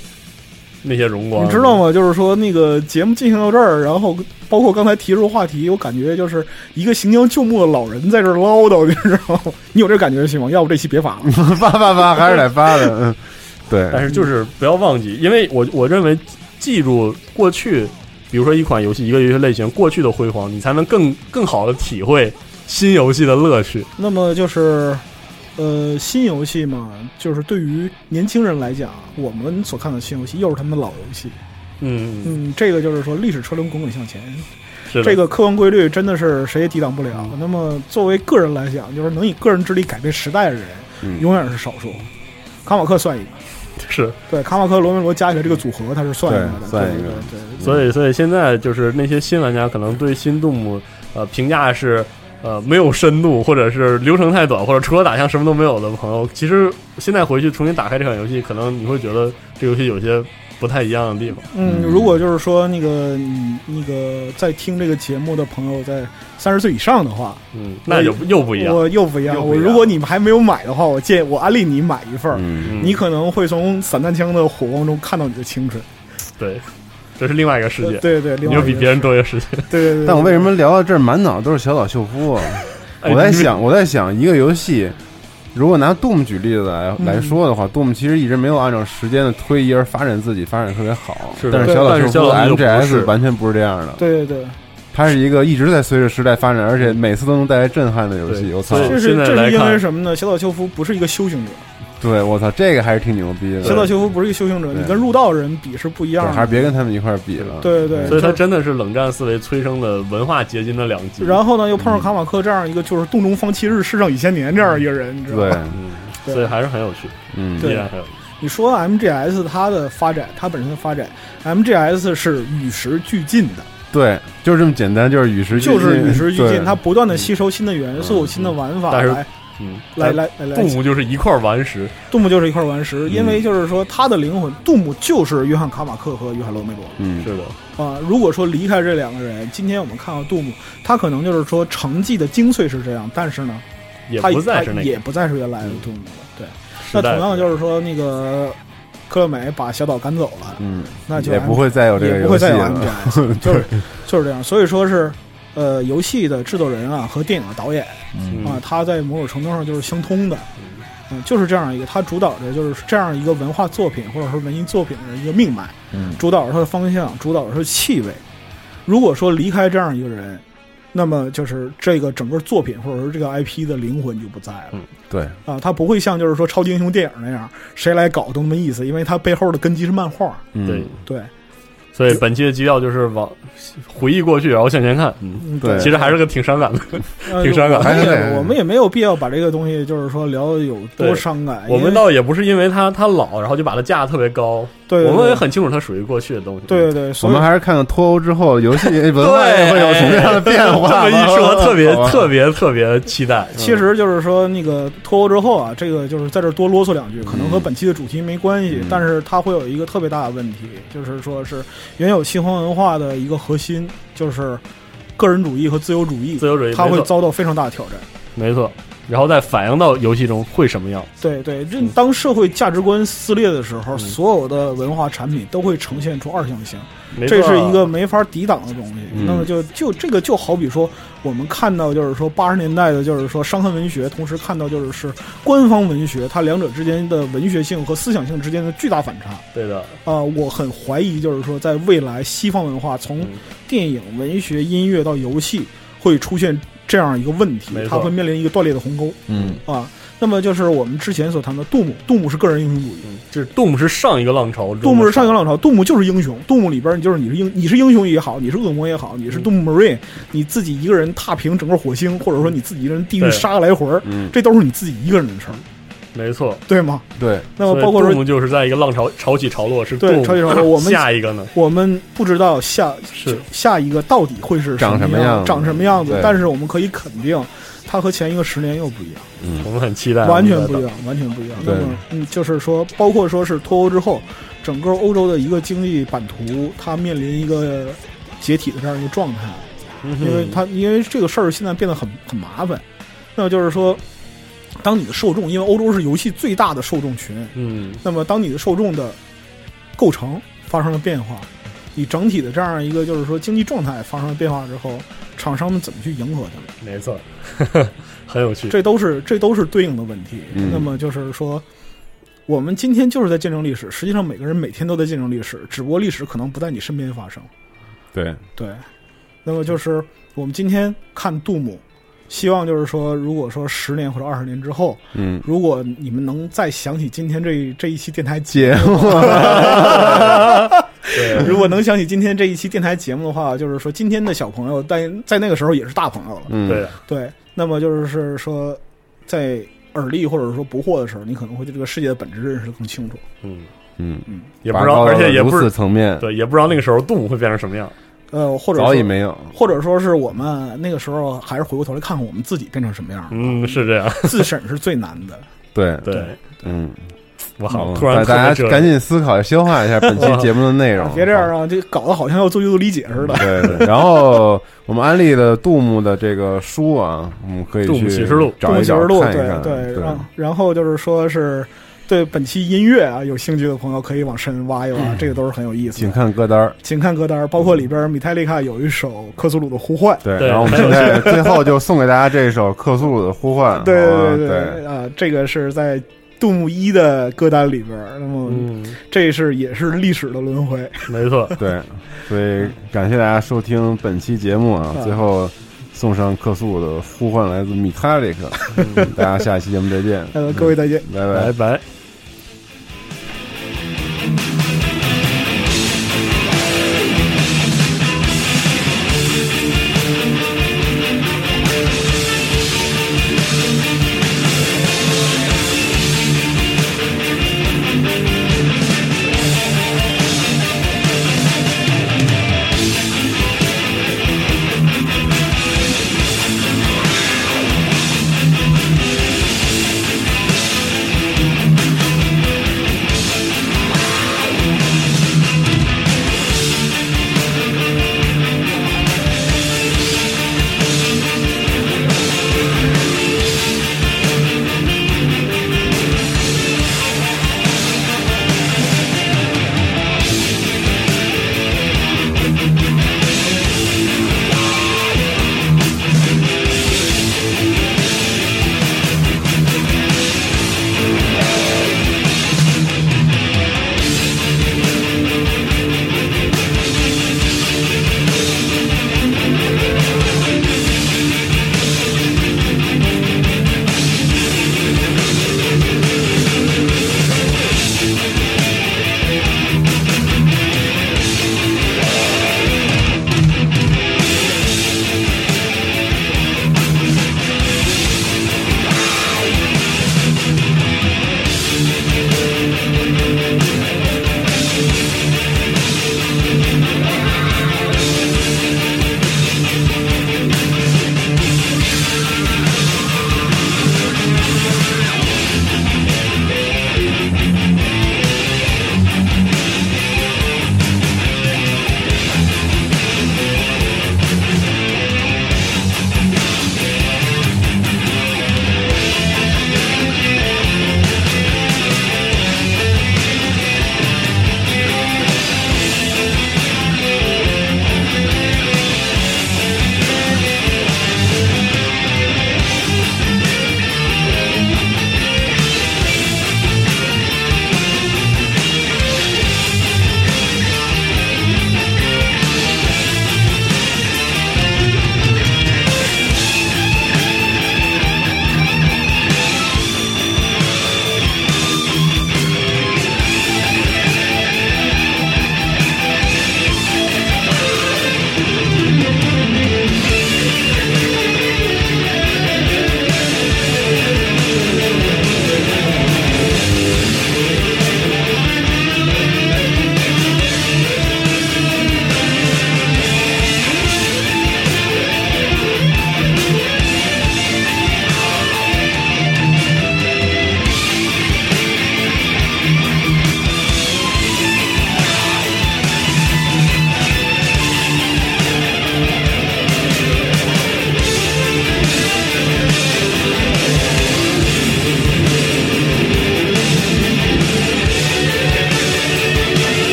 [SPEAKER 2] 那些荣光。
[SPEAKER 9] 你知道？吗？就是说那个节目进行到这儿，然后包括刚才提出话题，我感觉就是一个行将就木的老人在这儿唠叨，你知道吗？你有这感觉行吗？要不这期别发了。
[SPEAKER 3] 发发发还是得发的，嗯，对，
[SPEAKER 2] 但是就是不要忘记，因为我我认为记住过去，比如说一款游戏、一个游戏类型过去的辉煌，你才能更更好的体会新游戏的乐趣。
[SPEAKER 9] 那么就是，呃，新游戏嘛，就是对于年轻人来讲，我们所看到的新游戏又是他们的老游戏。
[SPEAKER 2] 嗯，
[SPEAKER 9] 嗯，这个就是说历史车轮滚滚向前，
[SPEAKER 2] 是的，嗯
[SPEAKER 9] 这个客观规律真的是谁也抵挡不了。那么作为个人来讲，就是能以个人之力改变时代的人，
[SPEAKER 3] 嗯
[SPEAKER 9] 永远是少数。卡马克算一个。
[SPEAKER 2] 是。
[SPEAKER 9] 对，卡马克、罗梅罗加起来这个组合，它是算一个的，
[SPEAKER 3] 对算一个
[SPEAKER 9] 对对对
[SPEAKER 2] 所以，所以现在就是那些新玩家可能对新动物呃评价是呃没有深度，或者是流程太短，或者除了打枪什么都没有的朋友，其实现在回去重新打开这款游戏，可能你会觉得这游戏有些不太一样的地方。
[SPEAKER 9] 嗯，如果就是说那个你那个在听这个节目的朋友在三十岁以上的话，
[SPEAKER 2] 嗯，那就又不一样。
[SPEAKER 9] 哎我又不一样。
[SPEAKER 2] 又不
[SPEAKER 9] 我
[SPEAKER 2] 一样
[SPEAKER 9] 如果你们还没有买的话，我建议我安利你买一份儿，
[SPEAKER 3] 嗯，
[SPEAKER 2] 嗯
[SPEAKER 9] 你可能会从散弹枪的火光中看到你的青春。
[SPEAKER 2] 对，这是另外一个世界，
[SPEAKER 9] 对对，另
[SPEAKER 2] 你又
[SPEAKER 9] 外一
[SPEAKER 2] 比
[SPEAKER 9] 个
[SPEAKER 2] 别人多一个世界。
[SPEAKER 9] 对对对。
[SPEAKER 3] 但我为
[SPEAKER 9] 么
[SPEAKER 3] 什么聊到这儿满脑都是小岛秀夫啊？
[SPEAKER 2] 哎
[SPEAKER 3] 我在，
[SPEAKER 2] 你们
[SPEAKER 3] 想，我在想一个游戏，如果拿 Doom 举例子来
[SPEAKER 9] 嗯
[SPEAKER 3] 来说的话，Doom 其实一直没有按照时间的推移而发展自己，发展得特别好。
[SPEAKER 2] 是的
[SPEAKER 3] 但
[SPEAKER 2] 对
[SPEAKER 3] 小岛
[SPEAKER 2] 但是
[SPEAKER 3] 秀夫的
[SPEAKER 2] 小岛秀夫就不是
[SPEAKER 3] MGS 完全不是这样的，
[SPEAKER 9] 对对对，
[SPEAKER 3] 它是一个一直在随着时代发展，而且每次都能带来震撼的游戏。
[SPEAKER 2] 对
[SPEAKER 3] 我操！
[SPEAKER 2] 所以
[SPEAKER 9] 这是
[SPEAKER 2] 现在
[SPEAKER 9] 这
[SPEAKER 2] 来
[SPEAKER 9] 是因
[SPEAKER 2] 看
[SPEAKER 9] 为什么呢？小岛秀夫不是一个修行者，
[SPEAKER 3] 对，我操，这个还是挺牛逼的。
[SPEAKER 9] 小岛秀夫不是一个修行者，
[SPEAKER 3] 对
[SPEAKER 9] 你跟入道人比是不一
[SPEAKER 3] 对
[SPEAKER 9] 样的。
[SPEAKER 3] 还是别跟他们一块儿比了。
[SPEAKER 9] 对对
[SPEAKER 2] 所以它真的是冷战思维催生的文化结晶的两极。
[SPEAKER 9] 然后呢，又碰上卡马克这样一个就是洞中方七日，世上已千年这样一个人，你知道
[SPEAKER 3] 对
[SPEAKER 9] 吗？，
[SPEAKER 2] 嗯，
[SPEAKER 9] 对
[SPEAKER 2] 所以还是很有趣，
[SPEAKER 3] 嗯，
[SPEAKER 2] 依
[SPEAKER 9] 对
[SPEAKER 2] 然很有趣。
[SPEAKER 9] 你说 MGS 它的发展，它本身的发展，MGS 是与时俱进的，
[SPEAKER 3] 对，就是这么简单，就是与时俱进，
[SPEAKER 9] 就是与时俱
[SPEAKER 3] 对嗯
[SPEAKER 9] 进，它不断的吸收新的元素、新的玩法
[SPEAKER 2] 但是
[SPEAKER 9] 来
[SPEAKER 2] 嗯，
[SPEAKER 9] 来来来来
[SPEAKER 2] 杜牧就是一块顽石，
[SPEAKER 9] 杜牧就是一块顽石，因
[SPEAKER 3] 嗯
[SPEAKER 9] 为就是说他的灵魂，杜牧就是约翰卡马克和约翰罗梅罗
[SPEAKER 3] 嗯，
[SPEAKER 2] 是的，
[SPEAKER 9] 啊。如果说离开这两个人，今天我们看到杜牧，他可能就是说成绩的精粹是这样，但是呢，
[SPEAKER 2] 也
[SPEAKER 9] 他
[SPEAKER 2] 不再是那
[SPEAKER 9] 他
[SPEAKER 2] 个
[SPEAKER 9] 也不再是原来的杜牧了。对，
[SPEAKER 2] 时
[SPEAKER 9] 那
[SPEAKER 2] 代
[SPEAKER 9] 同样就是说那个克乐美把小岛赶走了，
[SPEAKER 3] 嗯，
[SPEAKER 9] 那就
[SPEAKER 3] 也不会再有这个
[SPEAKER 9] 也不会
[SPEAKER 3] 游戏
[SPEAKER 9] 再有
[SPEAKER 3] 了，
[SPEAKER 9] MGS，就是就是这样。所以说是，呃，游戏的制作人啊和电影的导演
[SPEAKER 2] 嗯
[SPEAKER 9] 啊，他在某种程度上就是相通的，嗯，就是这样一个，他主导着就是这样一个文化作品或者说文艺作品的一个命脉，
[SPEAKER 3] 嗯
[SPEAKER 9] 主导着它的方向，主导着它的气味。如果说离开这样一个人，那么就是这个整个作品或者说这个 IP 的灵魂就不在了。
[SPEAKER 2] 嗯
[SPEAKER 3] 对，
[SPEAKER 9] 啊，它不会像就是说超级英雄电影那样，谁来搞都没意思，因为它背后的根基是漫画。
[SPEAKER 3] 嗯
[SPEAKER 2] 对。
[SPEAKER 9] 对，
[SPEAKER 2] 所以本期的基调就是往回忆过去，然后向前看。嗯，
[SPEAKER 9] 嗯
[SPEAKER 3] 对
[SPEAKER 2] 其实还是个挺伤感的。
[SPEAKER 9] 呃
[SPEAKER 2] 挺伤感
[SPEAKER 9] 我们
[SPEAKER 3] 还是
[SPEAKER 9] 也
[SPEAKER 3] 得
[SPEAKER 9] 我们也没有必要把这个东西就是说聊得有多伤感。
[SPEAKER 2] 我
[SPEAKER 9] 因为
[SPEAKER 2] 们倒也不是因为他他老，然后就把他架得特别高。
[SPEAKER 9] 对，对
[SPEAKER 2] 我们也
[SPEAKER 9] 对
[SPEAKER 2] 很清楚他属于过去的东西。
[SPEAKER 9] 对对对，
[SPEAKER 3] 我
[SPEAKER 9] 所以
[SPEAKER 3] 们还是看看脱欧之后游 戏文化
[SPEAKER 2] 对
[SPEAKER 3] 也会有什么样的变化吧。
[SPEAKER 2] 这么一说， 特别
[SPEAKER 3] 好吧
[SPEAKER 2] 特别特别期待。
[SPEAKER 9] 其实就是说那个脱欧之后啊，这个就是在这儿多啰嗦两句，可
[SPEAKER 2] 嗯
[SPEAKER 9] 能和本期的主题没关系，但是它会有一个特别大的问题，就是说是原有西方文化的一个核心就是个人主义和自由主义
[SPEAKER 2] 自，由主义
[SPEAKER 9] 它
[SPEAKER 2] 没
[SPEAKER 9] 会
[SPEAKER 2] 错
[SPEAKER 9] 遭到非常大的挑战。
[SPEAKER 2] 没错，然后再反映到游戏中会什么样？
[SPEAKER 9] 对对，
[SPEAKER 2] 嗯
[SPEAKER 9] 这当社会价值观撕裂的时候，所有的文化产品都会呈现出二象性。
[SPEAKER 2] 没错啊
[SPEAKER 9] 这是一个没法抵挡的东西。
[SPEAKER 3] 嗯
[SPEAKER 9] 那么就就这个就好比说，我们看到就是说八十年代的，就是说伤痕文学，同时看到就是是官方文学，它两者之间的文学性和思想性之间的巨大反差。
[SPEAKER 2] 对的，
[SPEAKER 9] 啊、我很怀疑就是说，在未来西方文化
[SPEAKER 2] 嗯
[SPEAKER 9] 从电影、文学、音乐到游戏会出现这样一个问题
[SPEAKER 2] 没，错
[SPEAKER 9] 它会面临一个断裂的鸿沟
[SPEAKER 3] 嗯，
[SPEAKER 9] 啊。那么就是我们之前所谈的杜牧，杜牧是个人英雄主义，
[SPEAKER 2] 嗯就是杜牧是上一个浪潮，
[SPEAKER 9] 杜牧是上一个浪潮，杜牧就是英雄。杜牧里边，你就是你是英，你是英雄也好，你是恶魔也好，你是杜牧 Marine，你自己一个人踏平整个火星，或者说你自己一个人地狱
[SPEAKER 2] 对
[SPEAKER 9] 杀个来回儿，
[SPEAKER 3] 嗯
[SPEAKER 9] 这都是你自己一个人的事儿，
[SPEAKER 2] 没错。
[SPEAKER 9] 对吗？
[SPEAKER 3] 对，
[SPEAKER 9] 那么
[SPEAKER 2] 所以
[SPEAKER 9] 包括
[SPEAKER 2] 杜
[SPEAKER 9] 说，
[SPEAKER 2] 牧就是在一个浪潮潮起潮落，是
[SPEAKER 9] 对
[SPEAKER 2] 杜牧
[SPEAKER 9] 潮起潮落我们
[SPEAKER 2] 下一个呢？
[SPEAKER 9] 我们不知道下
[SPEAKER 2] 是
[SPEAKER 9] 下一个到底会是
[SPEAKER 3] 长
[SPEAKER 9] 什
[SPEAKER 3] 什么
[SPEAKER 9] 样，
[SPEAKER 3] 样子
[SPEAKER 9] 长什么样子
[SPEAKER 3] 对，
[SPEAKER 9] 但是我们可以肯定，它和前一个十年又不一样。
[SPEAKER 2] 我们很期待，啊
[SPEAKER 9] 完全不
[SPEAKER 2] 我
[SPEAKER 9] 一
[SPEAKER 2] 们
[SPEAKER 9] 样，完全不一样。那
[SPEAKER 3] 对
[SPEAKER 9] 么，嗯，就是说，包括说是脱欧之后，整个欧洲的一个经济版图，它面临一个解体的这样一个状态，因为它因为这个事儿现在变得很很麻烦。那么就是说，当你的受众，因为欧洲是游戏最大的受众群，
[SPEAKER 2] 嗯，
[SPEAKER 9] 那么当你的受众的构成发生了变化，你整体的这样一个就是说经济状态发生了变化之后，厂商们怎么去迎合它们？
[SPEAKER 2] 没错， 很有趣。
[SPEAKER 9] 这都是这都是对应的问题。
[SPEAKER 3] 嗯
[SPEAKER 9] 那么就是说，我们今天就是在见证历史，实际上每个人每天都在见证历史，只不过历史可能不在你身边发生。
[SPEAKER 3] 对，
[SPEAKER 9] 对，那么就是我们今天看杜牧，希望就是说，如果说十年或者二十年之后，
[SPEAKER 3] 嗯，
[SPEAKER 9] 如果你们能再想起今天这这一期电台节
[SPEAKER 3] 节目，
[SPEAKER 9] 目， 如果能想起今天这一期电台节目的话，就是说今天的小朋友，但在那个时候也是大朋友了。
[SPEAKER 3] 嗯，
[SPEAKER 2] 对，
[SPEAKER 9] 对，那么就是说，在耳力或者说不惑的时候，你可能会对这个世界的本质认识的更清楚。
[SPEAKER 2] 嗯，
[SPEAKER 3] 嗯，
[SPEAKER 2] 也不知道，而且也不
[SPEAKER 3] 如此
[SPEAKER 2] 是
[SPEAKER 3] 层面，
[SPEAKER 2] 对，也不知道那个时候杜牧会变成什么样。
[SPEAKER 9] 呃，或者
[SPEAKER 3] 早已
[SPEAKER 9] 说
[SPEAKER 3] 没有，
[SPEAKER 9] 或者说是我们那个时候还是回过头来看看我们自己变成什 么样儿，
[SPEAKER 2] 嗯，是这样。
[SPEAKER 9] 自审是最难的。，
[SPEAKER 3] 对，
[SPEAKER 2] 对，
[SPEAKER 3] 嗯，
[SPEAKER 2] 我好
[SPEAKER 3] 嗯
[SPEAKER 2] 突然
[SPEAKER 3] 大大
[SPEAKER 2] 特
[SPEAKER 3] 家
[SPEAKER 2] 别
[SPEAKER 3] 赶紧思考消化一下本期节目的内容
[SPEAKER 9] 别这样啊，这搞得好像要做阅读理解似的。
[SPEAKER 3] 对对，然后我们安利的杜牧的这个书啊，我们可以
[SPEAKER 2] 杜牧
[SPEAKER 3] 去
[SPEAKER 2] 启示录
[SPEAKER 9] 中
[SPEAKER 3] 找一
[SPEAKER 9] 节
[SPEAKER 3] 找
[SPEAKER 9] 录，
[SPEAKER 3] 看一
[SPEAKER 9] 对
[SPEAKER 3] 看。对，
[SPEAKER 9] 然后然后就是说是对本期音乐啊有兴趣的朋友可以往深挖一挖，这个都是很有意思
[SPEAKER 3] 请
[SPEAKER 9] 的。
[SPEAKER 3] 看嗯歌单儿。
[SPEAKER 9] 请看歌单，包括里边米泰利卡有一首《克苏鲁的呼唤》，
[SPEAKER 3] 对，
[SPEAKER 2] 对
[SPEAKER 3] 然后我们
[SPEAKER 2] 还有
[SPEAKER 3] 现在最后就送给大家这首《克苏鲁的呼唤》好吧。
[SPEAKER 9] 对
[SPEAKER 3] 对
[SPEAKER 9] 对对，啊，这个是在杜牧一的歌单里边儿，那么
[SPEAKER 2] 嗯，
[SPEAKER 9] 这是也是历史的轮回。
[SPEAKER 2] 没 错，
[SPEAKER 3] 对，所以感谢大家收听本期节目啊！最后送上克苏嗯鲁的呼唤，来自米塔里克。大家下期节目再见，
[SPEAKER 9] 呃，各位再见。
[SPEAKER 3] 拜拜
[SPEAKER 2] 拜。拜。